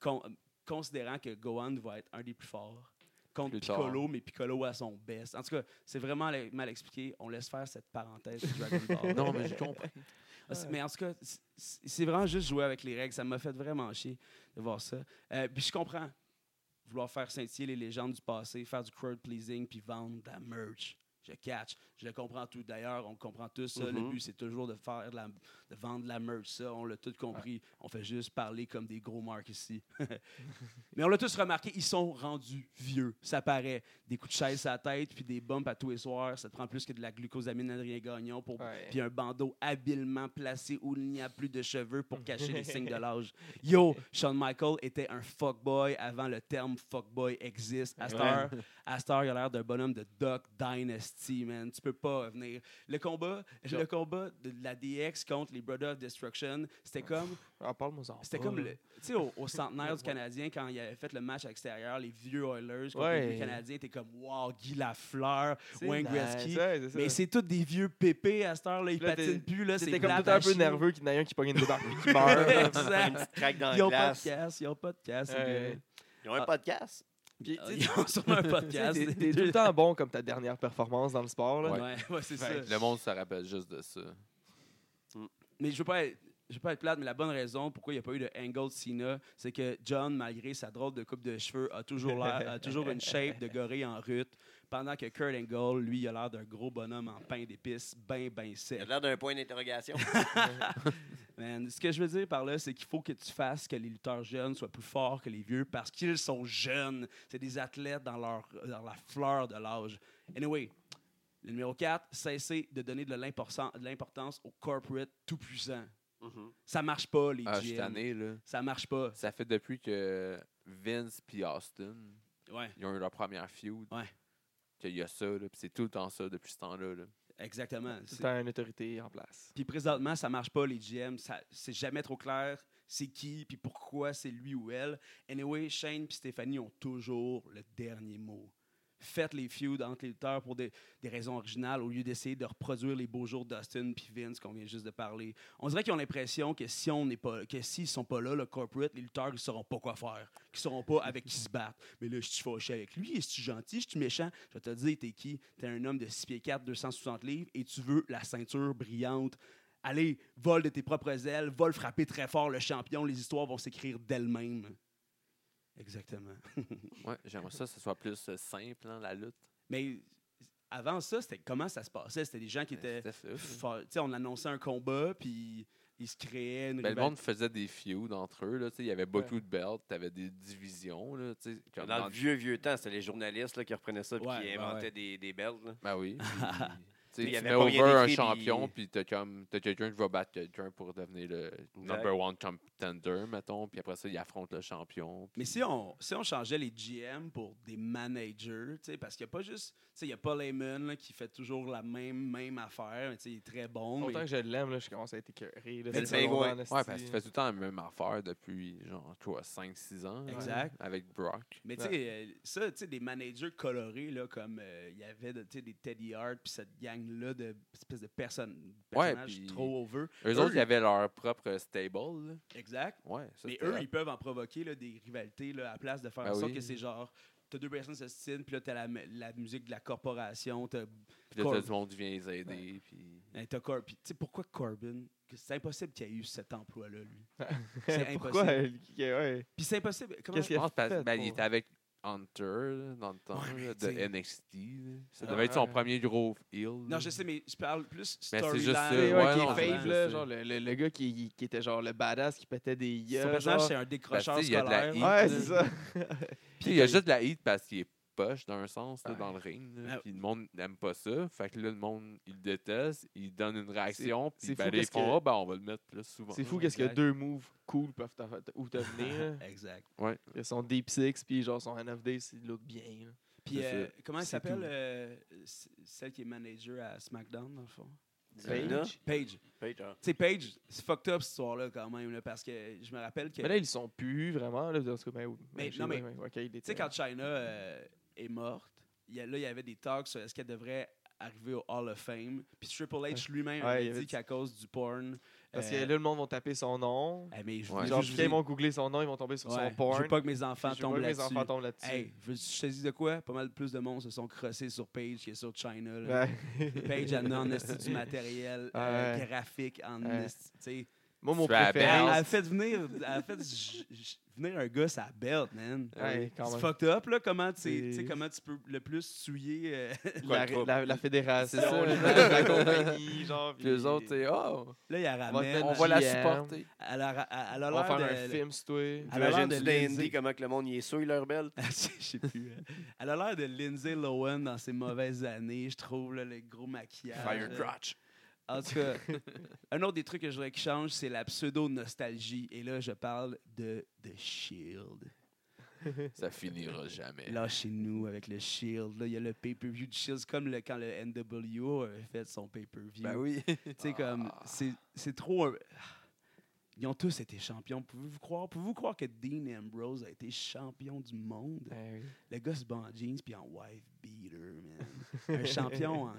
[SPEAKER 2] Con- considérant que Gohan va être un des plus forts, contre
[SPEAKER 4] Plus tard.
[SPEAKER 2] Piccolo, mais Piccolo à son best. En tout cas, c'est vraiment le- mal expliqué. On laisse faire cette parenthèse de Dragon Ball.
[SPEAKER 4] Non, mais j'ai compris.
[SPEAKER 2] Ah, c'est- Mais en tout cas, c- c- c'est vraiment juste jouer avec les règles. Ça m'a fait vraiment chier de voir ça. Euh, puis je comprends. Vouloir faire scintiller les légendes du passé, faire du crowd pleasing, puis vendre de la merch. Je catch. Je le comprends tout. D'ailleurs, on comprend tous ça. Le
[SPEAKER 1] Mhm.
[SPEAKER 2] but, c'est toujours de faire de, la- de vendre de la merch. Ça, on l'a tout compris. On fait juste parler comme des gros marques ici. Mais on l'a tous remarqué, ils sont rendus vieux. Ça paraît. Des coups de chaise à la tête, puis des bumps à tous les soirs. Ça te prend plus que de la glucosamine Adrien Gagnon pour
[SPEAKER 3] Ouais.
[SPEAKER 2] puis un bandeau habilement placé où il n'y a plus de cheveux pour cacher les signes de l'âge. Yo, Shawn Michael était un fuckboy avant le terme fuckboy existe. À cette heure, à cette heure, il a l'air d'un bonhomme de Duck Dynasty, man. Tu peux pas venir. Le combat, le combat de la DX contre les Brothers of Destruction, c'était comme
[SPEAKER 3] Ah, parle-moi ça.
[SPEAKER 2] c'était comme le, tu sais, au, au centenaire du Canadien, quand il avait fait le match à l'extérieur, les vieux Oilers contre les
[SPEAKER 3] Ouais.
[SPEAKER 2] vieux Canadiens, t'es comme, wow, Guy Lafleur, Wayne Gretzky. Mais
[SPEAKER 3] Mais c'est
[SPEAKER 2] c'est tous des vieux pépés à cette heure-là, ils
[SPEAKER 3] Là, t'es-
[SPEAKER 2] patinent plus, là, c'est
[SPEAKER 3] C'était comme
[SPEAKER 2] plate
[SPEAKER 3] tout un
[SPEAKER 2] à
[SPEAKER 3] peu
[SPEAKER 2] chier.
[SPEAKER 3] nerveux qu'il y en ait un qui pogne une débarque et qui meurt. là.
[SPEAKER 2] exact.
[SPEAKER 1] Craque dans
[SPEAKER 2] Ils
[SPEAKER 1] la
[SPEAKER 2] ont pas de
[SPEAKER 1] glace.
[SPEAKER 2] casse, ils ont pas de casse. ces
[SPEAKER 3] Ouais.
[SPEAKER 2] gars-là.
[SPEAKER 1] Ils ont un
[SPEAKER 2] Ah.
[SPEAKER 1] podcast.
[SPEAKER 3] Puis, tu sais,
[SPEAKER 2] Ils ont sûrement un
[SPEAKER 3] tu sais,
[SPEAKER 2] podcast.
[SPEAKER 3] T'es t'es tout le temps bon comme ta dernière performance dans le sport. Là.
[SPEAKER 2] Ouais, ouais, c'est ça.
[SPEAKER 4] Le monde se rappelle juste de ça.
[SPEAKER 2] Mais je veux pas être. Je veux pas être plate, mais la bonne raison pourquoi il n'y a pas eu de Angle Cena, c'est que John, malgré sa drôle de coupe de cheveux, a toujours, l'air- a toujours une shape de gorille en rut, pendant que Kurt Angle, lui, il a l'air d'un gros bonhomme en pain d'épices, ben, ben
[SPEAKER 1] Il a
[SPEAKER 2] sec.
[SPEAKER 1] l'air d'un point d'interrogation.
[SPEAKER 2] Man, ce que je veux dire par là, c'est qu'il faut que tu fasses que les lutteurs jeunes soient plus forts que les vieux parce qu'ils sont jeunes. C'est des athlètes dans, leur, dans la fleur de l'âge. Anyway, le numéro 4, cessez de donner de l'importan- de l'importance aux corporate tout-puissants.
[SPEAKER 1] Mhm.
[SPEAKER 2] Ça marche pas, les
[SPEAKER 4] Ah, je suis
[SPEAKER 2] gyms.
[SPEAKER 4] tanné, là.
[SPEAKER 2] Ça marche pas.
[SPEAKER 4] Ça fait depuis que Vince puis Austin,
[SPEAKER 2] Ouais,
[SPEAKER 4] ils ont eu leur première feud.
[SPEAKER 2] Ouais.
[SPEAKER 4] Qu'il y a ça, là, puis c'est tout le temps ça depuis ce temps-là. là.
[SPEAKER 2] exactement.
[SPEAKER 3] Tout
[SPEAKER 2] C'est-
[SPEAKER 3] le temps une autorité en place.
[SPEAKER 2] Puis présentement, ça marche pas, les GM. Ça- C'est jamais trop clair c'est qui, puis pourquoi c'est lui ou elle. Anyway, Shane puis Stéphanie ont toujours le dernier mot. Faites les feuds entre les lutteurs pour des, des raisons originales au lieu d'essayer de reproduire les beaux jours d'Austin puis Vince qu'on vient juste de parler. On dirait qu'ils ont l'impression que si on n'est pas, que s'ils sont pas là, le corporate, les lutteurs, ils sauront pas quoi faire, qu'ils sauront pas avec qui se battre. Mais là, je suis fâché avec lui, est-ce tu gentil, je suis méchant. Je vais te dire, t'es qui T'es un homme de 6 pieds 4, 260 livres et tu veux la ceinture brillante. Allez, vole de tes propres ailes, vole frapper très fort le champion, les histoires vont s'écrire d'elles-mêmes. Exactement.
[SPEAKER 4] Ouais, j'aimerais ça que ce soit plus euh, simple, hein, la lutte.
[SPEAKER 2] Mais avant ça, c'était comment ça se passait? C'était des gens qui étaient.
[SPEAKER 4] Ben, C'était euh, fluide.
[SPEAKER 2] fa- tu sais, on annonçait un combat, puis ils se créaient une.
[SPEAKER 4] Ben, le
[SPEAKER 2] rivalité.
[SPEAKER 4] monde faisait des feuds entre eux. Là, tu sais, il y avait beaucoup de belts, tu avais des divisions. Là, tu sais, comme
[SPEAKER 1] Dans
[SPEAKER 4] dans-
[SPEAKER 1] le vieux, vieux temps, c'était les journalistes là, qui reprenaient ça et
[SPEAKER 2] Ouais,
[SPEAKER 1] qui
[SPEAKER 2] ouais,
[SPEAKER 1] inventaient
[SPEAKER 2] ouais.
[SPEAKER 1] des, des belts. là.
[SPEAKER 4] Ben oui. puis, tu sais,
[SPEAKER 1] Il y
[SPEAKER 4] tu
[SPEAKER 1] avait
[SPEAKER 4] mets
[SPEAKER 1] pas rien
[SPEAKER 4] over un
[SPEAKER 1] d'écrit,
[SPEAKER 4] champion, puis t'as comme t'as quelqu'un qui va battre quelqu'un pour devenir le number one contender, mettons, puis après ça, il affronte le champion.
[SPEAKER 2] Mais si on, si on changeait les GM pour des managers, tu sais, parce qu'il n'y a pas juste. tu sais, Il y a Paul Heyman là, qui fait toujours la même, même affaire. mais tu sais, Il est très bon.
[SPEAKER 3] Autant
[SPEAKER 2] mais-
[SPEAKER 3] que je l'aime, là, je commence à être écœuré. là,
[SPEAKER 1] Mais
[SPEAKER 3] c'est
[SPEAKER 1] c'est
[SPEAKER 3] long,
[SPEAKER 1] vrai.
[SPEAKER 3] en esti.
[SPEAKER 4] Ouais, parce que tu fais tout le temps la même affaire depuis, genre, quoi, 5-6 ans. là,
[SPEAKER 2] Exact.
[SPEAKER 4] Avec Brock.
[SPEAKER 2] Mais tu sais, euh, ça, tu sais, des managers colorés, là, comme euh, il y avait de- tu sais, des Teddy Hart, puis cette gang-là de espèce de personnes,
[SPEAKER 4] Ouais,
[SPEAKER 2] personnages
[SPEAKER 4] puis-
[SPEAKER 2] trop over.
[SPEAKER 4] Eux autres, ils avaient leur propre stable. là.
[SPEAKER 2] Exact.
[SPEAKER 4] Ouais, ça,
[SPEAKER 2] Mais
[SPEAKER 4] c'était
[SPEAKER 2] eux,
[SPEAKER 4] hot.
[SPEAKER 2] ils peuvent en provoquer là, des rivalités là, à place de faire
[SPEAKER 4] Ben
[SPEAKER 2] en sorte
[SPEAKER 4] oui.
[SPEAKER 2] que c'est genre, t'as deux personnes qui s'ostinent, puis là, t'as la, mu- la musique de la corporation, t'as
[SPEAKER 4] Puis là, t'as
[SPEAKER 2] Cor-
[SPEAKER 4] du monde qui vient les aider. Puis...
[SPEAKER 2] Hey, t'as Cor- puis, tu sais pourquoi Corbin que C'est impossible qu'il ait eu cet emploi-là, lui.
[SPEAKER 3] Ouais.
[SPEAKER 2] C'est
[SPEAKER 3] Pourquoi?
[SPEAKER 2] impossible.
[SPEAKER 3] elle- qui- ouais.
[SPEAKER 2] Puis c'est impossible. Comment-
[SPEAKER 3] Qu'est-ce
[SPEAKER 4] Je
[SPEAKER 3] qu'il a
[SPEAKER 4] pense parce
[SPEAKER 3] fait
[SPEAKER 4] ben, il
[SPEAKER 3] pour-
[SPEAKER 4] était avec Hunter là, dans le temps
[SPEAKER 2] Ouais, mais
[SPEAKER 4] là,
[SPEAKER 2] tu sais-
[SPEAKER 4] de NXT. là. Ça
[SPEAKER 3] Ah,
[SPEAKER 4] devait être son
[SPEAKER 3] ouais.
[SPEAKER 4] premier gros heel.
[SPEAKER 2] Non,
[SPEAKER 4] là.
[SPEAKER 2] je sais, mais je parle plus
[SPEAKER 4] Mais Ben, c'est
[SPEAKER 2] storyline.
[SPEAKER 4] juste ça,
[SPEAKER 3] Tu sais,
[SPEAKER 4] ouais,
[SPEAKER 3] ouais, qui est
[SPEAKER 4] non,
[SPEAKER 2] c'est
[SPEAKER 3] fave,
[SPEAKER 2] vrai,
[SPEAKER 3] là,
[SPEAKER 4] c'est-
[SPEAKER 3] genre le, le- le gars qui, qui était genre le badass qui pétait des
[SPEAKER 2] Son
[SPEAKER 3] yeux.
[SPEAKER 2] personnage, c'est un décrocheur
[SPEAKER 4] Ben, tu sais, il y a de la
[SPEAKER 2] scolaire.
[SPEAKER 4] hype,
[SPEAKER 3] Ouais, c'est ça.
[SPEAKER 4] Puis il y a juste de la hate parce qu'il est poche d'un sens là, dans le ring. là.
[SPEAKER 2] Ah.
[SPEAKER 4] Puis le monde n'aime pas ça. Fait que là, le monde, il le déteste. Il donne une réaction.
[SPEAKER 3] c'est
[SPEAKER 4] Puis ben,
[SPEAKER 3] fou
[SPEAKER 4] là, ils
[SPEAKER 3] qu'est-ce
[SPEAKER 4] font
[SPEAKER 3] que-
[SPEAKER 4] Ah, ben, on va le mettre plus souvent.
[SPEAKER 3] C'est fou
[SPEAKER 4] Ouais,
[SPEAKER 3] qu'est-ce que
[SPEAKER 4] exact.
[SPEAKER 3] deux moves cool peuvent te, ou te venir. là.
[SPEAKER 2] Exact.
[SPEAKER 3] Il y a son Deep Six, puis genre son NFD, c'est l'autre bien. là.
[SPEAKER 2] Puis
[SPEAKER 4] C'est
[SPEAKER 2] euh,
[SPEAKER 4] ça.
[SPEAKER 2] comment elle
[SPEAKER 3] C'est
[SPEAKER 2] s'appelle
[SPEAKER 3] tout.
[SPEAKER 2] euh, c- celle qui est manager à SmackDown, dans le fond
[SPEAKER 1] Zelina?
[SPEAKER 2] Paige. Tu
[SPEAKER 1] Page, hein.
[SPEAKER 2] sais, Paige, c'est fucked up cette histoire-là quand même, là, parce que je me rappelle que.
[SPEAKER 3] Mais là, ils sont plus vraiment. Là, parce que, ben, oui,
[SPEAKER 2] Mais
[SPEAKER 3] je
[SPEAKER 2] non,
[SPEAKER 3] sais
[SPEAKER 2] mais-
[SPEAKER 3] pas, ouais, ok, il
[SPEAKER 2] Tu
[SPEAKER 3] était-
[SPEAKER 2] sais,
[SPEAKER 3] euh,
[SPEAKER 2] quand China est morte, il y a- là, il y avait des talks sur est-ce qu'elle devrait arriver au Hall of Fame. Puis Triple H
[SPEAKER 3] Ouais, il
[SPEAKER 2] lui-même
[SPEAKER 3] y
[SPEAKER 2] avait
[SPEAKER 3] avait
[SPEAKER 2] dit
[SPEAKER 3] dit-
[SPEAKER 2] qu'à cause du porn.
[SPEAKER 3] Parce que
[SPEAKER 2] euh,
[SPEAKER 3] là, le monde va taper son nom.
[SPEAKER 2] eh, mais je
[SPEAKER 4] Ouais.
[SPEAKER 2] veux-
[SPEAKER 3] Genre,
[SPEAKER 2] je veux-
[SPEAKER 3] quand ils vont googler son nom, ils vont tomber sur
[SPEAKER 2] Ouais,
[SPEAKER 3] son porn.
[SPEAKER 2] Je veux pas que mes enfants
[SPEAKER 3] puis je veux
[SPEAKER 2] tombent
[SPEAKER 3] pas que mes
[SPEAKER 2] là-dessus.
[SPEAKER 3] enfants tombent là-dessus.
[SPEAKER 2] Hey, veux je te dis de quoi? Pas mal plus de monde se sont crossés sur Page que sur China.
[SPEAKER 3] Ben,
[SPEAKER 2] là.
[SPEAKER 3] Ouais.
[SPEAKER 2] Page en en esti du matériel euh,
[SPEAKER 3] Ouais.
[SPEAKER 2] graphique en
[SPEAKER 3] Ouais.
[SPEAKER 2] esti, tu sais.
[SPEAKER 3] Moi, mon
[SPEAKER 4] Tu fais la
[SPEAKER 2] Elle,
[SPEAKER 3] préféré.
[SPEAKER 4] belle.
[SPEAKER 2] a fait venir, elle a fait j- j- venir un gars sa belt, man.
[SPEAKER 3] Ouais, quand
[SPEAKER 2] Ah C'est
[SPEAKER 3] même.
[SPEAKER 2] fucked up, là, comment, tu sais-
[SPEAKER 3] C'est-
[SPEAKER 2] tu sais, comment tu peux le plus souiller. euh,
[SPEAKER 3] La,
[SPEAKER 1] trouble.
[SPEAKER 3] la, la fédération,
[SPEAKER 4] C'est ça.
[SPEAKER 3] la, la compagnie, genre.
[SPEAKER 4] Puis eux autres, c'est Oh,
[SPEAKER 2] là, il la
[SPEAKER 3] On va te
[SPEAKER 2] ramène.
[SPEAKER 3] mettre
[SPEAKER 4] on va la
[SPEAKER 3] GM.
[SPEAKER 4] supporter.
[SPEAKER 2] Elle a ra- elle a
[SPEAKER 3] on va
[SPEAKER 2] l'air
[SPEAKER 3] faire un
[SPEAKER 2] de. Ah.
[SPEAKER 3] film, c'est toi.
[SPEAKER 2] Elle a l'air
[SPEAKER 1] Imagine
[SPEAKER 2] de
[SPEAKER 1] sur l'Indy,
[SPEAKER 2] Lindsay.
[SPEAKER 1] comment que le monde y est souille leur belle.
[SPEAKER 2] Je sais plus. hein. Elle a l'air de Lindsay Lohan dans ses mauvaises années, je trouve, là, le gros maquillage.
[SPEAKER 1] Fire
[SPEAKER 2] là.
[SPEAKER 1] crotch.
[SPEAKER 2] En tout cas, un autre des trucs que je voudrais qui change, c'est la pseudo-nostalgie. Et là, je parle de The Shield.
[SPEAKER 4] Ça finira jamais.
[SPEAKER 2] Là, chez nous, avec le Shield, là, il y a le pay-per-view du Shield. C'est comme le, quand le NWO avait fait son pay-per-view.
[SPEAKER 4] Ben oui. Ah.
[SPEAKER 2] Tu sais, comme, c'est- c'est trop. un- Ils ont tous été champions. Pouvez-vous croire, pouvez croire que Dean Ambrose a été champion du monde?
[SPEAKER 3] Ben
[SPEAKER 2] Le gars se bat en jeans puis en wife beater, man. Un champion en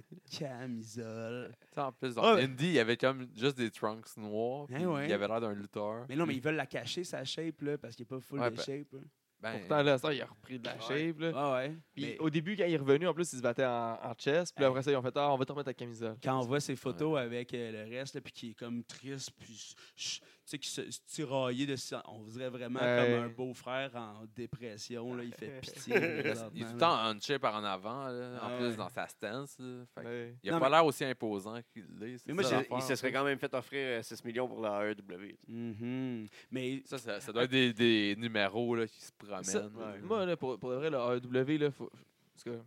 [SPEAKER 2] camisole.
[SPEAKER 4] en plus, dans
[SPEAKER 2] Ah, ouais.
[SPEAKER 4] Indy, il y avait comme juste des trunks noirs.
[SPEAKER 2] Hein,
[SPEAKER 4] puis
[SPEAKER 2] ouais.
[SPEAKER 4] Il avait l'air d'un lutteur.
[SPEAKER 2] Mais non, mais ils veulent la cacher, sa shape, là, parce qu'il n'est pas full
[SPEAKER 4] Ouais,
[SPEAKER 2] de
[SPEAKER 4] ben-
[SPEAKER 2] shape. hein.
[SPEAKER 4] Ben,
[SPEAKER 3] Pourtant, là, ça, il a repris de la shape. Là.
[SPEAKER 2] Ah ouais.
[SPEAKER 3] Puis
[SPEAKER 2] Mais
[SPEAKER 3] au début, quand il est revenu, en plus, il se battait en, en chest. Puis là, après ça, ils ont fait Ah, on va te remettre ta camisole.
[SPEAKER 2] quand on voit ses photos avec euh, le reste, là, puis qui est comme triste, puis ch- ch- tu sais, qui se, se tiraillait de ça, on dirait vraiment
[SPEAKER 3] Ouais.
[SPEAKER 2] comme un beau-frère en dépression, là, il fait pitié. présentement,
[SPEAKER 4] il est tout
[SPEAKER 2] là.
[SPEAKER 4] le temps hunché par en avant, là, en
[SPEAKER 2] Ah,
[SPEAKER 4] plus
[SPEAKER 2] ouais.
[SPEAKER 4] dans sa stance. là. Fait que
[SPEAKER 3] Ouais.
[SPEAKER 4] Il a
[SPEAKER 2] Non,
[SPEAKER 4] pas
[SPEAKER 2] mais-
[SPEAKER 4] l'air aussi imposant qu'il l'est. c'est
[SPEAKER 2] Mais moi,
[SPEAKER 4] ça
[SPEAKER 2] j'ai-
[SPEAKER 4] l'affaire,
[SPEAKER 1] il se serait
[SPEAKER 4] en fait.
[SPEAKER 1] quand même fait offrir euh, 6 millions pour la AEW.
[SPEAKER 2] Mhm. Mais
[SPEAKER 4] Ça, ça, ça doit être des, des numéros là, qui se promènent.
[SPEAKER 3] Ça,
[SPEAKER 4] là.
[SPEAKER 3] Moi, là, pour, pour de vrai, le AEW, là, faut. Parce que.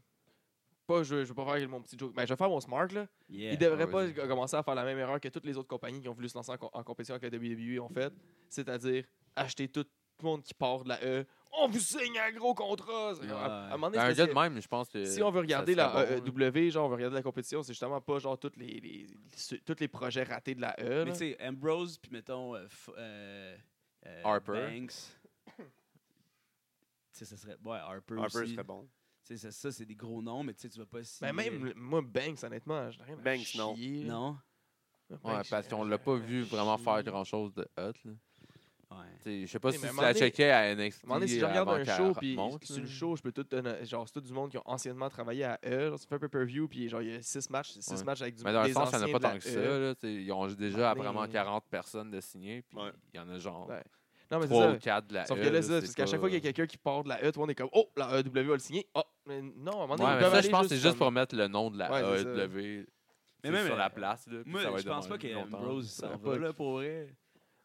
[SPEAKER 3] Pas, je, je veux pas faire mon petit joke. Mais je vais faire mon smart, là.
[SPEAKER 2] yeah.
[SPEAKER 3] Ils devraient
[SPEAKER 4] Ah,
[SPEAKER 3] pas
[SPEAKER 4] vas-y.
[SPEAKER 3] g- commencer à faire la même erreur que toutes les autres compagnies qui ont voulu se lancer en, co- en compétition avec la WWE ont fait, c'est-à-dire acheter tout le monde qui part de la E. On vous signe un gros contrat. C'est- À, à un moment donné,
[SPEAKER 4] Ben, un
[SPEAKER 3] c'est
[SPEAKER 4] gars
[SPEAKER 3] parce
[SPEAKER 4] de
[SPEAKER 3] que
[SPEAKER 4] même, je pense que.
[SPEAKER 3] si on veut
[SPEAKER 4] ça
[SPEAKER 3] regarder
[SPEAKER 4] serait
[SPEAKER 3] la euh, E
[SPEAKER 4] bon, hein. là.
[SPEAKER 3] W, genre on veut regarder la compétition, c'est justement pas genre toutes les, les- su- tous les projets ratés de la E.
[SPEAKER 2] Mais
[SPEAKER 3] là.
[SPEAKER 2] tu sais, Ambrose, puis mettons euh, f- euh, euh,
[SPEAKER 4] Harper.
[SPEAKER 2] Banks. Tu sais, ça serait. Ouais, Harper.
[SPEAKER 1] Harper
[SPEAKER 2] aussi.
[SPEAKER 1] serait bon.
[SPEAKER 2] Tu sais, ça, ça, c'est des gros noms, mais tu sais, tu vas pas si.
[SPEAKER 3] Ben, même le- moi, Banks, honnêtement, je n'ai rien à
[SPEAKER 1] Banks, non.
[SPEAKER 3] chier, là.
[SPEAKER 2] Non.
[SPEAKER 4] Ouais,
[SPEAKER 3] Banks,
[SPEAKER 4] parce qu'on
[SPEAKER 3] j'ai-
[SPEAKER 4] l'a pas vu vraiment faire grand chose de hot. là.
[SPEAKER 2] Ouais.
[SPEAKER 4] Tu sais, Je sais pas
[SPEAKER 3] Mais
[SPEAKER 4] si
[SPEAKER 3] à un
[SPEAKER 4] tu
[SPEAKER 3] moment
[SPEAKER 4] la
[SPEAKER 3] donné-
[SPEAKER 4] checkais à NXT.
[SPEAKER 3] À un moment donné, si je
[SPEAKER 4] euh,
[SPEAKER 3] regarde
[SPEAKER 4] avant
[SPEAKER 3] un
[SPEAKER 4] qu'elle
[SPEAKER 3] show, puis
[SPEAKER 4] remonte,
[SPEAKER 3] sur le
[SPEAKER 4] là.
[SPEAKER 3] show, je peux tout. donner- Genre, c'est tout du monde qui ont anciennement travaillé à E. Genre, tu fais un pay-per-view, puis genre, il y a six matchs, c'est six
[SPEAKER 4] Ouais.
[SPEAKER 3] matchs avec du
[SPEAKER 4] Mais dans le
[SPEAKER 3] des
[SPEAKER 4] sens, il n'y en
[SPEAKER 3] anciens
[SPEAKER 4] a pas
[SPEAKER 3] de la
[SPEAKER 4] tant que
[SPEAKER 3] E.
[SPEAKER 4] ça. là, tu sais, Ils ont déjà
[SPEAKER 3] Mais-
[SPEAKER 4] vraiment 40 personnes de signées, puis
[SPEAKER 1] Ouais.
[SPEAKER 4] il y en a genre
[SPEAKER 3] Ouais. Non, mais c'est
[SPEAKER 4] 3
[SPEAKER 3] ça.
[SPEAKER 4] ou 4 de la
[SPEAKER 3] Sauf
[SPEAKER 4] E,
[SPEAKER 3] que là, c'est ça,
[SPEAKER 4] c'est
[SPEAKER 3] parce qu'à
[SPEAKER 4] pas-
[SPEAKER 3] chaque fois qu'il y a quelqu'un qui part de la E, tout le monde est comme Oh, la EW va le signer. Ah, mais non, à un moment donné,
[SPEAKER 4] Ouais,
[SPEAKER 3] ils
[SPEAKER 4] mais
[SPEAKER 3] peuvent
[SPEAKER 4] ça,
[SPEAKER 3] aller
[SPEAKER 4] je pense que c'est juste
[SPEAKER 3] comme-
[SPEAKER 4] pour mettre le nom de la
[SPEAKER 3] Ouais, c'est ça.
[SPEAKER 4] AEW
[SPEAKER 2] Mais
[SPEAKER 4] c'est
[SPEAKER 2] même,
[SPEAKER 4] sur
[SPEAKER 2] euh,
[SPEAKER 4] la place. Là, puis ça va
[SPEAKER 2] Moi,
[SPEAKER 4] être
[SPEAKER 2] je
[SPEAKER 4] de
[SPEAKER 2] pense
[SPEAKER 4] même
[SPEAKER 2] pas qu'Ambrose
[SPEAKER 4] longtemps.
[SPEAKER 2] Ambrose
[SPEAKER 3] Ça va
[SPEAKER 2] s'en
[SPEAKER 3] pas.
[SPEAKER 2] va là pour vrai.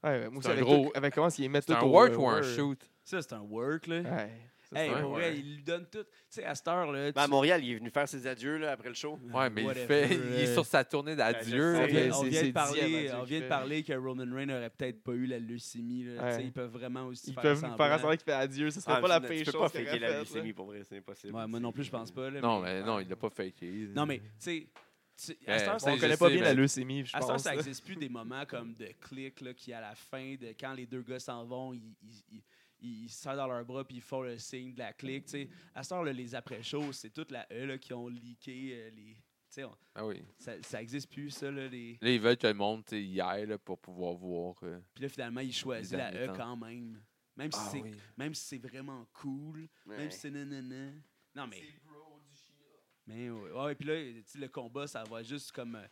[SPEAKER 3] Ouais, ouais, moi aussi,
[SPEAKER 4] un
[SPEAKER 3] avec,
[SPEAKER 4] gros-
[SPEAKER 3] tout- avec comment ils mettent
[SPEAKER 4] C'est
[SPEAKER 3] tout
[SPEAKER 4] un
[SPEAKER 3] au-
[SPEAKER 4] work
[SPEAKER 3] euh,
[SPEAKER 4] ou un
[SPEAKER 3] word.
[SPEAKER 4] shoot?
[SPEAKER 2] Ça, c'est un work, là.
[SPEAKER 3] Ouais. ça,
[SPEAKER 2] hey,
[SPEAKER 3] c'est un
[SPEAKER 2] pour
[SPEAKER 4] ouais.
[SPEAKER 2] vrai, il lui donne tout. Tu sais, à cette heure-là.
[SPEAKER 1] Ben, à
[SPEAKER 2] tu-
[SPEAKER 1] Montréal, il est venu faire ses adieux là, après le show.
[SPEAKER 4] Ouais, mais il,
[SPEAKER 2] Whatever,
[SPEAKER 4] fait, il est
[SPEAKER 2] euh,
[SPEAKER 4] sur sa tournée d'adieu.
[SPEAKER 2] on
[SPEAKER 1] c'est-
[SPEAKER 2] vient,
[SPEAKER 3] c'est-
[SPEAKER 2] on vient
[SPEAKER 3] c'est
[SPEAKER 2] de parler,
[SPEAKER 3] dixième, hein,
[SPEAKER 2] on
[SPEAKER 3] tu
[SPEAKER 2] vient de
[SPEAKER 3] fais.
[SPEAKER 2] parler que Roman Reigns aurait peut-être pas eu la leucémie. Là.
[SPEAKER 3] Ouais.
[SPEAKER 2] Tu sais, Ils peuvent vraiment aussi
[SPEAKER 3] Ils
[SPEAKER 2] faire
[SPEAKER 3] peuvent
[SPEAKER 2] semblant.
[SPEAKER 3] faire à savoir qu'il fait adieu, ça serait
[SPEAKER 1] Ah,
[SPEAKER 3] pas la
[SPEAKER 1] tu
[SPEAKER 3] pire
[SPEAKER 1] peux pas
[SPEAKER 3] chose qu'il
[SPEAKER 1] faker
[SPEAKER 3] aurait
[SPEAKER 1] la
[SPEAKER 3] faite, là.
[SPEAKER 1] leucémie, pour vrai, c'est impossible.
[SPEAKER 2] Ouais, moi non plus, je pense pas. Là,
[SPEAKER 4] Non, mais non, il l'a pas faké.
[SPEAKER 2] Non, mais, tu sais, tu-
[SPEAKER 4] Eh,
[SPEAKER 2] à cette heure,
[SPEAKER 4] bon,
[SPEAKER 2] ça
[SPEAKER 3] On
[SPEAKER 4] je
[SPEAKER 3] connaît
[SPEAKER 4] sais,
[SPEAKER 3] pas bien
[SPEAKER 4] mais-
[SPEAKER 3] la leucémie, je
[SPEAKER 2] À ça,
[SPEAKER 3] pense.
[SPEAKER 2] ça
[SPEAKER 3] là.
[SPEAKER 2] n'existe plus des moments comme de clic là, qui, à la fin, de quand les deux gars s'en vont, ils, ils, ils- ils se serrent dans leurs bras puis ils font le signe de la clique. tu sais. À ça, là, les après-shows, c'est toute la E là, qui ont leaké. euh, les, tu sais, on-
[SPEAKER 4] Ah oui.
[SPEAKER 2] ça n'existe plus, ça. Là, les...
[SPEAKER 4] Là, ils veulent que le monde tu sais, y aille là, pour pouvoir voir. euh,
[SPEAKER 2] Puis là, finalement, ils choisissent
[SPEAKER 4] Les
[SPEAKER 2] la
[SPEAKER 4] derniers
[SPEAKER 2] E
[SPEAKER 4] temps.
[SPEAKER 2] quand même. Même si
[SPEAKER 4] ah
[SPEAKER 2] c'est
[SPEAKER 4] oui.
[SPEAKER 2] même si c'est vraiment cool,
[SPEAKER 1] Ouais.
[SPEAKER 2] même si c'est nanana. Non, mais. Mais ouais. Ouais, puis là, tu sais, le combat, ça va juste comme. euh,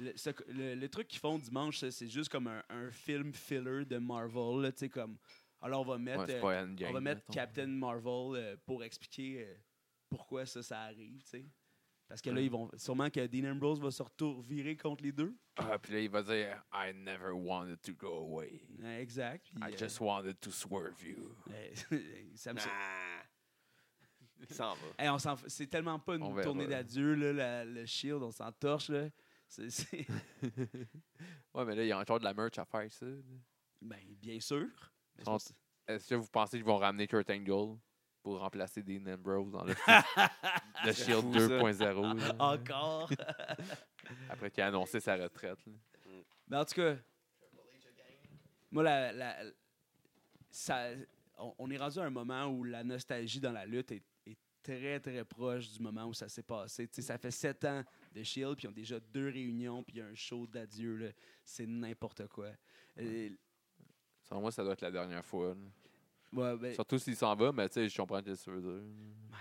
[SPEAKER 2] Le, ce- le- le truc qu'ils font dimanche, ça, c'est juste comme un, un film filler de Marvel. là, Tu sais, comme. Alors, on va mettre,
[SPEAKER 4] Ouais, c'est
[SPEAKER 2] euh,
[SPEAKER 4] pas Endgame,
[SPEAKER 2] on va mettre
[SPEAKER 4] mettons.
[SPEAKER 2] Captain Marvel euh, pour expliquer euh, pourquoi ça, ça arrive. tu sais. Parce que là,
[SPEAKER 4] Ouais.
[SPEAKER 2] ils vont. Sûrement que Dean Ambrose va se retourner contre les deux.
[SPEAKER 4] Ah, puis là, il va dire I never wanted to go away.
[SPEAKER 2] Ouais, exact. puis,
[SPEAKER 4] I
[SPEAKER 2] euh,
[SPEAKER 4] just wanted to swerve you.
[SPEAKER 2] euh, ça me-
[SPEAKER 1] Nah. Il s'en va.
[SPEAKER 2] Hey, on s'en f- c'est tellement pas une
[SPEAKER 4] On verra.
[SPEAKER 2] tournée d'adieu, là, la- le Shield, on s'en torche. Là. C'est- c'est-
[SPEAKER 4] Ouais, mais là, il y a encore de la merch à faire, ça.
[SPEAKER 2] Ben, bien sûr. Mais
[SPEAKER 4] Sont-
[SPEAKER 2] c'est
[SPEAKER 4] Est-ce que vous pensez qu'ils vont ramener Kurt Angle pour remplacer Dean Ambrose dans le, le Shield
[SPEAKER 3] fou, ça. Ah,
[SPEAKER 4] 2.0
[SPEAKER 2] pas-
[SPEAKER 4] là,
[SPEAKER 2] Encore.
[SPEAKER 4] après qu'il a annoncé sa retraite? là.
[SPEAKER 2] Mais en tout cas, moi, la, la- ça, on, on est rendu à un moment où la nostalgie dans la lutte est, est très, très proche du moment où ça s'est passé. Tu sais, ça fait sept ans de Shield, puis ils ont déjà deux réunions, puis il y a un show d'adieu. là. C'est n'importe quoi. Euh,
[SPEAKER 4] Selon moi, ça doit être la dernière fois. là.
[SPEAKER 2] ouais, ben,
[SPEAKER 4] Surtout s'il s'en va, mais tu sais, je comprends ce que tu veux dire.
[SPEAKER 2] ben,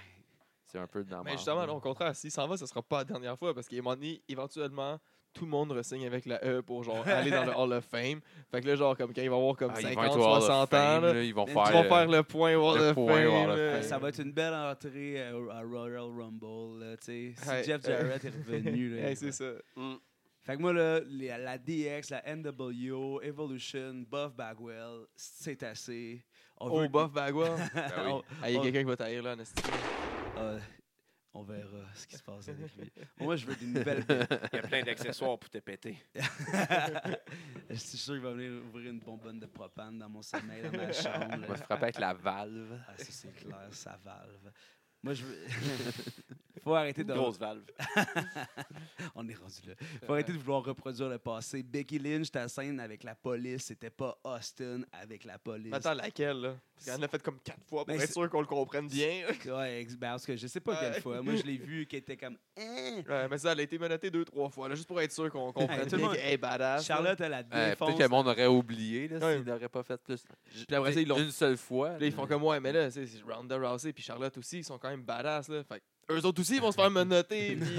[SPEAKER 4] C'est un peu de la
[SPEAKER 3] Mais
[SPEAKER 4] merde,
[SPEAKER 3] justement,
[SPEAKER 4] là.
[SPEAKER 3] non, au contraire, s'il s'en va, ce sera pas la dernière fois parce qu'à un moment donné, éventuellement, tout le monde ressigne avec la E pour genre aller dans le Hall of Fame. Fait que là, genre, comme quand il va avoir comme
[SPEAKER 4] Ah, ils vont
[SPEAKER 3] 50,
[SPEAKER 4] être au Hall of
[SPEAKER 3] 60 ans,
[SPEAKER 4] Fame,
[SPEAKER 3] là,
[SPEAKER 4] là, ils vont
[SPEAKER 2] Ils
[SPEAKER 4] faire,
[SPEAKER 3] ils vont
[SPEAKER 4] euh,
[SPEAKER 3] faire le point Hall
[SPEAKER 4] le
[SPEAKER 3] of
[SPEAKER 4] point Hall
[SPEAKER 3] Fame.
[SPEAKER 4] of Fame.
[SPEAKER 3] là.
[SPEAKER 2] Ouais, ça va être une belle entrée euh, à Royal Rumble. là, tu sais. si
[SPEAKER 3] Ouais,
[SPEAKER 2] Jeff
[SPEAKER 3] euh,
[SPEAKER 2] Jarrett est revenu. Là,
[SPEAKER 3] Ouais, c'est ça.
[SPEAKER 2] Fait que moi, là, les- la DX, la NWO, Evolution, Buff Bagwell, c'est assez. On
[SPEAKER 3] Au
[SPEAKER 2] veut-
[SPEAKER 3] Oh, buff bagua.
[SPEAKER 4] oui.
[SPEAKER 2] on,
[SPEAKER 3] Ah, il y a
[SPEAKER 2] on-
[SPEAKER 3] quelqu'un qui va taire là, en esti.
[SPEAKER 2] euh, on verra ce qui se passe avec lui. Moi, je veux des nouvelles bêtes.
[SPEAKER 1] Il y a plein d'accessoires pour te péter.
[SPEAKER 2] Je suis sûr qu'il va venir ouvrir une bonbonne de propane dans mon sommeil, dans ma chambre.
[SPEAKER 4] On
[SPEAKER 2] là.
[SPEAKER 4] va se frapper avec la valve.
[SPEAKER 2] Ah, ça, c'est clair, ça valve. Moi, je veux. Faut arrêter
[SPEAKER 1] Une
[SPEAKER 2] de.
[SPEAKER 1] grosse valve.
[SPEAKER 2] On est rendu là. Faut arrêter de vouloir reproduire le passé. Becky Lynch, ta scène avec la police, c'était pas Austin avec la police.
[SPEAKER 3] Mais attends, laquelle, là Parce qu'elle en a fait comme quatre fois pour
[SPEAKER 2] Ben,
[SPEAKER 3] être
[SPEAKER 2] c'est-
[SPEAKER 3] sûr qu'on le comprenne bien.
[SPEAKER 2] Ouais, ex- ben, parce que je sais pas quelle
[SPEAKER 3] Ouais.
[SPEAKER 2] fois. Moi, je l'ai vu qui était comme. Hein?
[SPEAKER 3] Ouais, mais ça, elle a été menotée deux, trois fois, là, juste pour être sûr qu'on comprenne
[SPEAKER 2] tout le
[SPEAKER 3] bien
[SPEAKER 2] monde-
[SPEAKER 3] qu'elle est badass. là.
[SPEAKER 2] Charlotte, elle a
[SPEAKER 4] Eh,
[SPEAKER 2] défonce.
[SPEAKER 4] Peut-être que le monde aurait oublié là,
[SPEAKER 3] Ouais.
[SPEAKER 4] s'il n'aurait pas fait plus.
[SPEAKER 3] Puis après ça, ils l'ont
[SPEAKER 4] Une seule fois.
[SPEAKER 3] Puis Là, ils font comme ouais, mais là, tu sais, c'est Ronda Rousey puis Charlotte aussi, ils sont quand même badass là. Fait que eux autres aussi ils vont se faire menotter. puis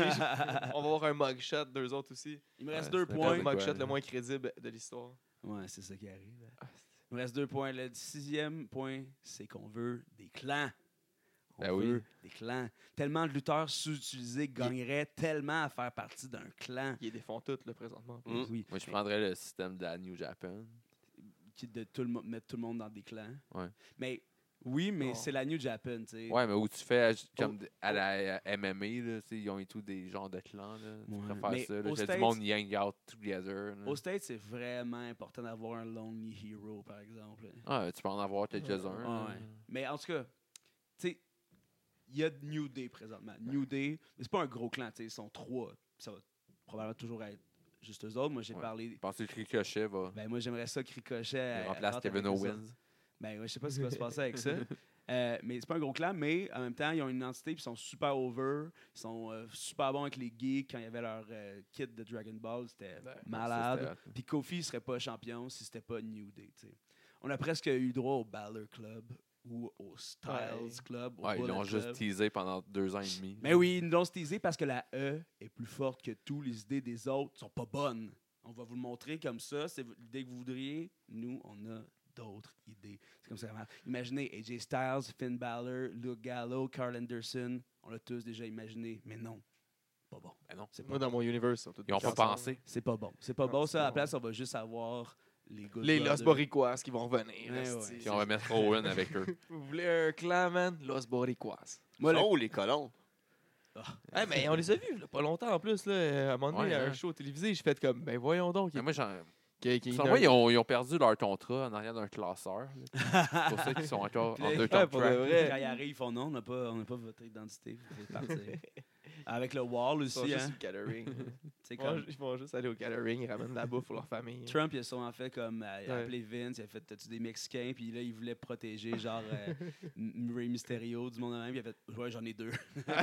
[SPEAKER 3] on va avoir un mugshot d'eux autres aussi.
[SPEAKER 2] Il me reste
[SPEAKER 4] Ouais,
[SPEAKER 2] deux
[SPEAKER 4] c'est
[SPEAKER 2] points.
[SPEAKER 3] le
[SPEAKER 4] quoi,
[SPEAKER 3] mugshot
[SPEAKER 4] là?
[SPEAKER 3] le moins crédible de l'histoire.
[SPEAKER 2] Ouais, c'est ça qui arrive. hein. Il me reste deux points. Le sixième point, c'est qu'on veut des clans. On
[SPEAKER 4] Ben oui.
[SPEAKER 2] veut des clans. Tellement de lutteurs sous-utilisés gagneraient tellement à faire partie d'un clan.
[SPEAKER 3] Ils les défont toutes là présentement.
[SPEAKER 1] Mm.
[SPEAKER 2] Oui.
[SPEAKER 4] Moi, je prendrais le système de la New Japan.
[SPEAKER 2] qui- de tout le, mo- mettre tout le monde dans des clans.
[SPEAKER 4] Ouais.
[SPEAKER 2] Mais oui, mais
[SPEAKER 3] Oh.
[SPEAKER 2] c'est la New Japan, tu sais.
[SPEAKER 4] Ouais, mais où tu fais ag- comme à la euh, MMA, là, tu sais, ils ont et tout des genres de clans. Là. Tu
[SPEAKER 2] Ouais.
[SPEAKER 4] préfères
[SPEAKER 2] Mais
[SPEAKER 4] ça. Là,
[SPEAKER 2] aux
[SPEAKER 4] J'ai
[SPEAKER 2] States-
[SPEAKER 4] du monde yang out together. là.
[SPEAKER 2] Au States, c'est vraiment important d'avoir un lonely hero, par exemple.
[SPEAKER 4] Ah, tu peux en avoir quelques-uns. là.
[SPEAKER 2] Ouais. Mais en tout cas, tu sais, il y a de New Day présentement. New Day, mais c'est pas un gros clan, tu sais, ils sont trois. Ça va probablement toujours être juste eux autres. Moi, j'ai
[SPEAKER 4] Ouais.
[SPEAKER 2] parlé...
[SPEAKER 4] Je pense que Ricochet va
[SPEAKER 2] Ben, moi, j'aimerais ça que Ricochet...
[SPEAKER 4] il
[SPEAKER 2] euh,
[SPEAKER 4] remplace
[SPEAKER 2] rentre
[SPEAKER 4] Kevin
[SPEAKER 2] avec eux autres.
[SPEAKER 4] Owens.
[SPEAKER 2] Ben, ouais, je sais pas ce qui va se passer avec ça. Euh, mais c'est pas un gros clan, mais en même temps, ils ont une identité, puis ils sont super over. Ils sont euh, super bons avec les geeks. Quand il y avait leur euh, kit de Dragon Ball, c'était malade.
[SPEAKER 4] Ça, c'était hot.
[SPEAKER 2] Puis Kofi serait pas champion si c'était pas New Day. tu sais. On a presque eu droit au Balor Club ou au Styles
[SPEAKER 3] Ouais.
[SPEAKER 2] Club. Au
[SPEAKER 4] Ouais, ils
[SPEAKER 2] Bullet
[SPEAKER 4] l'ont juste
[SPEAKER 2] Club.
[SPEAKER 4] teasé pendant deux ans et demi.
[SPEAKER 2] Mais oui, ils nous l'ont teasé parce que la E est plus forte que tout. Les idées des autres sont pas bonnes. On va vous le montrer comme ça. C'est v- l'idée que vous voudriez. Nous, on a d'autres idées. C'est comme ça. vraiment. Imaginez AJ Styles, Finn Balor, Luke Gallo, Carl Anderson. On l'a tous déjà imaginé, mais non. Pas bon.
[SPEAKER 4] Ben non.
[SPEAKER 2] C'est pas,
[SPEAKER 3] Moi, dans mon univers, ils sont tous
[SPEAKER 4] Ils ont pas
[SPEAKER 3] ensemble.
[SPEAKER 4] pensé.
[SPEAKER 2] c'est pas bon. C'est pas
[SPEAKER 3] Non,
[SPEAKER 2] bon,
[SPEAKER 3] Ah, c'est
[SPEAKER 2] ça. À la
[SPEAKER 3] pas
[SPEAKER 2] place, on va juste avoir les gars.
[SPEAKER 3] Les Los
[SPEAKER 2] Brothers.
[SPEAKER 3] Boricuas qui vont revenir.
[SPEAKER 4] Eh
[SPEAKER 2] Ouais,
[SPEAKER 3] esti.
[SPEAKER 2] ouais.
[SPEAKER 4] Puis on va mettre Owen avec eux.
[SPEAKER 3] Vous voulez un clan, man? Los Boricuas.
[SPEAKER 2] Moi, le-
[SPEAKER 1] Oh, les colons.
[SPEAKER 3] Ah, mais on les a vus, là, pas longtemps en plus. Là. À un moment donné,
[SPEAKER 4] Eh Ouais,
[SPEAKER 3] à un
[SPEAKER 4] hein.
[SPEAKER 3] show télévisé, j'ai fait comme, ben voyons donc.
[SPEAKER 4] Mais
[SPEAKER 3] il-
[SPEAKER 4] Ah, moi, j'en-
[SPEAKER 3] qu'il- qu'il-
[SPEAKER 4] Sans moi, ils ont, ils ont perdu leur contrat en arrière d'un classeur. là. C'est pour ça qu'ils sont encore
[SPEAKER 2] Puis
[SPEAKER 4] en
[SPEAKER 2] là,
[SPEAKER 4] deux
[SPEAKER 2] ouais,
[SPEAKER 4] temps
[SPEAKER 3] pour de vrai.
[SPEAKER 2] Quand ils arrivent, ils font oh non, on n'a pas, on n'a pas votre identité. Vous pouvez partir. Avec le wall
[SPEAKER 3] Ils sont
[SPEAKER 2] aussi,
[SPEAKER 3] juste
[SPEAKER 2] hein.
[SPEAKER 3] au catering.
[SPEAKER 2] C'est
[SPEAKER 3] ils, vont,
[SPEAKER 2] comme
[SPEAKER 3] ju- ils vont juste aller au catering, ils ramènent de la bouffe pour leur famille.
[SPEAKER 2] Trump, ils sont en fait comme euh, il a appelé Vince, il a fait t'as-tu des Mexicains, puis là, il voulait protéger genre euh, M- Ray Mysterio du monde de même, puis il a fait ouais, j'en ai deux.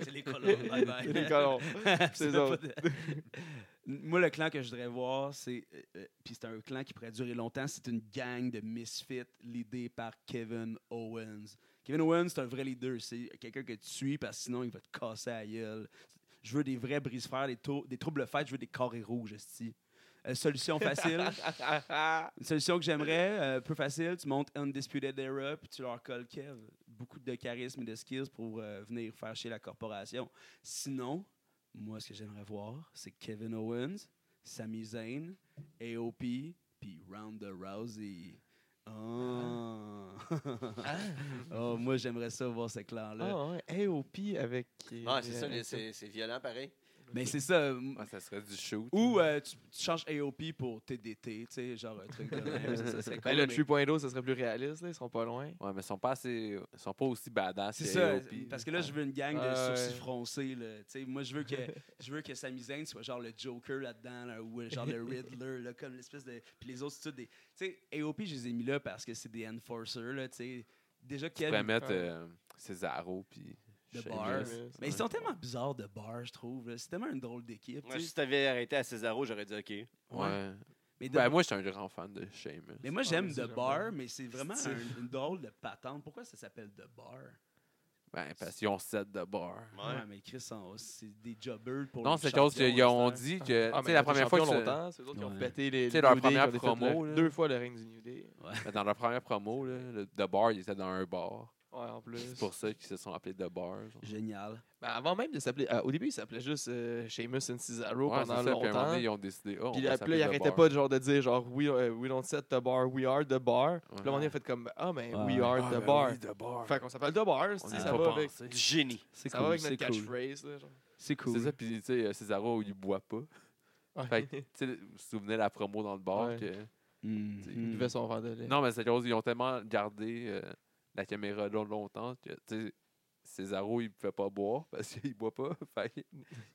[SPEAKER 2] c'est les colons, bye bye.
[SPEAKER 3] C'est les colons.
[SPEAKER 2] C'est
[SPEAKER 3] C'est
[SPEAKER 2] pas
[SPEAKER 3] autres.
[SPEAKER 2] de- Moi, le clan que je voudrais voir, c'est. euh, euh, Puis c'est un clan qui pourrait durer longtemps. C'est une gang de misfits l'idée par Kevin Owens. Kevin Owens, c'est un vrai leader. C'est quelqu'un que tu suis parce que sinon, il va te casser la gueule. Je veux des vrais brise-fers, des, trou- des troubles fêtes, je veux des carrés rouges, esti. Euh, solution facile. Une solution que j'aimerais, euh, peu facile, tu montes Undisputed Era puis tu leur colles Kev. Beaucoup de charisme et de skills pour euh, venir faire chier la corporation. Sinon, moi, ce que j'aimerais voir, c'est Kevin Owens, Sami Zayn, AOP puis Ronda Rousey. Ah. oh, moi, j'aimerais ça voir ce clan-là.
[SPEAKER 3] Ah, ouais. AOP avec.
[SPEAKER 1] Ah, c'est ça,
[SPEAKER 3] euh,
[SPEAKER 1] les- c'est c'est violent pareil.
[SPEAKER 2] Mais Ben, c'est ça. m-
[SPEAKER 4] Ouais, ça serait du shoot.
[SPEAKER 2] Ou euh, tu, tu changes AOP pour TDT, tu sais, genre un truc de même. ça, ça serait
[SPEAKER 3] Ben,
[SPEAKER 2] cool,
[SPEAKER 3] le
[SPEAKER 2] mais-
[SPEAKER 3] 3.0, ça serait plus réaliste, là, ils seront pas loin.
[SPEAKER 4] Ouais, mais ils sont pas assez. Ils sont pas aussi badass
[SPEAKER 2] C'est
[SPEAKER 4] que
[SPEAKER 2] ça,
[SPEAKER 4] AOP.
[SPEAKER 2] parce que là, je veux une gang de
[SPEAKER 3] Ouais.
[SPEAKER 2] sourcils froncés. Là. Tu sais, Moi, je veux que, je veux que Sami Zayn soit genre le Joker là-dedans, là, ou genre le Riddler, là, comme l'espèce de. Puis les autres, c'est tout des. Tu sais, AOP, je les ai mis là parce que c'est des enforcers. Là, tu sais. Déjà,
[SPEAKER 4] Tu pourrais
[SPEAKER 2] Kevin.
[SPEAKER 4] mettre
[SPEAKER 3] Ouais.
[SPEAKER 4] euh, Cesaro puis
[SPEAKER 2] The
[SPEAKER 4] Sheamus.
[SPEAKER 2] Bar. Mais ils sont
[SPEAKER 4] Ouais.
[SPEAKER 2] tellement bizarres de bar, je trouve. là. C'est tellement une drôle d'équipe.
[SPEAKER 1] Moi,
[SPEAKER 2] tu
[SPEAKER 1] si
[SPEAKER 2] sais.
[SPEAKER 1] t'avais arrêté à Césaro, j'aurais dit OK.
[SPEAKER 4] Ouais.
[SPEAKER 2] Mais de-
[SPEAKER 4] Ben, moi, je suis un grand fan de Sheamus.
[SPEAKER 2] Mais moi,
[SPEAKER 3] Ah,
[SPEAKER 2] j'aime
[SPEAKER 3] vas-y,
[SPEAKER 2] The
[SPEAKER 3] j'aime
[SPEAKER 2] Bar,
[SPEAKER 3] bien.
[SPEAKER 2] mais c'est vraiment
[SPEAKER 3] Style.
[SPEAKER 2] un- une drôle de patente. Pourquoi ça s'appelle The Bar?
[SPEAKER 4] Ben, parce qu'ils ont 7 de bar.
[SPEAKER 2] mais Chris, on- c'est des jobbers pour
[SPEAKER 4] Non,
[SPEAKER 2] les
[SPEAKER 4] c'est cause
[SPEAKER 2] champions,
[SPEAKER 4] qu'ils ont
[SPEAKER 2] hein.
[SPEAKER 4] dit que.
[SPEAKER 3] Ah, mais
[SPEAKER 4] tu sais, la
[SPEAKER 3] ils ont été
[SPEAKER 4] première fois que.
[SPEAKER 3] champions
[SPEAKER 4] ça-
[SPEAKER 3] longtemps, c'est eux autres qui ont
[SPEAKER 2] Ouais.
[SPEAKER 3] pété les.
[SPEAKER 4] Tu sais,
[SPEAKER 3] le
[SPEAKER 4] leur
[SPEAKER 3] New Day,
[SPEAKER 4] première
[SPEAKER 3] qui ont fait le-
[SPEAKER 4] promo, là.
[SPEAKER 3] Deux fois le règne du New Day.
[SPEAKER 4] Ben, Dans leur première promo, là, le The Bar, ils étaient dans un bar.
[SPEAKER 3] Ouais, en plus.
[SPEAKER 4] C'est pour ça qu'ils se sont appelés The Bar. genre.
[SPEAKER 2] Génial.
[SPEAKER 3] Ben, avant même de s'appeler. euh, au début, il s'appelait juste euh, Sheamus and Cesaro
[SPEAKER 4] Ouais,
[SPEAKER 3] pendant
[SPEAKER 4] c'est ça. Puis à un moment
[SPEAKER 3] longtemps.
[SPEAKER 4] donné, ils ont décidé. Ah, on
[SPEAKER 3] Puis là, puis
[SPEAKER 4] va
[SPEAKER 3] là,
[SPEAKER 4] s'appeler
[SPEAKER 3] il
[SPEAKER 4] The
[SPEAKER 3] arrêtait
[SPEAKER 4] Bar.
[SPEAKER 3] pas genre de dire genre we, euh, we don't set the bar, we are the bar. Puis là, à un moment donné, il a fait comme ah, mais
[SPEAKER 2] Ouais.
[SPEAKER 3] we are
[SPEAKER 4] Ah,
[SPEAKER 3] the
[SPEAKER 4] ben
[SPEAKER 3] bar.
[SPEAKER 4] oui, The Bar.
[SPEAKER 3] Fait qu'on s'appelle the bar,
[SPEAKER 4] On
[SPEAKER 3] c'est-
[SPEAKER 4] y
[SPEAKER 3] ça,
[SPEAKER 4] a
[SPEAKER 3] va
[SPEAKER 4] pas
[SPEAKER 3] avec,
[SPEAKER 4] pensé.
[SPEAKER 1] Du génie.
[SPEAKER 2] C'est
[SPEAKER 3] ça va avec notre
[SPEAKER 2] c'est cool.
[SPEAKER 3] catchphrase. là, genre.
[SPEAKER 2] C'est cool.
[SPEAKER 4] C'est ça, puis tu sais, euh, Cesaro, il boit pas. Fait que, tu sais, vous vous souvenez la promo dans le bar
[SPEAKER 3] Ouais.
[SPEAKER 4] que-
[SPEAKER 2] Mm.
[SPEAKER 4] C'est-
[SPEAKER 2] Mm.
[SPEAKER 3] Il buvait son verre de lait.
[SPEAKER 4] Non, mais c'est à cause ils ont tellement gardé euh, la caméra long- longtemps que, tu sais, Cesaro, il pouvait pas boire parce qu'il boit pas. Fait que,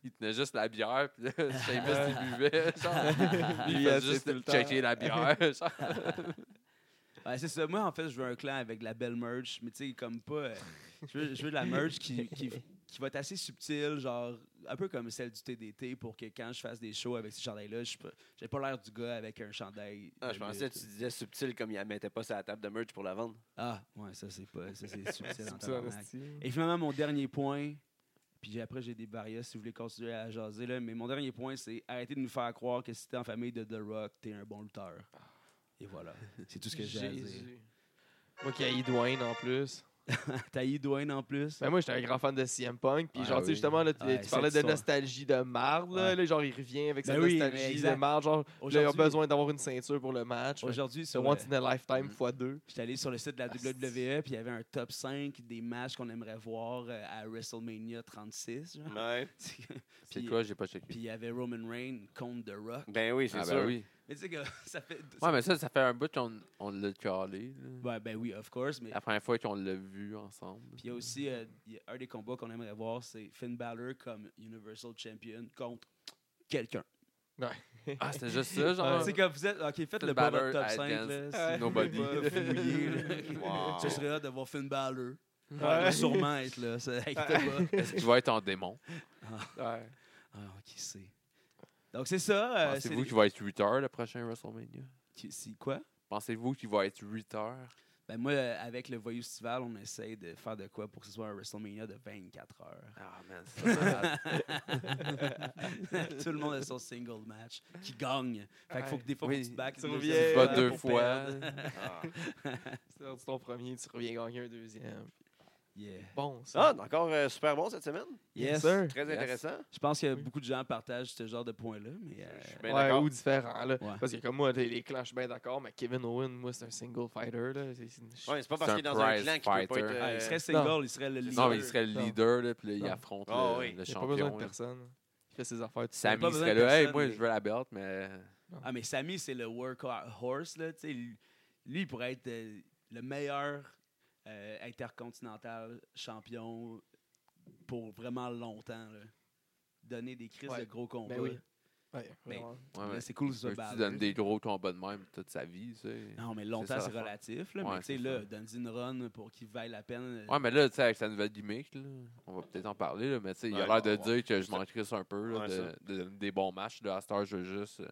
[SPEAKER 4] il tenait juste la bière, puis là, Sheamus, il buvait. Genre,
[SPEAKER 3] Lui,
[SPEAKER 4] il
[SPEAKER 3] il
[SPEAKER 4] faisait
[SPEAKER 3] assez tout le
[SPEAKER 4] juste
[SPEAKER 3] temps.
[SPEAKER 4] checker la bière. genre.
[SPEAKER 2] Ouais, c'est ça. Moi, en fait, je veux un clan avec de la belle merch, mais tu sais, comme pas. euh, je, veux, je veux de la merch qui, qui, qui va être assez subtile, genre un peu comme celle du TDT, pour que quand je fasse des shows avec ces chandails-là, je suis pas- j'ai pas l'air du gars avec un chandail.
[SPEAKER 1] Ah,
[SPEAKER 2] de
[SPEAKER 1] je pensais que
[SPEAKER 2] lutte.
[SPEAKER 1] tu disais subtil comme il la mettait pas sur la table de merch pour la vendre.
[SPEAKER 2] Ah, ouais, ça, c'est pas. Ça, c'est subtil en
[SPEAKER 3] C'est ça,
[SPEAKER 2] tabarnak.
[SPEAKER 3] esti.
[SPEAKER 2] Et finalement, mon dernier point, puis après, j'ai des barrières si vous voulez continuer à jaser, là, mais mon dernier point, c'est arrêtez de nous faire croire que si t'es en famille de The Rock, t'es un bon lutteur. Et voilà. C'est tout ce que j'ai à dire.
[SPEAKER 3] Jésus. Moi qui haïs Dwayne en plus.
[SPEAKER 2] T'as eu Dwayne en plus.
[SPEAKER 3] Ben moi, j'étais un grand fan de CM Punk. Puis
[SPEAKER 4] Ah
[SPEAKER 3] genre, tu sais,
[SPEAKER 4] oui.
[SPEAKER 3] justement, là, tu-
[SPEAKER 2] Ouais,
[SPEAKER 3] tu
[SPEAKER 2] cette
[SPEAKER 3] parlais de
[SPEAKER 2] histoire.
[SPEAKER 3] nostalgie de marde. Là,
[SPEAKER 2] Ouais.
[SPEAKER 3] là, genre, il revient avec
[SPEAKER 2] Ben
[SPEAKER 3] sa
[SPEAKER 2] oui, mais
[SPEAKER 3] nostalgie de
[SPEAKER 2] exact.
[SPEAKER 3] marde. Genre, là, il a
[SPEAKER 2] Aujourd'hui-
[SPEAKER 3] besoin d'avoir une ceinture pour le match. Fait que
[SPEAKER 2] Aujourd'hui,
[SPEAKER 3] C'est
[SPEAKER 2] sur le-
[SPEAKER 3] once in a lifetime fois deux.
[SPEAKER 2] j'étais allé sur le site de
[SPEAKER 4] Ah,
[SPEAKER 2] la WWE, puis il y avait un top 5 des matchs qu'on aimerait voir euh, à WrestleMania 36. genre.
[SPEAKER 1] Ouais.
[SPEAKER 4] C'est
[SPEAKER 2] Puis-
[SPEAKER 4] quoi, j'ai pas checké.
[SPEAKER 2] Puis il y avait Roman Reigns contre The Rock.
[SPEAKER 1] Ben oui, c'est
[SPEAKER 4] Ah, ben
[SPEAKER 1] sûr.
[SPEAKER 4] oui.
[SPEAKER 2] Mais tu sais que ça fait.
[SPEAKER 4] Ouais, mais ça, ça fait un bout qu'on on l'a calé. là.
[SPEAKER 2] Ouais, ben oui, of course, mais
[SPEAKER 4] La première fois qu'on l'a vu ensemble.
[SPEAKER 2] Puis il y a aussi euh, il y a un des combats qu'on aimerait voir, c'est Finn Balor comme Universal Champion contre quelqu'un.
[SPEAKER 4] Ah, c'était juste ça, genre.
[SPEAKER 2] C'est comme vous êtes. Ok, faites
[SPEAKER 4] Finn
[SPEAKER 2] le bas de
[SPEAKER 4] Balor
[SPEAKER 2] top
[SPEAKER 4] at
[SPEAKER 2] 5.
[SPEAKER 4] Dance
[SPEAKER 2] Là,
[SPEAKER 4] Nobody.
[SPEAKER 1] Wow.
[SPEAKER 2] Ce serait hâte de voir Finn Balor. Il
[SPEAKER 3] Ouais.
[SPEAKER 2] va sûrement être là. Ça, inquiète pas.
[SPEAKER 4] Est-ce qu'il va être en démon?
[SPEAKER 3] Ouais.
[SPEAKER 2] Ah, qui sait. Donc c'est ça. euh, c'est
[SPEAKER 4] Pensez-vous qu'il va être 8 heures le prochain WrestleMania?
[SPEAKER 2] qui- c'est quoi?
[SPEAKER 4] Pensez-vous qu'il va être 8 heures?
[SPEAKER 2] Ben moi, euh, avec le Voyou Stival, on essaye de faire de quoi pour que ce soit un WrestleMania de 24 heures.
[SPEAKER 4] Ah, man, c'est malade.
[SPEAKER 2] Tout le monde a son single match qui gagne. Fait qu'il faut que des fois,
[SPEAKER 4] Oui,
[SPEAKER 2] faut que tu te back.
[SPEAKER 3] tu
[SPEAKER 2] une
[SPEAKER 3] reviens,
[SPEAKER 2] deuxième
[SPEAKER 3] tu
[SPEAKER 2] fois
[SPEAKER 3] vas
[SPEAKER 4] deux
[SPEAKER 2] Euh, pour
[SPEAKER 4] fois.
[SPEAKER 2] perdre.
[SPEAKER 1] Ah.
[SPEAKER 3] Tu perds ton premier, tu reviens gagner un deuxième.
[SPEAKER 2] Yeah.
[SPEAKER 3] Bon, ça.
[SPEAKER 1] Ah, encore euh, super bon cette semaine.
[SPEAKER 2] Yes.
[SPEAKER 3] sir.
[SPEAKER 1] Très
[SPEAKER 4] Yes. Euh,
[SPEAKER 1] intéressant.
[SPEAKER 2] Je pense que
[SPEAKER 3] Oui.
[SPEAKER 2] beaucoup de gens partagent ce genre de points-là, mais euh,
[SPEAKER 1] Je suis bien
[SPEAKER 3] Ouais,
[SPEAKER 1] d'accord.
[SPEAKER 3] ou différent. Là.
[SPEAKER 2] Ouais.
[SPEAKER 3] Parce que comme moi, les, les clans, je suis bien d'accord, mais Kevin Owen, moi, c'est un single fighter. Là. C'est- c'est- je-
[SPEAKER 1] Ouais, mais c'est pas
[SPEAKER 4] C'est
[SPEAKER 1] parce
[SPEAKER 4] un
[SPEAKER 1] qu'il est dans un
[SPEAKER 4] prize
[SPEAKER 1] clan qu'il peut pas
[SPEAKER 4] fighter.
[SPEAKER 1] être.
[SPEAKER 2] ah, il
[SPEAKER 1] euh,
[SPEAKER 2] serait
[SPEAKER 3] non.
[SPEAKER 2] single, il serait le leader.
[SPEAKER 4] non, mais il serait le
[SPEAKER 3] Non.
[SPEAKER 4] leader, là, puis là, il
[SPEAKER 3] Non.
[SPEAKER 4] affronte
[SPEAKER 1] Ah,
[SPEAKER 4] le,
[SPEAKER 1] oui.
[SPEAKER 4] le
[SPEAKER 3] Il n'y a pas besoin de
[SPEAKER 4] champion. là.
[SPEAKER 3] personne. Il fait ses affaires tout
[SPEAKER 4] Sammy
[SPEAKER 2] pas
[SPEAKER 4] il
[SPEAKER 2] besoin de
[SPEAKER 4] serait là, hey,
[SPEAKER 2] personne,
[SPEAKER 4] moi,
[SPEAKER 2] mais-
[SPEAKER 4] je veux la belt, mais.
[SPEAKER 2] Ah, mais Samy, c'est le workhorse. Là, tu sais, lui, il pourrait être euh, le meilleur euh, intercontinental champion pour vraiment longtemps. là. Donner des crises
[SPEAKER 3] Ouais.
[SPEAKER 2] de gros combats.
[SPEAKER 3] Ben oui. Ouais, vraiment.
[SPEAKER 2] Là,
[SPEAKER 4] Ouais, mais
[SPEAKER 2] c'est cool,
[SPEAKER 4] tu
[SPEAKER 2] ça. balle,
[SPEAKER 4] donnes
[SPEAKER 2] là.
[SPEAKER 4] des gros combats de même toute sa vie, tu sais.
[SPEAKER 2] Non, mais longtemps,
[SPEAKER 4] ça,
[SPEAKER 2] c'est
[SPEAKER 4] l'affaire.
[SPEAKER 2] relatif. Là,
[SPEAKER 4] Ouais,
[SPEAKER 2] mais tu sais,
[SPEAKER 4] c'est
[SPEAKER 2] là,
[SPEAKER 4] ça.
[SPEAKER 2] donne-y une run pour qu'il vaille la peine.
[SPEAKER 4] Ouais, mais là, tu sais, avec sa nouvelle gimmick, là, on va peut-être en parler, là, mais tu sais, il a
[SPEAKER 1] Ouais,
[SPEAKER 4] l'air de
[SPEAKER 1] on va-
[SPEAKER 4] dire que je m'en crisse un peu, là,
[SPEAKER 1] Ouais,
[SPEAKER 4] de,
[SPEAKER 1] ça.
[SPEAKER 4] de donner des bons matchs. Là, à cette heure, je veux juste. euh,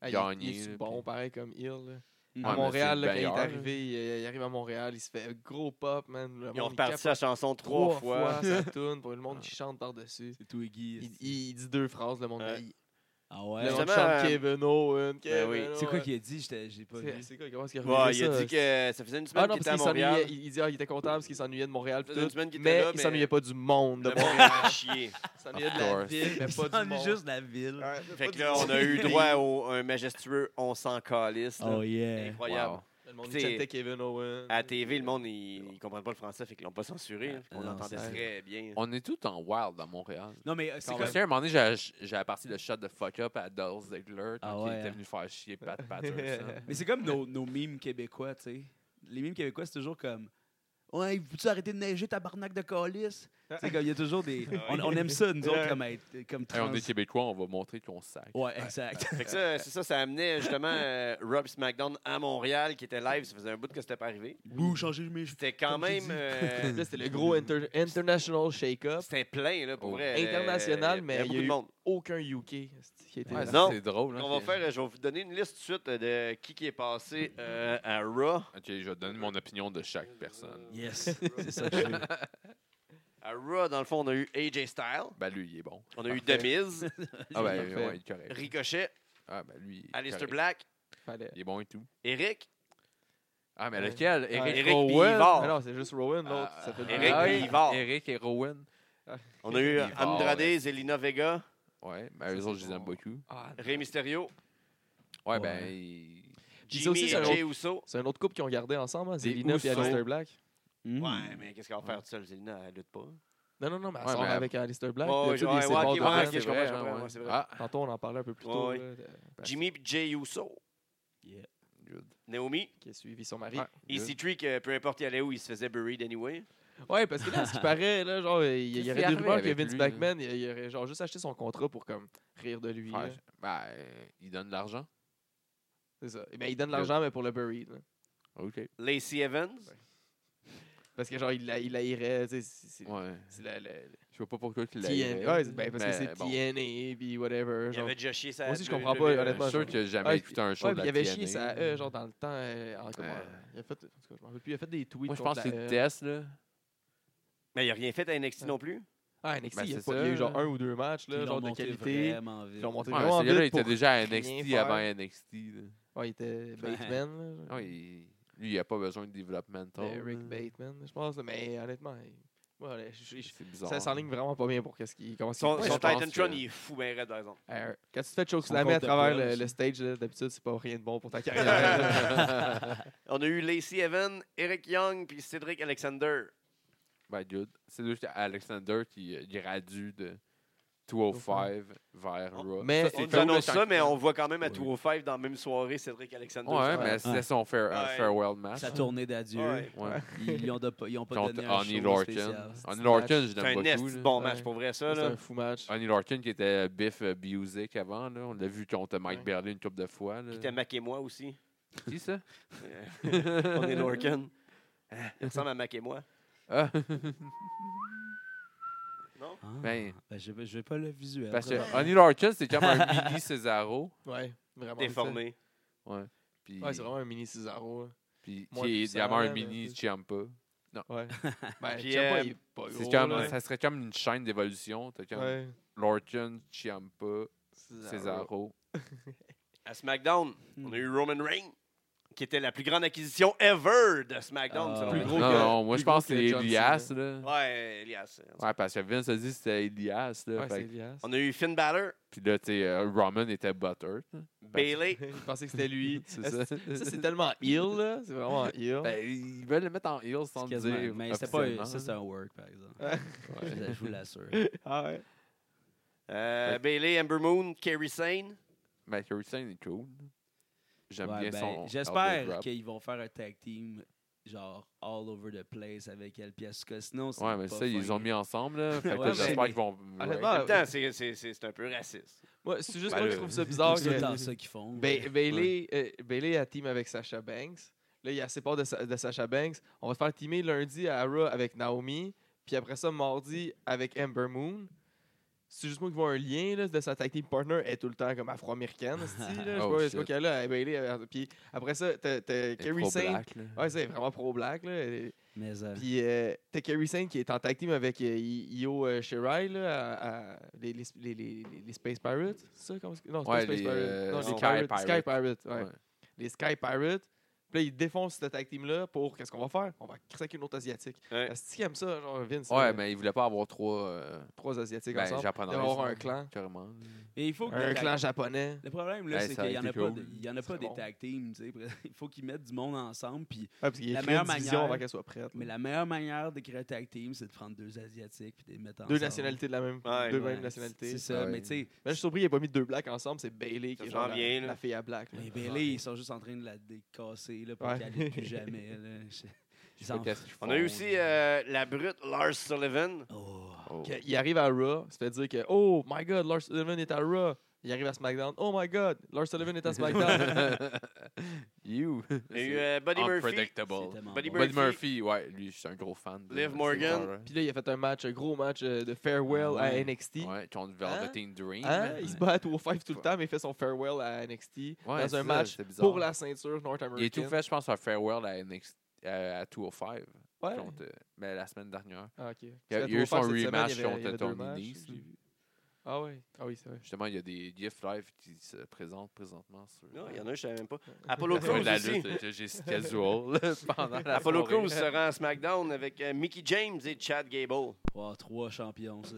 [SPEAKER 3] Ah, il-
[SPEAKER 4] Gagner,
[SPEAKER 3] il est
[SPEAKER 4] là,
[SPEAKER 3] bon,
[SPEAKER 4] puis-
[SPEAKER 3] pareil comme Hill. là.
[SPEAKER 2] Mhm.
[SPEAKER 4] Ouais,
[SPEAKER 3] à
[SPEAKER 4] mais
[SPEAKER 3] Montréal, là,
[SPEAKER 4] c'est le
[SPEAKER 3] quand il est
[SPEAKER 4] meilleur,
[SPEAKER 3] arrivé, il, il arrive à Montréal, il se fait gros pop, man. Le
[SPEAKER 1] Ils ont
[SPEAKER 3] monde, il
[SPEAKER 1] reparti
[SPEAKER 3] capote
[SPEAKER 1] sa chanson trois fois.
[SPEAKER 3] ça tourne pour le monde qui chante par-dessus.
[SPEAKER 2] C'est Twiggy.
[SPEAKER 3] Il,
[SPEAKER 2] c'est-
[SPEAKER 3] il- il dit deux phrases, le monde
[SPEAKER 1] Ouais.
[SPEAKER 3] il-
[SPEAKER 2] Ah
[SPEAKER 3] Le
[SPEAKER 2] ouais.
[SPEAKER 3] monde
[SPEAKER 1] Justement,
[SPEAKER 3] chante
[SPEAKER 1] euh,
[SPEAKER 3] Kevin Owen, Kevin
[SPEAKER 1] oui.
[SPEAKER 3] Owen.
[SPEAKER 2] C'est quoi qu'il a dit J'étais- J'ai pas
[SPEAKER 3] C'est-
[SPEAKER 2] vu.
[SPEAKER 3] C'est quoi, comment est-ce qu'il a
[SPEAKER 1] Ouais,
[SPEAKER 3] revenu
[SPEAKER 1] il a
[SPEAKER 3] ça?
[SPEAKER 1] dit que euh, ça faisait une semaine
[SPEAKER 3] Ah non,
[SPEAKER 1] qu'il était à
[SPEAKER 3] parce qu'il s'ennuyait.
[SPEAKER 1] Montréal.
[SPEAKER 3] Il, il dit ah, il était content parce qu'il s'ennuyait de Montréal.
[SPEAKER 1] Ça
[SPEAKER 3] Tout,
[SPEAKER 1] faisait une semaine qu'il était
[SPEAKER 3] mais
[SPEAKER 1] là,
[SPEAKER 3] il
[SPEAKER 1] mais-
[SPEAKER 3] s'ennuyait pas du monde de
[SPEAKER 1] Le monde
[SPEAKER 3] Montréal.
[SPEAKER 1] a chié.
[SPEAKER 3] Il s'ennuyait
[SPEAKER 4] Of
[SPEAKER 3] de la
[SPEAKER 4] course.
[SPEAKER 3] ville, mais
[SPEAKER 2] Il
[SPEAKER 3] pas du
[SPEAKER 2] s'ennuie
[SPEAKER 3] monde.
[SPEAKER 2] juste la ville.
[SPEAKER 3] Ouais,
[SPEAKER 1] Fait
[SPEAKER 3] pas
[SPEAKER 1] que
[SPEAKER 3] du
[SPEAKER 1] là, on a
[SPEAKER 3] monde.
[SPEAKER 1] eu droit au- à un majestueux on s'en calisse. là.
[SPEAKER 2] Oh yeah.
[SPEAKER 1] Incroyable.
[SPEAKER 4] wow.
[SPEAKER 3] Le monde
[SPEAKER 1] T'sais,
[SPEAKER 3] chantait Kevin Owen.
[SPEAKER 1] À la TV, le monde, ils ils comprennent pas le français, fait qu'ils l'ont pas censuré. On
[SPEAKER 2] non,
[SPEAKER 1] l'entendait
[SPEAKER 2] c'est-
[SPEAKER 1] très bien.
[SPEAKER 4] On est tout en wild à Montréal.
[SPEAKER 2] Non, mais euh, c'est
[SPEAKER 4] Parce
[SPEAKER 2] comme.
[SPEAKER 4] qu'à un moment donné, j'ai- j'ai apparti le shot de fuck up à Dolls Ziggler,
[SPEAKER 2] Ah
[SPEAKER 4] quand
[SPEAKER 2] ouais,
[SPEAKER 4] il était
[SPEAKER 2] hein.
[SPEAKER 4] venu faire chier Pat Patterson.
[SPEAKER 2] Mais c'est comme nos, nos mimes québécois, tu sais. Les mimes québécois, c'est toujours comme. Ouais, peux-tu arrêter de neiger, tabarnak de colis? C'est comme, il y a toujours des. On, on aime ça, nous autres, comme être. Comme
[SPEAKER 4] Hey,
[SPEAKER 2] trans.
[SPEAKER 4] on est Québécois, on va montrer qu'on sac.
[SPEAKER 2] Ouais, exact.
[SPEAKER 1] Fait que ça, c'est ça, ça amenait justement euh, Rob SmackDown à Montréal, qui était live, ça faisait un bout que c'était pas arrivé.
[SPEAKER 2] Bouh, changer mes cheveux.
[SPEAKER 1] C'était quand
[SPEAKER 2] Comme j'ai
[SPEAKER 1] même...
[SPEAKER 2] dit.
[SPEAKER 1] euh,
[SPEAKER 4] Hmm.
[SPEAKER 3] Là, c'était le gros inter- international shake-up.
[SPEAKER 1] C'était plein, là, pour
[SPEAKER 4] Oh.
[SPEAKER 1] vrai. Euh,
[SPEAKER 3] International, mais
[SPEAKER 1] Il y a
[SPEAKER 3] il y a
[SPEAKER 1] beaucoup de
[SPEAKER 3] eu-
[SPEAKER 1] monde.
[SPEAKER 3] Aucun UK qui a été
[SPEAKER 4] Ouais,
[SPEAKER 3] là.
[SPEAKER 4] ça,
[SPEAKER 1] Non.
[SPEAKER 4] c'est drôle. hein,
[SPEAKER 1] On va
[SPEAKER 4] c'est-
[SPEAKER 1] faire, euh, je vais vous donner une liste tout de suite euh, de qui qui est passé euh, à Raw.
[SPEAKER 4] Ok, je vais donner mon opinion de chaque personne.
[SPEAKER 2] Yes. c'est ça que je veux.
[SPEAKER 1] À Raw, dans le fond, on a eu AJ Styles,
[SPEAKER 4] Ben, lui, il est bon.
[SPEAKER 1] on a eu
[SPEAKER 3] Parfait.
[SPEAKER 1] The Miz,
[SPEAKER 4] Ah, ben,
[SPEAKER 3] Parfait.
[SPEAKER 4] ouais, il est correct.
[SPEAKER 1] Ricochet,
[SPEAKER 4] Ah, ben, lui. il est
[SPEAKER 1] Aleister
[SPEAKER 4] correct.
[SPEAKER 1] Black,
[SPEAKER 3] Fallait-
[SPEAKER 4] Il est bon et tout.
[SPEAKER 1] Eric,
[SPEAKER 4] Ah, mais
[SPEAKER 3] Ouais.
[SPEAKER 4] lequel
[SPEAKER 3] Ouais.
[SPEAKER 4] Eric
[SPEAKER 1] Eric puis
[SPEAKER 4] Rowan.
[SPEAKER 1] Ivar.
[SPEAKER 3] Mais non, c'est juste Rowan, l'autre.
[SPEAKER 4] Ah,
[SPEAKER 3] ça fait le-
[SPEAKER 1] Eric
[SPEAKER 4] ah,
[SPEAKER 1] puis
[SPEAKER 4] oui.
[SPEAKER 1] Ivar.
[SPEAKER 4] Eric et Rowan.
[SPEAKER 1] on a eu euh,
[SPEAKER 4] Ivar,
[SPEAKER 1] Andrade,
[SPEAKER 4] ouais.
[SPEAKER 1] Zelina Vega,
[SPEAKER 4] Ouais, ben, eux autres, je les aime beaucoup.
[SPEAKER 3] Ah, non.
[SPEAKER 1] Rey Mysterio,
[SPEAKER 4] Ouais,
[SPEAKER 2] Ouais.
[SPEAKER 4] ben. ils-
[SPEAKER 3] Puis ça
[SPEAKER 1] Jimmy
[SPEAKER 3] aussi,
[SPEAKER 1] et
[SPEAKER 3] c'est un
[SPEAKER 1] Jay Uso.
[SPEAKER 3] C'est un autre couple qu'ils ont gardé ensemble, hein,
[SPEAKER 4] Des
[SPEAKER 3] Zelina et
[SPEAKER 4] Usos.
[SPEAKER 3] Alistair Black.
[SPEAKER 2] Mm.
[SPEAKER 3] Hmm.
[SPEAKER 1] Ouais, mais qu'est-ce qu'on va faire tout seul, Zelina, elle lutte pas.
[SPEAKER 3] Non, non, non, mais elle
[SPEAKER 4] Ouais,
[SPEAKER 3] sort
[SPEAKER 4] mais-
[SPEAKER 3] avec Alistair Black.
[SPEAKER 1] Ouais,
[SPEAKER 3] il y a
[SPEAKER 1] ouais,
[SPEAKER 3] tous
[SPEAKER 1] ouais,
[SPEAKER 3] les
[SPEAKER 1] ouais,
[SPEAKER 3] séparés
[SPEAKER 1] ok,
[SPEAKER 3] de
[SPEAKER 1] ouais,
[SPEAKER 3] Black.
[SPEAKER 1] ok, je
[SPEAKER 4] c'est vrai,
[SPEAKER 1] comprends, je
[SPEAKER 4] hein,
[SPEAKER 1] comprends,
[SPEAKER 4] ouais.
[SPEAKER 1] ouais, c'est vrai.
[SPEAKER 4] Ah,
[SPEAKER 3] Tantôt, on en parlait un peu plus
[SPEAKER 1] Ouais,
[SPEAKER 3] tôt,
[SPEAKER 1] ouais.
[SPEAKER 3] là, de-
[SPEAKER 1] Jimmy et Jay Uso,
[SPEAKER 4] good.
[SPEAKER 1] Naomi,
[SPEAKER 3] qui a suivi son mari.
[SPEAKER 4] Ouais, good.
[SPEAKER 1] EC3, que euh, peu importe il allait où, il se faisait buried anyway.
[SPEAKER 3] Ouais, parce que là, ce qui paraît, là, genre, il il y
[SPEAKER 4] Qu'est-ce
[SPEAKER 3] aurait des
[SPEAKER 4] qui est
[SPEAKER 3] rumeurs que
[SPEAKER 4] arrivé avec
[SPEAKER 3] Vince
[SPEAKER 4] lui, là?
[SPEAKER 3] Blackman, il il aurait genre juste acheté son contrat pour comme rire de lui.
[SPEAKER 4] Ouais,
[SPEAKER 3] là.
[SPEAKER 4] ben, il donne de l'argent.
[SPEAKER 3] C'est ça. Eh ben, il donne l'argent, mais pour le buried. là.
[SPEAKER 4] Ok.
[SPEAKER 1] Lacey Evans,
[SPEAKER 3] Parce que genre, il la, il la irait, tu sais, c'est- c'est-
[SPEAKER 4] Ouais.
[SPEAKER 3] c'est la- la- la-
[SPEAKER 4] Je sais pas pourquoi qu'il l'a.
[SPEAKER 3] TN Ouais, c'est- ben, parce que
[SPEAKER 4] mais
[SPEAKER 3] c'est
[SPEAKER 4] bon.
[SPEAKER 3] TNA, puis whatever.
[SPEAKER 1] il
[SPEAKER 3] genre.
[SPEAKER 1] avait déjà chié sa.
[SPEAKER 3] Moi aussi, je
[SPEAKER 1] deux-
[SPEAKER 3] comprends
[SPEAKER 1] deux-
[SPEAKER 3] pas,
[SPEAKER 1] deux-
[SPEAKER 4] Je
[SPEAKER 3] honnêtement.
[SPEAKER 4] suis sûr que j'ai jamais
[SPEAKER 3] Ouais,
[SPEAKER 4] écouté un show
[SPEAKER 3] Ouais,
[SPEAKER 4] de
[SPEAKER 3] puis
[SPEAKER 4] la
[SPEAKER 3] il avait
[SPEAKER 4] TNA.
[SPEAKER 3] chié ça à eux, genre, dans le temps. euh, en- comment-
[SPEAKER 4] Ouais.
[SPEAKER 3] il a fait, en tout cas, je m'en rappelle plus, il euh, a fait des tweets.
[SPEAKER 4] Moi, je pense que
[SPEAKER 3] contre
[SPEAKER 4] c'est
[SPEAKER 3] la- E.
[SPEAKER 4] le test, là.
[SPEAKER 1] Mais il a rien fait à NXT non plus.
[SPEAKER 3] Ah, NXT,
[SPEAKER 4] Ben,
[SPEAKER 3] il, y a
[SPEAKER 4] c'est
[SPEAKER 3] pas- il y a eu
[SPEAKER 4] ça.
[SPEAKER 3] genre un ou deux matchs,
[SPEAKER 2] Ils
[SPEAKER 3] là,
[SPEAKER 2] l'ont
[SPEAKER 3] genre de
[SPEAKER 2] monté
[SPEAKER 3] qualité.
[SPEAKER 2] vraiment vite.
[SPEAKER 3] Ils l'ont monté
[SPEAKER 4] Ouais, mais
[SPEAKER 3] vraiment
[SPEAKER 4] ce gars-là, il
[SPEAKER 3] vite
[SPEAKER 4] était
[SPEAKER 3] pour
[SPEAKER 4] déjà à
[SPEAKER 3] rien
[SPEAKER 4] NXT
[SPEAKER 3] faire.
[SPEAKER 4] avant NXT. là.
[SPEAKER 3] Ouais, il était Bateman. là, genre.
[SPEAKER 4] Ah, il- Lui, il a pas besoin de développemental.
[SPEAKER 3] C'était Rick
[SPEAKER 4] là.
[SPEAKER 3] Bateman, je pense. là, Mais honnêtement, il- ouais, là, je- je-
[SPEAKER 4] C'est bizarre.
[SPEAKER 3] ça s'enligne vraiment pas bien pour qu'est-ce qu'il comment
[SPEAKER 1] Son,
[SPEAKER 4] Ouais,
[SPEAKER 3] qu'il-
[SPEAKER 1] son
[SPEAKER 4] je pense
[SPEAKER 1] Titan Tron,
[SPEAKER 4] que-
[SPEAKER 1] il est fou, ben raide, par exemple.
[SPEAKER 3] Euh, Quand tu te fais choke
[SPEAKER 2] Son
[SPEAKER 3] slammer à
[SPEAKER 2] compte de
[SPEAKER 3] travers
[SPEAKER 2] poils
[SPEAKER 3] le,
[SPEAKER 2] aussi.
[SPEAKER 3] le stage, là, d'habitude, c'est pas rien de bon pour ta carrière.
[SPEAKER 1] On a eu Lacey Evans, Eric Young, puis Cédric Alexander.
[SPEAKER 4] Ben, good. C'est juste Alexander qui euh, gradue de 205 vers
[SPEAKER 1] On-
[SPEAKER 4] Raw.
[SPEAKER 3] mais-
[SPEAKER 4] Ça,
[SPEAKER 3] C'est
[SPEAKER 1] On
[SPEAKER 4] cool,
[SPEAKER 1] nous annonce
[SPEAKER 4] là,
[SPEAKER 1] ça,
[SPEAKER 4] quand-
[SPEAKER 1] mais on voit quand même à
[SPEAKER 2] Ouais.
[SPEAKER 1] 205 dans la même soirée Cédric Alexander.
[SPEAKER 4] Ouais,
[SPEAKER 1] sur-
[SPEAKER 4] mais c'était son fair- euh,
[SPEAKER 1] Ouais.
[SPEAKER 4] farewell match.
[SPEAKER 2] Sa tournée d'adieu.
[SPEAKER 1] Ouais.
[SPEAKER 4] Ouais.
[SPEAKER 2] Ils n'ont pas ils ont pas
[SPEAKER 4] Contre
[SPEAKER 2] donné un
[SPEAKER 4] Honey
[SPEAKER 2] show
[SPEAKER 4] Lorcan.
[SPEAKER 2] spécial.
[SPEAKER 4] Honey
[SPEAKER 3] match.
[SPEAKER 4] Lorcan, je
[SPEAKER 1] C'est un
[SPEAKER 4] l'aime
[SPEAKER 1] nest
[SPEAKER 4] ben, beaucoup.
[SPEAKER 1] de
[SPEAKER 4] là.
[SPEAKER 1] bon match
[SPEAKER 3] Ouais.
[SPEAKER 1] pour vrai, ça.
[SPEAKER 3] C'est
[SPEAKER 1] Là.
[SPEAKER 3] un fou match.
[SPEAKER 4] Honey Lorcan qui était Biff euh, Music avant, là. on l'a vu contre Mike
[SPEAKER 3] Ouais.
[SPEAKER 4] Berlin une couple de fois. Là.
[SPEAKER 1] Puis t'as Mac et moi aussi.
[SPEAKER 4] Qui ça
[SPEAKER 1] On est Lorcan. Il ressemble à Mac et moi.
[SPEAKER 4] Ah,
[SPEAKER 1] Non?
[SPEAKER 2] Ah,
[SPEAKER 4] Ben-
[SPEAKER 2] ben, je vais je vais pas le visuel.
[SPEAKER 4] Parce que
[SPEAKER 2] vraiment.
[SPEAKER 4] Honey Lorcan, c'est comme un mini Cesaro.
[SPEAKER 3] Ouais, vraiment.
[SPEAKER 1] Déformé.
[SPEAKER 4] Ouais. Puis,
[SPEAKER 3] Ouais, c'est vraiment un mini Cesaro. hein. là.
[SPEAKER 4] Puis
[SPEAKER 3] Moins
[SPEAKER 4] qui est
[SPEAKER 3] puissant,
[SPEAKER 4] vraiment un
[SPEAKER 3] là, mais
[SPEAKER 4] mini
[SPEAKER 3] c'est-
[SPEAKER 4] Ciampa.
[SPEAKER 3] Ouais.
[SPEAKER 1] Ben,
[SPEAKER 3] Ciampa, il est pas
[SPEAKER 4] C'est
[SPEAKER 3] gros,
[SPEAKER 4] comme-
[SPEAKER 3] là.
[SPEAKER 4] Ça serait comme une chaîne d'évolution. T'as comme
[SPEAKER 3] Ouais.
[SPEAKER 4] Lorcan, Ciampa, Cesaro.
[SPEAKER 1] À SmackDown,
[SPEAKER 2] Hmm.
[SPEAKER 1] on a eu Roman Reigns, qui était la plus grande acquisition ever de SmackDown.
[SPEAKER 2] Ah,
[SPEAKER 1] selon
[SPEAKER 2] plus
[SPEAKER 1] moi.
[SPEAKER 3] gros
[SPEAKER 4] non,
[SPEAKER 3] que-
[SPEAKER 4] non, moi
[SPEAKER 3] plus
[SPEAKER 4] je pense que
[SPEAKER 3] gros
[SPEAKER 4] c'est
[SPEAKER 3] que John
[SPEAKER 4] Elias. Là. Ouais.
[SPEAKER 1] Ouais, Elias.
[SPEAKER 4] parce que Vince a dit que c'était Elias. Là,
[SPEAKER 3] Ouais,
[SPEAKER 4] fait
[SPEAKER 3] c'est
[SPEAKER 4] que-
[SPEAKER 3] Elias.
[SPEAKER 1] On a eu Finn Balor,
[SPEAKER 4] Puis là, tu sais, euh, Roman était butter.
[SPEAKER 1] Bailey.
[SPEAKER 3] Il pensait que c'était lui.
[SPEAKER 4] C'est ça.
[SPEAKER 3] Ça, c'est tellement ill, là. C'est vraiment ill.
[SPEAKER 4] Ben, ils veulent le mettre en heel sans le
[SPEAKER 2] Quasiment.
[SPEAKER 4] dire.
[SPEAKER 2] Mais c'était pas.
[SPEAKER 4] officiellement,
[SPEAKER 2] Ça, c'est
[SPEAKER 4] là.
[SPEAKER 2] un work, par exemple.
[SPEAKER 4] Ouais.
[SPEAKER 2] Je vous l'assure.
[SPEAKER 3] ah ouais.
[SPEAKER 1] Euh,
[SPEAKER 4] Ouais.
[SPEAKER 1] Bailey, Ember Moon, Kerry Sane.
[SPEAKER 4] Mais Kerry Sane est cool. J'aime
[SPEAKER 2] Ouais,
[SPEAKER 4] bien
[SPEAKER 2] ben,
[SPEAKER 4] son. elbow
[SPEAKER 2] J'espère
[SPEAKER 4] drop.
[SPEAKER 2] qu'ils vont faire un tag team, genre, all over the place avec elle. Puis, parce que sinon, c'est
[SPEAKER 4] Ouais, mais
[SPEAKER 2] pas
[SPEAKER 4] ça, ils les
[SPEAKER 2] fin.
[SPEAKER 4] ont mis ensemble. là. Fait que
[SPEAKER 2] Ouais,
[SPEAKER 4] j'espère
[SPEAKER 3] mais-
[SPEAKER 4] qu'ils vont.
[SPEAKER 3] Honnêtement,
[SPEAKER 1] En
[SPEAKER 3] Ah,
[SPEAKER 1] même temps, c'est- c'est c'est- c'est un peu raciste.
[SPEAKER 3] Moi, c'est juste
[SPEAKER 4] Ben,
[SPEAKER 3] moi
[SPEAKER 4] le-
[SPEAKER 3] qui trouve ça bizarre.
[SPEAKER 2] C'est
[SPEAKER 3] que...
[SPEAKER 2] tout le temps ça qu'ils font.
[SPEAKER 4] Ben,
[SPEAKER 3] Ba- Ben, Bailey, euh, Bailey a team avec Sasha Banks. Là, il y a ses parts de, Sa- de Sasha Banks. On va te faire teamer lundi à Raw avec Naomi. Puis après ça, mardi avec Ember Moon. C'est juste moi qui vois un lien là, de sa tag team partner. Elle est tout le temps comme afro-américaine. esti, là. Je
[SPEAKER 4] Oh,
[SPEAKER 3] vois- je
[SPEAKER 4] shit.
[SPEAKER 3] vois qu'elle là, elle est Bailey. elle- Puis après ça, t'as t'as Kerry Saint. Ouais, c'est vraiment pro-black. là. Elle-
[SPEAKER 2] Mais, euh,
[SPEAKER 3] Puis euh, t'as Kerry Saint qui est en tag team avec euh, I- Io euh, Shirai, là, à- à- les, les, les, les- les Space Pirates. C'est ça? Comment... c'est- Non, c'est pas
[SPEAKER 4] Ouais,
[SPEAKER 3] Space
[SPEAKER 4] les,
[SPEAKER 3] Pirates.
[SPEAKER 4] euh,
[SPEAKER 3] non,
[SPEAKER 4] Sky
[SPEAKER 3] les Pirates.
[SPEAKER 4] Pirates.
[SPEAKER 3] Sky Pirates, ouais.
[SPEAKER 4] Ouais.
[SPEAKER 3] Les Sky Pirates. Puis là, ils défoncent cette tag team-là pour qu'est-ce qu'on va faire? On va craquer une autre Asiatique.
[SPEAKER 1] Ouais.
[SPEAKER 3] Est-ce qu'ils aiment ça, genre Vince? là,
[SPEAKER 4] Ouais, mais ils voulaient pas avoir trois. euh,
[SPEAKER 3] Trois Asiatiques
[SPEAKER 4] Ben,
[SPEAKER 3] ensemble.
[SPEAKER 4] japonaises,
[SPEAKER 3] D'avoir
[SPEAKER 4] là.
[SPEAKER 3] un clan.
[SPEAKER 4] Carrément.
[SPEAKER 2] mais il faut que.
[SPEAKER 3] Un
[SPEAKER 2] le
[SPEAKER 3] clan
[SPEAKER 2] tag-
[SPEAKER 3] japonais.
[SPEAKER 2] Le problème, là,
[SPEAKER 4] Hey,
[SPEAKER 2] c'est
[SPEAKER 4] ça
[SPEAKER 2] qu'il n'y
[SPEAKER 4] a
[SPEAKER 2] en a
[SPEAKER 4] été
[SPEAKER 2] pas,
[SPEAKER 4] cool.
[SPEAKER 2] de- il y en a pas
[SPEAKER 3] C'est
[SPEAKER 2] des
[SPEAKER 3] bon.
[SPEAKER 2] tag teams. tu sais. Il faut qu'ils mettent du monde ensemble. Puis,
[SPEAKER 3] Ah, parce qu'il y a
[SPEAKER 2] La
[SPEAKER 3] une
[SPEAKER 2] meilleure
[SPEAKER 3] division
[SPEAKER 2] manière-
[SPEAKER 3] avant qu'elle soit prête.
[SPEAKER 2] mais la meilleure manière de créer un tag team, c'est de prendre deux Asiatiques puis de les mettre ensemble.
[SPEAKER 3] Deux nationalités de la même,
[SPEAKER 1] Ouais,
[SPEAKER 3] deux
[SPEAKER 2] Ouais,
[SPEAKER 3] mêmes nationalités.
[SPEAKER 2] C'est ça,
[SPEAKER 4] Ouais. Ben,
[SPEAKER 2] mais tu sais.
[SPEAKER 3] Mais je suis surpris qu'il n'ait pas mis deux blacks ensemble. C'est Bailey
[SPEAKER 1] Ça
[SPEAKER 3] qui est
[SPEAKER 1] s'en
[SPEAKER 3] genre la,
[SPEAKER 1] vient, là.
[SPEAKER 3] la fille à black. là.
[SPEAKER 2] Les Bailey, ils sont juste en train de la décasser là, pour
[SPEAKER 3] Ouais.
[SPEAKER 2] qu'elle n'aille plus jamais. Là. Je-
[SPEAKER 4] Je
[SPEAKER 2] Ils
[SPEAKER 4] sais
[SPEAKER 2] en-
[SPEAKER 4] pas qu'est-ce qu'ils
[SPEAKER 1] On a eu
[SPEAKER 4] font,
[SPEAKER 1] aussi
[SPEAKER 4] là.
[SPEAKER 1] euh, la brute Lars Sullivan.
[SPEAKER 2] Oh.
[SPEAKER 4] Oh.
[SPEAKER 3] Que- Il arrive à Raw, se fait dire que Oh my god, Lars Sullivan est à Raw. Il arrive à SmackDown. Oh my god, Lars Sullivan est à SmackDown.
[SPEAKER 4] you.
[SPEAKER 1] On a eu euh, Buddy Murphy.
[SPEAKER 2] c'est
[SPEAKER 4] Unpredictable.
[SPEAKER 2] tellement
[SPEAKER 1] Buddy
[SPEAKER 2] bon.
[SPEAKER 4] Buddy
[SPEAKER 1] Murphy.
[SPEAKER 4] Murphy, ouais, lui, je suis un gros fan. de
[SPEAKER 1] Liv
[SPEAKER 4] ce
[SPEAKER 1] Morgan.
[SPEAKER 4] joueur-là.
[SPEAKER 3] Puis là, il a fait un match, un gros match euh, de farewell
[SPEAKER 2] Ouais.
[SPEAKER 3] à NXT.
[SPEAKER 4] Ouais, contre
[SPEAKER 3] Hein?
[SPEAKER 4] Velveteen Dream.
[SPEAKER 3] Hein? Il se bat au 5 tout le
[SPEAKER 4] Ouais.
[SPEAKER 3] temps, mais il fait son farewell à NXT
[SPEAKER 4] Ouais,
[SPEAKER 3] dans
[SPEAKER 4] c'est
[SPEAKER 3] un
[SPEAKER 4] ça,
[SPEAKER 3] match
[SPEAKER 4] c'est bizarre.
[SPEAKER 3] pour la ceinture North American.
[SPEAKER 4] Il a tout fait, je pense, un farewell à, NXT, euh, à 205.
[SPEAKER 3] Ouais.
[SPEAKER 4] Contre, euh, mais la semaine dernière.
[SPEAKER 3] Ah, ok.
[SPEAKER 4] Il y a- il y a eu son rematch contre
[SPEAKER 3] ton
[SPEAKER 4] Tony Nese. lui.
[SPEAKER 3] Ah, ouais. Ah, oui, c'est vrai.
[SPEAKER 4] Justement, il y a des GIF live qui se présentent présentement sur.
[SPEAKER 1] Non, il y en a un, je savais même pas. Apollo
[SPEAKER 4] La fin de
[SPEAKER 1] Crews
[SPEAKER 4] la
[SPEAKER 1] aussi.
[SPEAKER 4] lutte, euh, j'ai casual là, pendant la
[SPEAKER 1] Apollo
[SPEAKER 4] soirée.
[SPEAKER 1] Crews se rend à SmackDown avec euh, Mickey James et Chad Gable.
[SPEAKER 2] Wow, trois champions, ça.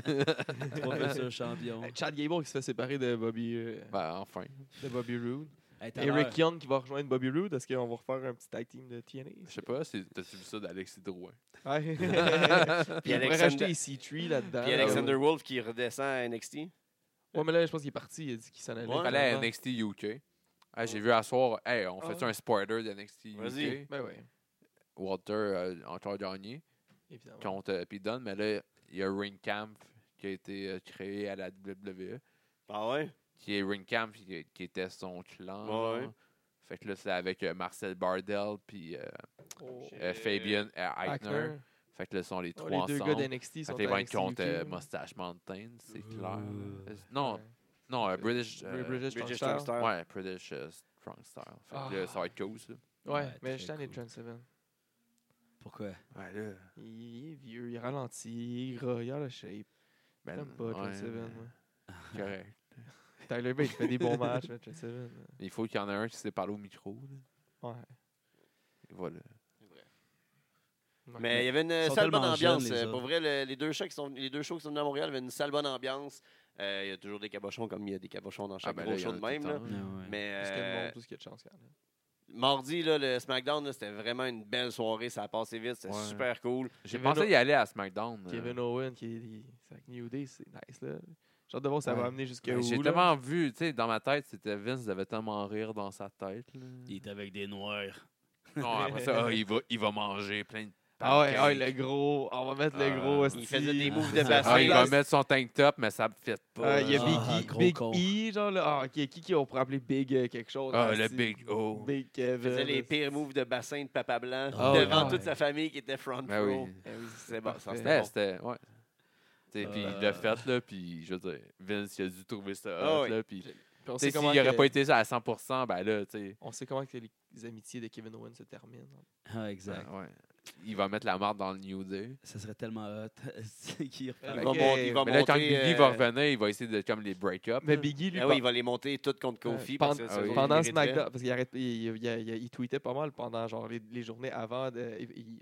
[SPEAKER 2] trois futurs champions.
[SPEAKER 3] Euh, Chad Gable qui se fait séparer de Bobby, euh,
[SPEAKER 4] Ben, enfin.
[SPEAKER 3] de Bobby Roode.
[SPEAKER 2] Hey, tout à l'heure-
[SPEAKER 3] Eric Young qui va rejoindre Bobby Roode. Est-ce qu'on va refaire un petit tag team de TNA?
[SPEAKER 4] Je sais pas, c'est- t'as-tu vu ça d'Alexis Drouin?
[SPEAKER 3] Ouais.
[SPEAKER 1] Puis
[SPEAKER 3] Puis on pourrait
[SPEAKER 1] Alexander-
[SPEAKER 3] rajouter ici Tree là-dedans.
[SPEAKER 1] Puis Alexander Wolf qui redescend à NXT.
[SPEAKER 3] Ouais, mais là, je pense qu'il est parti. Il a dit qu'il s'en allait.
[SPEAKER 1] Ouais.
[SPEAKER 4] Il fallait à NXT UK. Ah, J'ai vu à soir, hey, on
[SPEAKER 3] Ah
[SPEAKER 4] fait
[SPEAKER 3] ouais.
[SPEAKER 4] un spoiler de NXT UK.
[SPEAKER 1] Vas-y.
[SPEAKER 3] Ben ouais,
[SPEAKER 4] Walter euh, encore gagné
[SPEAKER 3] évidemment.
[SPEAKER 4] contre euh, Pete Dunne, mais là, il y a Ring Camp qui a été euh, créé à la WWE.
[SPEAKER 1] Ah ouais?
[SPEAKER 4] Qui est Ring Camp qui, qui était son clan.
[SPEAKER 1] Ouais, ouais.
[SPEAKER 4] genre. Fait que là, c'est avec euh, Marcel Bardell puis euh,
[SPEAKER 3] Oh.
[SPEAKER 4] euh, Fabian euh, Eichner.
[SPEAKER 3] Hackner.
[SPEAKER 4] Fait que là, ce sont les
[SPEAKER 3] Oh,
[SPEAKER 4] trois
[SPEAKER 3] les deux
[SPEAKER 4] ensemble.
[SPEAKER 3] gars d'NXT
[SPEAKER 4] Fait
[SPEAKER 3] sont
[SPEAKER 4] que les
[SPEAKER 3] à
[SPEAKER 4] ventes
[SPEAKER 3] NXT
[SPEAKER 4] contre
[SPEAKER 3] UK,
[SPEAKER 4] euh,
[SPEAKER 3] là.
[SPEAKER 4] Mustache Mountain, c'est
[SPEAKER 2] Euh,
[SPEAKER 4] clair.
[SPEAKER 2] ouais.
[SPEAKER 4] Non,
[SPEAKER 3] Ouais.
[SPEAKER 4] non, euh, British.
[SPEAKER 3] Br-
[SPEAKER 4] euh,
[SPEAKER 3] British
[SPEAKER 1] British
[SPEAKER 3] Strong Style.
[SPEAKER 1] Superstar.
[SPEAKER 4] Ouais, British euh, Strong Style. Fait que là, ça va être cool, ça.
[SPEAKER 3] Ouais,
[SPEAKER 2] Ouais,
[SPEAKER 3] mais
[SPEAKER 2] très
[SPEAKER 3] je t'en ai
[SPEAKER 2] cool.
[SPEAKER 3] Trent Seven.
[SPEAKER 2] Pourquoi?
[SPEAKER 4] Ouais, là.
[SPEAKER 3] Il est vieux, il ralentit, il est gras, il a la shape.
[SPEAKER 4] Ben,
[SPEAKER 3] J'aime pas Trent
[SPEAKER 4] ouais,
[SPEAKER 3] Seven.
[SPEAKER 4] mais
[SPEAKER 3] moi.
[SPEAKER 4] Correct.
[SPEAKER 3] Tyler Bate fait des bons matchs, mais Trent Seven. euh,
[SPEAKER 4] Il faut qu'il y en ait un qui sait parler au micro. Là.
[SPEAKER 3] Ouais.
[SPEAKER 4] Et Voilà.
[SPEAKER 3] Ouais.
[SPEAKER 1] Mais il y avait une euh,
[SPEAKER 2] sont
[SPEAKER 1] sale bonne
[SPEAKER 2] tellement jeunes,
[SPEAKER 1] ambiance.
[SPEAKER 2] les
[SPEAKER 1] euh,
[SPEAKER 2] autres.
[SPEAKER 1] Pour vrai, le- les, deux shows qui sont, les deux shows qui sont venus à Montréal avaient une sale bonne ambiance. Euh, Il y a toujours des cabochons comme il y a des cabochons dans chaque
[SPEAKER 4] ben là,
[SPEAKER 1] gros
[SPEAKER 4] il y
[SPEAKER 1] show
[SPEAKER 4] en a
[SPEAKER 1] de
[SPEAKER 4] tout
[SPEAKER 1] même.
[SPEAKER 4] le
[SPEAKER 1] là.
[SPEAKER 4] temps.
[SPEAKER 1] Mais
[SPEAKER 3] Plus qu'il y a de
[SPEAKER 1] euh,
[SPEAKER 3] monde, plus qu'il y a de chance. quand même.
[SPEAKER 1] mardi, là, le SmackDown, là, c'était vraiment une belle soirée. Ça a passé vite. C'était
[SPEAKER 4] Ouais.
[SPEAKER 1] super cool.
[SPEAKER 4] J'ai
[SPEAKER 3] Kevin O-
[SPEAKER 4] pensé y aller à SmackDown. euh,
[SPEAKER 3] Kevin Owen qui est c'est avec New Day, c'est nice là. J'ai hâte de voir ça va
[SPEAKER 4] Ouais.
[SPEAKER 3] amener jusqu'à
[SPEAKER 4] mais
[SPEAKER 3] où.
[SPEAKER 4] J'ai
[SPEAKER 3] là.
[SPEAKER 4] tellement vu, tu sais, dans ma tête, c'était Vince devait tellement rire dans sa tête. là.
[SPEAKER 2] Il est avec des noirs.
[SPEAKER 4] Non, après ça, ah, il, va, il va manger plein de
[SPEAKER 3] Ah ouais, ah,
[SPEAKER 4] pancakes.
[SPEAKER 3] le gros. On va mettre le
[SPEAKER 4] Ah,
[SPEAKER 3] gros.
[SPEAKER 1] Il
[SPEAKER 3] hostie.
[SPEAKER 1] faisait des moves de
[SPEAKER 2] Ah,
[SPEAKER 1] bassin.
[SPEAKER 4] Ah, il va
[SPEAKER 1] là.
[SPEAKER 4] mettre son tank top, mais ça me fit pas.
[SPEAKER 3] Ah, il y a
[SPEAKER 4] Ah,
[SPEAKER 3] Big,
[SPEAKER 2] Ah,
[SPEAKER 3] E,
[SPEAKER 2] gros
[SPEAKER 3] Big
[SPEAKER 2] con.
[SPEAKER 3] E, genre là. Ah, qui, qui, qui on pourrait appeler Big euh, quelque chose.
[SPEAKER 4] Ah,
[SPEAKER 3] hostie.
[SPEAKER 4] le Big O.
[SPEAKER 3] Big
[SPEAKER 1] Il
[SPEAKER 3] Kevin.
[SPEAKER 1] faisait les pires moves de bassin de Papa Blanc
[SPEAKER 2] Ah,
[SPEAKER 1] devant
[SPEAKER 3] ouais.
[SPEAKER 1] toute sa famille qui était front
[SPEAKER 4] Ben
[SPEAKER 1] row.
[SPEAKER 4] oui.
[SPEAKER 3] Eh oui,
[SPEAKER 1] C'est bon, ça,
[SPEAKER 3] parfait.
[SPEAKER 1] c'était
[SPEAKER 4] Ouais,
[SPEAKER 1] bon.
[SPEAKER 4] c'était. Ouais. Tu sais, Puis il l'a
[SPEAKER 2] Euh.
[SPEAKER 4] fait, là. Puis je veux dire, Vince, il a dû trouver ça
[SPEAKER 1] Ah
[SPEAKER 4] hot,
[SPEAKER 1] oui.
[SPEAKER 4] là. Puis
[SPEAKER 3] Puis on
[SPEAKER 4] S'il
[SPEAKER 3] sait comment
[SPEAKER 4] n'aurait
[SPEAKER 3] que-
[SPEAKER 4] pas été à 100%, ben là, tu sais,
[SPEAKER 3] on sait comment que les amitiés de Kevin Owens se terminent.
[SPEAKER 2] Ah, exact.
[SPEAKER 4] ben, ouais, il va mettre la marde dans le New Day.
[SPEAKER 2] Ça serait tellement hot qu'il reprend.
[SPEAKER 1] Il va,
[SPEAKER 3] Ok.
[SPEAKER 1] mon- il va
[SPEAKER 4] Mais là, quand
[SPEAKER 1] monter,
[SPEAKER 4] Biggie
[SPEAKER 1] euh,
[SPEAKER 4] va revenir, il va essayer de comme les break-up.
[SPEAKER 3] Mais
[SPEAKER 4] là.
[SPEAKER 3] Biggie, lui,
[SPEAKER 1] ah oui, il va les monter toutes contre Kofi.
[SPEAKER 3] pen-
[SPEAKER 1] parce que
[SPEAKER 4] ah
[SPEAKER 1] ça,
[SPEAKER 4] oui.
[SPEAKER 1] ça,
[SPEAKER 3] Euh, pendant
[SPEAKER 1] il mériterait.
[SPEAKER 3] SmackDown, parce qu'il arrête- il, il- il- il- il tweetait pas mal pendant genre les, les journées avant. de- il, il-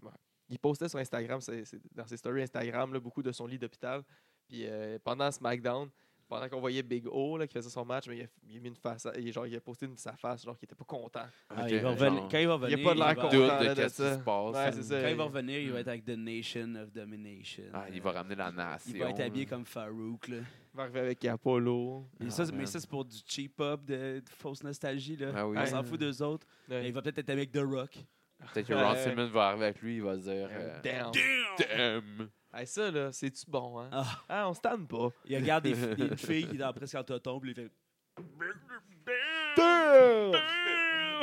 [SPEAKER 3] il postait sur Instagram, c'est- c'est- dans ses stories Instagram, là, beaucoup de son lit d'hôpital. Puis euh, pendant SmackDown, pendant qu'on voyait Big O là, qui faisait son match, mais il a, il a mis une face, à- il, genre, il a posté une, sa face, genre qu'il était pas content.
[SPEAKER 2] Ah,
[SPEAKER 4] Ok,
[SPEAKER 2] il va
[SPEAKER 4] genre,
[SPEAKER 2] revenir- Quand il
[SPEAKER 3] Il
[SPEAKER 2] va revenir,
[SPEAKER 3] a pas de l'air
[SPEAKER 2] va-
[SPEAKER 4] doute
[SPEAKER 3] content
[SPEAKER 4] de
[SPEAKER 3] là, de
[SPEAKER 4] qu'est-ce qui
[SPEAKER 3] ça.
[SPEAKER 4] se passe.
[SPEAKER 3] Ouais,
[SPEAKER 2] Quand
[SPEAKER 3] c'est ça.
[SPEAKER 2] il va revenir, il va être avec The Nation of Domination.
[SPEAKER 4] Ah, il
[SPEAKER 2] Euh,
[SPEAKER 4] va ramener la nation.
[SPEAKER 2] il va être habillé
[SPEAKER 4] là.
[SPEAKER 2] comme Farouk. Là.
[SPEAKER 3] Il va arriver avec Apollo.
[SPEAKER 2] Mais
[SPEAKER 4] Ah,
[SPEAKER 2] ça, c'est- mais
[SPEAKER 4] man.
[SPEAKER 2] ça, c'est pour du cheap-up, de, de fausse nostalgie. Là.
[SPEAKER 4] Ah oui.
[SPEAKER 2] On s'en fout d'eux autres.
[SPEAKER 3] Ouais.
[SPEAKER 2] Mais Il va peut-être être avec The Rock.
[SPEAKER 4] Peut-être que
[SPEAKER 3] Ouais.
[SPEAKER 4] Ron Simmons va arriver avec lui, il va dire euh,
[SPEAKER 3] Damn.
[SPEAKER 4] Damn!
[SPEAKER 3] Hey, ça, là, c'est-tu bon, hein?
[SPEAKER 2] Ah,
[SPEAKER 3] Ah, on se tanne pas.
[SPEAKER 2] il regarde des fi- une fille qui est dans presque en toton, puis il fait
[SPEAKER 3] Damn!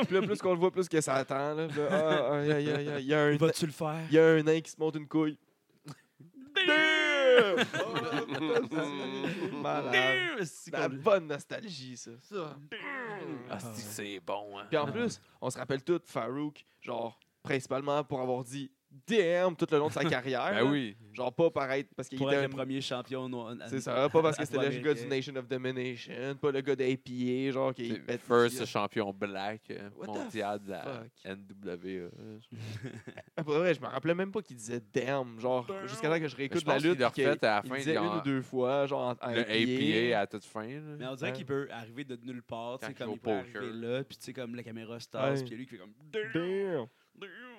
[SPEAKER 3] Puis là, plus qu'on le voit, plus que ça attend. Là. Puis là, ah, aïe, aïe, aïe, aïe, Il y a un-
[SPEAKER 2] Vas-tu le faire
[SPEAKER 3] il y a un nain qui se monte une couille. Damn!
[SPEAKER 4] Oh,
[SPEAKER 1] Mm.
[SPEAKER 3] Malade.
[SPEAKER 2] Damn! C'est
[SPEAKER 3] La
[SPEAKER 2] comme-
[SPEAKER 3] bonne nostalgie, ça.
[SPEAKER 4] Ah, si, c'est bon, hein.
[SPEAKER 3] Puis en plus, on se rappelle tout Farouk, genre, principalement pour avoir dit damn tout le long de sa carrière. là.
[SPEAKER 4] Ben oui.
[SPEAKER 3] Genre, pas pareil, parce qu'il
[SPEAKER 2] Pour
[SPEAKER 3] était
[SPEAKER 2] être le
[SPEAKER 3] un-
[SPEAKER 2] premier champion euh, noir.
[SPEAKER 3] C'est ça, pas parce que c'était le gars
[SPEAKER 2] Afro-américain.
[SPEAKER 3] du Nation of Domination, pas le gars d'APA, genre, qui
[SPEAKER 4] C'est
[SPEAKER 3] pète-
[SPEAKER 4] First champion black euh,
[SPEAKER 3] What the
[SPEAKER 4] mondial de la E.
[SPEAKER 3] fuck?
[SPEAKER 4] NWA.
[SPEAKER 3] Ah, pour vrai, je me rappelais même pas qu'il disait damn, genre, jusqu'à temps que je réécoute
[SPEAKER 4] je
[SPEAKER 3] la
[SPEAKER 4] pense qu'il
[SPEAKER 3] lutte.
[SPEAKER 4] l'a
[SPEAKER 3] puis qu'il-
[SPEAKER 4] refait à la
[SPEAKER 3] il
[SPEAKER 4] fin,
[SPEAKER 3] disait
[SPEAKER 4] il
[SPEAKER 3] une
[SPEAKER 4] en-
[SPEAKER 3] ou deux fois, genre, en, en
[SPEAKER 4] Le APA à toute fin.
[SPEAKER 2] Mais
[SPEAKER 4] là.
[SPEAKER 2] on dirait
[SPEAKER 3] Ouais.
[SPEAKER 2] qu'il peut arriver de nulle part, tu
[SPEAKER 4] Quand
[SPEAKER 2] sais,
[SPEAKER 4] il
[SPEAKER 2] comme
[SPEAKER 4] va au
[SPEAKER 2] il peut
[SPEAKER 4] poker.
[SPEAKER 2] arriver là, puis tu sais, comme la caméra se tasse,
[SPEAKER 3] Ouais.
[SPEAKER 2] puis lui qui fait comme
[SPEAKER 3] Damn.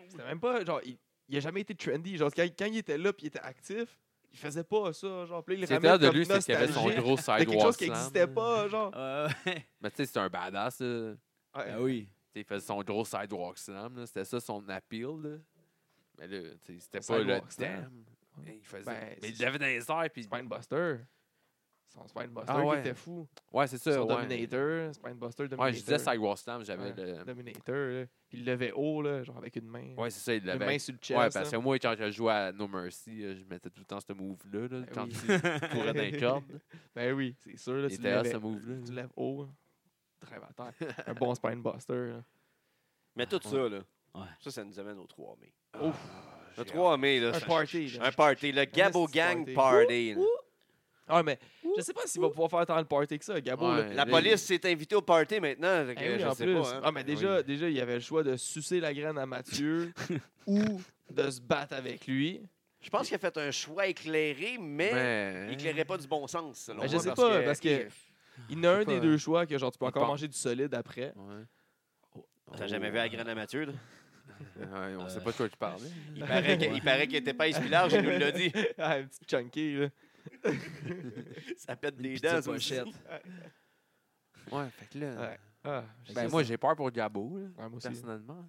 [SPEAKER 3] C'était même pas, genre, il, il a jamais été trendy. Genre, quand, quand il était là, puis il était actif, il faisait pas ça, genre, puis là, il
[SPEAKER 4] C'est
[SPEAKER 3] ramène
[SPEAKER 4] clair de
[SPEAKER 3] comme
[SPEAKER 4] lui, c'est qu'il avait son
[SPEAKER 3] nostalgique
[SPEAKER 4] gros
[SPEAKER 3] de
[SPEAKER 4] side
[SPEAKER 3] quelque chose qui
[SPEAKER 4] slam.
[SPEAKER 3] n'existait pas, genre.
[SPEAKER 2] Ah ouais.
[SPEAKER 4] Mais tu sais, c'est un badass. là.
[SPEAKER 2] Ah oui.
[SPEAKER 4] T'sais, il faisait son gros sidewalk slam. là. C'était ça son appeal. Là. Mais là, t'sais, c'était
[SPEAKER 3] Son
[SPEAKER 4] pas le
[SPEAKER 3] sidewalk
[SPEAKER 4] damn.
[SPEAKER 3] slam.
[SPEAKER 4] Mais il faisait.
[SPEAKER 3] Ben,
[SPEAKER 4] mais
[SPEAKER 3] c'est-
[SPEAKER 4] il l'avait dans les airs. Puis...
[SPEAKER 3] Spinebuster. Son Spinebuster
[SPEAKER 4] Ah
[SPEAKER 3] qui
[SPEAKER 4] ouais.
[SPEAKER 3] était fou.
[SPEAKER 4] Ouais, c'est ça.
[SPEAKER 3] Son
[SPEAKER 4] ouais.
[SPEAKER 3] Dominator, Spinebuster, Dominator.
[SPEAKER 4] Ouais, je disais sidewalk slam. J'avais
[SPEAKER 3] Ouais,
[SPEAKER 4] le.
[SPEAKER 3] Dominator, là. Puis il levait haut, là, genre, avec une main.
[SPEAKER 4] Ouais, c'est ça. Il
[SPEAKER 3] une
[SPEAKER 4] l'avait.
[SPEAKER 3] main sur le chest.
[SPEAKER 4] ouais,
[SPEAKER 3] là.
[SPEAKER 4] parce que moi, quand je jouais à No Mercy, euh, je mettais tout le temps ce move-là. Là,
[SPEAKER 3] Ben
[SPEAKER 4] quand
[SPEAKER 3] oui.
[SPEAKER 4] tu courais dans les cordes.
[SPEAKER 3] Ben oui, c'est sûr. Là,
[SPEAKER 4] Il
[SPEAKER 3] tu
[SPEAKER 4] était à ce
[SPEAKER 3] lèves, tu
[SPEAKER 4] move-là.
[SPEAKER 3] lèves haut, drive à terre. Un bon spinebuster. là.
[SPEAKER 1] Mais tout ça, là,
[SPEAKER 2] Ouais.
[SPEAKER 1] ça, ça nous amène au 3 mai. Ah,
[SPEAKER 3] Ouf.
[SPEAKER 1] Le 3 mai, là,
[SPEAKER 3] Un
[SPEAKER 1] ça-
[SPEAKER 3] party. là.
[SPEAKER 1] un party, le Gabo
[SPEAKER 3] petit
[SPEAKER 1] Gang Party.
[SPEAKER 3] party.
[SPEAKER 1] là.
[SPEAKER 3] Ah, mais je sais pas s'il va pouvoir faire tant le party que ça, Gabo. là.
[SPEAKER 4] Ouais,
[SPEAKER 1] La
[SPEAKER 4] là,
[SPEAKER 1] police s'est invitée au party maintenant. fait que
[SPEAKER 3] Eh Ben oui,
[SPEAKER 1] je
[SPEAKER 3] en
[SPEAKER 1] sais
[SPEAKER 3] plus.
[SPEAKER 1] pas. hein.
[SPEAKER 3] Ah, mais déjà, déjà, il y avait le choix de sucer la graine à Mathieu ou de se battre avec lui.
[SPEAKER 1] Je pense qu'il a fait un choix éclairé, mais, il
[SPEAKER 4] Mais.
[SPEAKER 1] éclairait pas du bon sens. selon
[SPEAKER 3] Mais Ben, hein. je
[SPEAKER 1] moi,
[SPEAKER 3] sais pas, parce que- Il y en a un
[SPEAKER 4] pas.
[SPEAKER 3] des deux choix que genre tu peux
[SPEAKER 4] Il
[SPEAKER 3] encore
[SPEAKER 4] part.
[SPEAKER 3] manger du solide après.
[SPEAKER 4] Ouais.
[SPEAKER 1] T'as jamais
[SPEAKER 3] Oh.
[SPEAKER 1] vu la graine à Mathieu, là?
[SPEAKER 4] Ouais, on sait pas de quoi tu parlais.
[SPEAKER 3] Ben,
[SPEAKER 1] Il paraît que- il paraît qu'il était pas large, il nous l'a dit.
[SPEAKER 3] ah, un petit chunky, là.
[SPEAKER 1] Ça pète des
[SPEAKER 2] pizza
[SPEAKER 1] dents. ça aussi.
[SPEAKER 2] pochette.
[SPEAKER 4] Ouais, fait que là.
[SPEAKER 3] Ouais. Ah, je
[SPEAKER 4] Ben,
[SPEAKER 3] sais
[SPEAKER 4] moi,
[SPEAKER 3] ça.
[SPEAKER 4] j'ai peur pour Gabo, là,
[SPEAKER 3] Ouais, moi aussi.
[SPEAKER 4] personnellement.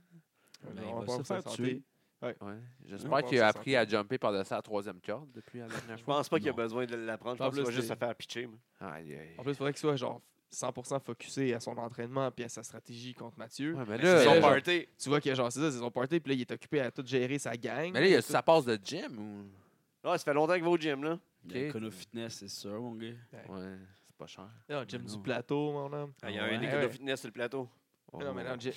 [SPEAKER 2] Ben,
[SPEAKER 3] on
[SPEAKER 2] il va
[SPEAKER 3] pas
[SPEAKER 2] se
[SPEAKER 3] pour sa
[SPEAKER 2] faire
[SPEAKER 3] santé.
[SPEAKER 2] tuer.
[SPEAKER 4] Ouais.
[SPEAKER 3] Ouais,
[SPEAKER 4] J'espère
[SPEAKER 3] on
[SPEAKER 4] qu'il
[SPEAKER 3] se
[SPEAKER 4] a
[SPEAKER 3] sent
[SPEAKER 4] appris à jumper par-dessus la troisième corde depuis la dernière
[SPEAKER 1] Je
[SPEAKER 4] fois.
[SPEAKER 1] pense pas qu'il a
[SPEAKER 2] Non.
[SPEAKER 1] besoin de l'apprendre. Je
[SPEAKER 3] En
[SPEAKER 1] pense qu'il va
[SPEAKER 3] plus,
[SPEAKER 1] juste se
[SPEAKER 3] c'est-
[SPEAKER 1] faire pitcher. moi.
[SPEAKER 4] Aïe, aïe.
[SPEAKER 3] En plus, il faudrait qu'il soit genre 100% focusé à son entraînement puis à sa stratégie contre Mathieu.
[SPEAKER 4] Ouais, mais
[SPEAKER 3] c'est
[SPEAKER 4] là, euh,
[SPEAKER 1] Son
[SPEAKER 3] là, euh, genre-
[SPEAKER 1] party.
[SPEAKER 3] Tu vois que genre c'est ça, c'est son party puis là il est occupé à tout gérer sa gang.
[SPEAKER 4] mais là, il y a
[SPEAKER 3] Tout-
[SPEAKER 4] sa passe de gym ou.
[SPEAKER 1] Ah, ça fait longtemps qu'il va au gym, là.
[SPEAKER 2] Il y a Kono Fitness, c'est sûr, mon gars.
[SPEAKER 4] Ouais, c'est pas cher.
[SPEAKER 3] Non, Ah, Jim
[SPEAKER 2] Mais
[SPEAKER 3] du
[SPEAKER 2] non.
[SPEAKER 3] plateau mon homme.
[SPEAKER 1] Ah, Il y a un
[SPEAKER 2] Ouais.
[SPEAKER 1] équipe
[SPEAKER 3] Ouais.
[SPEAKER 1] de fitness sur le plateau.
[SPEAKER 4] Ouais.
[SPEAKER 3] Non mais non, Jim,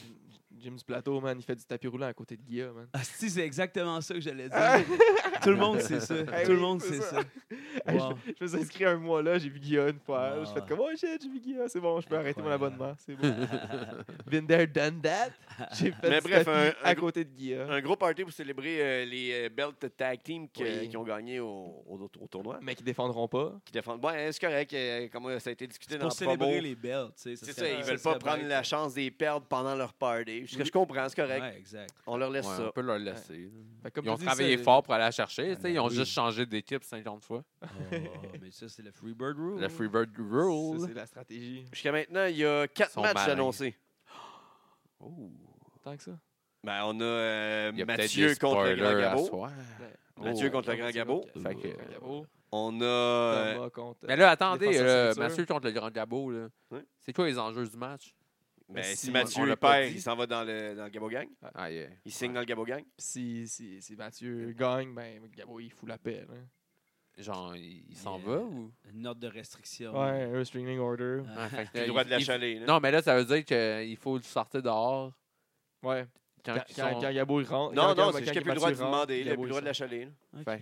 [SPEAKER 3] Jim du plateau man, il fait du tapis roulant à côté de Guillaume man.
[SPEAKER 2] Ah, si, c'est exactement ça que j'allais
[SPEAKER 3] Ah!
[SPEAKER 2] dire. Tout le monde sait ça.
[SPEAKER 3] Eh
[SPEAKER 2] Tout le
[SPEAKER 3] oui,
[SPEAKER 2] monde
[SPEAKER 3] c'est
[SPEAKER 2] sait
[SPEAKER 3] ça.
[SPEAKER 2] ça.
[SPEAKER 3] Hey,
[SPEAKER 2] Wow.
[SPEAKER 3] je, je me suis inscrit un mois là, j'ai vu Guillaume une fois.
[SPEAKER 2] Ah.
[SPEAKER 3] Je fais comme oh shit, j'ai vu Guillaume, c'est bon, je peux arrêter mon
[SPEAKER 2] Incroyable.
[SPEAKER 3] abonnement, c'est bon. Been there, done that. J'ai fait
[SPEAKER 1] Mais
[SPEAKER 3] du
[SPEAKER 1] bref,
[SPEAKER 3] tapis
[SPEAKER 1] un- un
[SPEAKER 3] à
[SPEAKER 1] gros-
[SPEAKER 3] côté de Guillaume.
[SPEAKER 1] Un gros party pour célébrer euh, les euh, Belt Tag Team qui,
[SPEAKER 3] Oui.
[SPEAKER 1] qui ont gagné au, au- au tournoi.
[SPEAKER 3] Mais qui défendront pas.
[SPEAKER 1] Qui défendent. Bon, hein, c'est correct, euh, comme ça a été discuté dans
[SPEAKER 2] Pour
[SPEAKER 1] le promo.
[SPEAKER 2] célébrer les belts, tu sais.
[SPEAKER 1] C'est ça,
[SPEAKER 2] serait-
[SPEAKER 1] ils veulent
[SPEAKER 2] serait
[SPEAKER 1] pas prendre
[SPEAKER 2] bête.
[SPEAKER 1] la chance d'y perdre pendant leur party. Ce que je comprends, c'est correct.
[SPEAKER 2] Ouais, exact.
[SPEAKER 1] On leur laisse
[SPEAKER 4] Ouais,
[SPEAKER 1] ça.
[SPEAKER 4] on peut leur laisser. là.
[SPEAKER 3] Fait que comme
[SPEAKER 4] Ils ont
[SPEAKER 3] tu dis, ça,
[SPEAKER 4] travaillé fort pour aller la chercher.
[SPEAKER 2] Ah,
[SPEAKER 4] tu sais,
[SPEAKER 2] ben
[SPEAKER 4] ils ont
[SPEAKER 2] oui.
[SPEAKER 4] juste changé d'équipe 50 fois.
[SPEAKER 2] Oh, mais ça, c'est le Freebird Rule.
[SPEAKER 4] Le Freebird
[SPEAKER 3] ça,
[SPEAKER 4] Rule.
[SPEAKER 3] c'est la stratégie.
[SPEAKER 1] Jusqu'à maintenant, il y a quatre
[SPEAKER 4] Sont
[SPEAKER 1] matchs
[SPEAKER 4] malins.
[SPEAKER 1] annoncés.
[SPEAKER 4] Oh.
[SPEAKER 3] Tant que ça.
[SPEAKER 1] Ben, on a, euh,
[SPEAKER 4] Il y a peut-être
[SPEAKER 1] Mathieu
[SPEAKER 4] des
[SPEAKER 1] contre le Grand
[SPEAKER 4] spoilers à
[SPEAKER 1] Gabo.
[SPEAKER 4] soir.
[SPEAKER 1] Mathieu
[SPEAKER 4] Oh.
[SPEAKER 1] contre le Grand Gabo.
[SPEAKER 4] Fait que-
[SPEAKER 3] Grand Gabo.
[SPEAKER 1] On a. euh,
[SPEAKER 3] euh, Thomas contre.
[SPEAKER 4] Mais là, attendez,
[SPEAKER 3] Défenseur
[SPEAKER 4] euh,
[SPEAKER 3] ceinture.
[SPEAKER 4] Mathieu contre le Grand Gabo, là.
[SPEAKER 1] Ouais.
[SPEAKER 4] C'est quoi les enjeux du match?
[SPEAKER 1] ben,
[SPEAKER 3] Mais
[SPEAKER 1] si
[SPEAKER 3] si,
[SPEAKER 1] Mathieu
[SPEAKER 4] on
[SPEAKER 1] il
[SPEAKER 4] l'a pas
[SPEAKER 1] perd,
[SPEAKER 4] dit.
[SPEAKER 1] il s'en va dans le, dans le Gabo Gang.
[SPEAKER 4] Aïe, aïe.
[SPEAKER 1] Euh, Il signe dans le Gabo Gang.
[SPEAKER 3] Pis Si, si, si Mathieu gagne, ben Gabo il fout la paix. là.
[SPEAKER 4] Genre, il il s'en
[SPEAKER 2] Il,
[SPEAKER 4] va
[SPEAKER 2] euh,
[SPEAKER 4] ou?
[SPEAKER 2] Une note de restriction.
[SPEAKER 3] Ouais, un restraining order.
[SPEAKER 2] Ah.
[SPEAKER 4] Ouais, fait que
[SPEAKER 1] J'ai
[SPEAKER 4] là,
[SPEAKER 1] le droit
[SPEAKER 4] il-
[SPEAKER 1] de la
[SPEAKER 4] il-
[SPEAKER 1] chaler. là.
[SPEAKER 4] Non, mais là, ça veut dire qu'il faut le sortir dehors
[SPEAKER 3] Ouais.
[SPEAKER 4] quand,
[SPEAKER 3] Quand,
[SPEAKER 4] ils
[SPEAKER 3] quand,
[SPEAKER 4] sont-
[SPEAKER 3] quand Gabo il rentre.
[SPEAKER 1] Non,
[SPEAKER 3] quand-
[SPEAKER 1] non,
[SPEAKER 3] quand-
[SPEAKER 1] c'est
[SPEAKER 3] quand
[SPEAKER 1] juste qu'il n'y a plus le
[SPEAKER 3] Mathieu
[SPEAKER 1] droit de
[SPEAKER 3] rentre,
[SPEAKER 1] demander, il n'a
[SPEAKER 3] Gabo,
[SPEAKER 1] plus le droit de
[SPEAKER 3] sort.
[SPEAKER 1] la chaler. là.
[SPEAKER 2] Ok,
[SPEAKER 4] Fait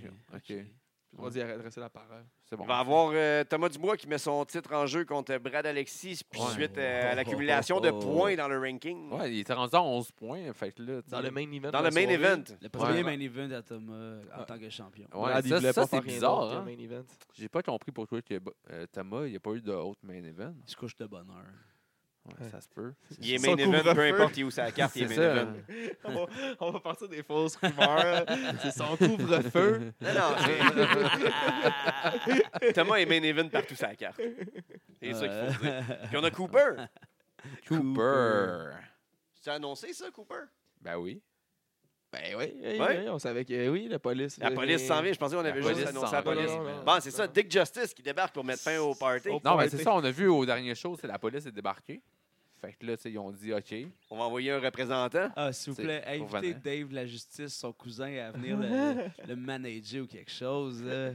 [SPEAKER 4] que- ok.
[SPEAKER 3] Plus le droit d'y adresser la parole.
[SPEAKER 4] C'est bon.
[SPEAKER 1] Il va avoir euh, Thomas Dubois qui met son titre en jeu contre Brad Alexis, puis
[SPEAKER 4] Ouais.
[SPEAKER 1] suite euh, à l'accumulation de points dans le ranking.
[SPEAKER 4] Ouais, il était rendu à 11 points. Fait que là, tu
[SPEAKER 3] Dans
[SPEAKER 4] sais,
[SPEAKER 3] le main event.
[SPEAKER 1] Dans
[SPEAKER 3] de la
[SPEAKER 1] le main
[SPEAKER 3] soirée,
[SPEAKER 1] event.
[SPEAKER 2] Le premier
[SPEAKER 4] Ouais.
[SPEAKER 2] main event à Thomas en tant que champion.
[SPEAKER 4] Ouais,
[SPEAKER 3] Brad, il
[SPEAKER 4] ça,
[SPEAKER 3] voulait
[SPEAKER 4] ça,
[SPEAKER 3] pas
[SPEAKER 4] c'est
[SPEAKER 3] faire rien d'autre
[SPEAKER 4] bizarre.
[SPEAKER 3] que le
[SPEAKER 4] Hein?
[SPEAKER 3] main event.
[SPEAKER 4] J'ai pas compris pourquoi que, euh, Thomas, il n'y a pas eu de haute main event.
[SPEAKER 2] Il se couche de bonheur.
[SPEAKER 4] Ouais,
[SPEAKER 3] Ouais.
[SPEAKER 4] Ça se peut.
[SPEAKER 1] Il est
[SPEAKER 3] Son
[SPEAKER 1] main event, peu
[SPEAKER 3] couvre-feu.
[SPEAKER 1] importe où c'est la carte, il est
[SPEAKER 4] C'est
[SPEAKER 1] main
[SPEAKER 4] ça.
[SPEAKER 1] event.
[SPEAKER 3] on, va, on va partir des fausses rumeurs. c'est son couvre-feu.
[SPEAKER 1] Non, non, c'est- Thomas est main event partout sur la carte. C'est ça qu'il faut dire. Puis on a Cooper.
[SPEAKER 4] hein. Cooper.
[SPEAKER 1] Tu as annoncé ça, Cooper?
[SPEAKER 4] Ben oui.
[SPEAKER 3] Ben oui, oui,
[SPEAKER 1] Ouais.
[SPEAKER 3] oui, on savait que oui, la police. euh,
[SPEAKER 1] La
[SPEAKER 3] là,
[SPEAKER 1] police
[SPEAKER 3] mais-
[SPEAKER 1] s'en vient. Je pensais qu'on
[SPEAKER 4] La
[SPEAKER 1] avait juste
[SPEAKER 4] police
[SPEAKER 1] annoncé
[SPEAKER 4] s'en
[SPEAKER 1] la
[SPEAKER 4] va,
[SPEAKER 1] police.
[SPEAKER 4] non, non,
[SPEAKER 1] Bon, c'est ça, Dick Justice qui débarque pour mettre fin au party.
[SPEAKER 3] Oh.
[SPEAKER 4] Non,
[SPEAKER 3] Ouais,
[SPEAKER 4] mais c'est
[SPEAKER 3] t'sais.
[SPEAKER 4] ça, on a vu au dernier show, c'est la police est débarquée. Fait que là, tu sais, ils ont dit OK.
[SPEAKER 1] On va envoyer un représentant.
[SPEAKER 2] Ah, s'il vous
[SPEAKER 4] C'est
[SPEAKER 2] plaît,
[SPEAKER 4] pour
[SPEAKER 2] invitez
[SPEAKER 4] Vanna.
[SPEAKER 2] Dave de la justice, son cousin, à venir le, le manager ou quelque chose. là.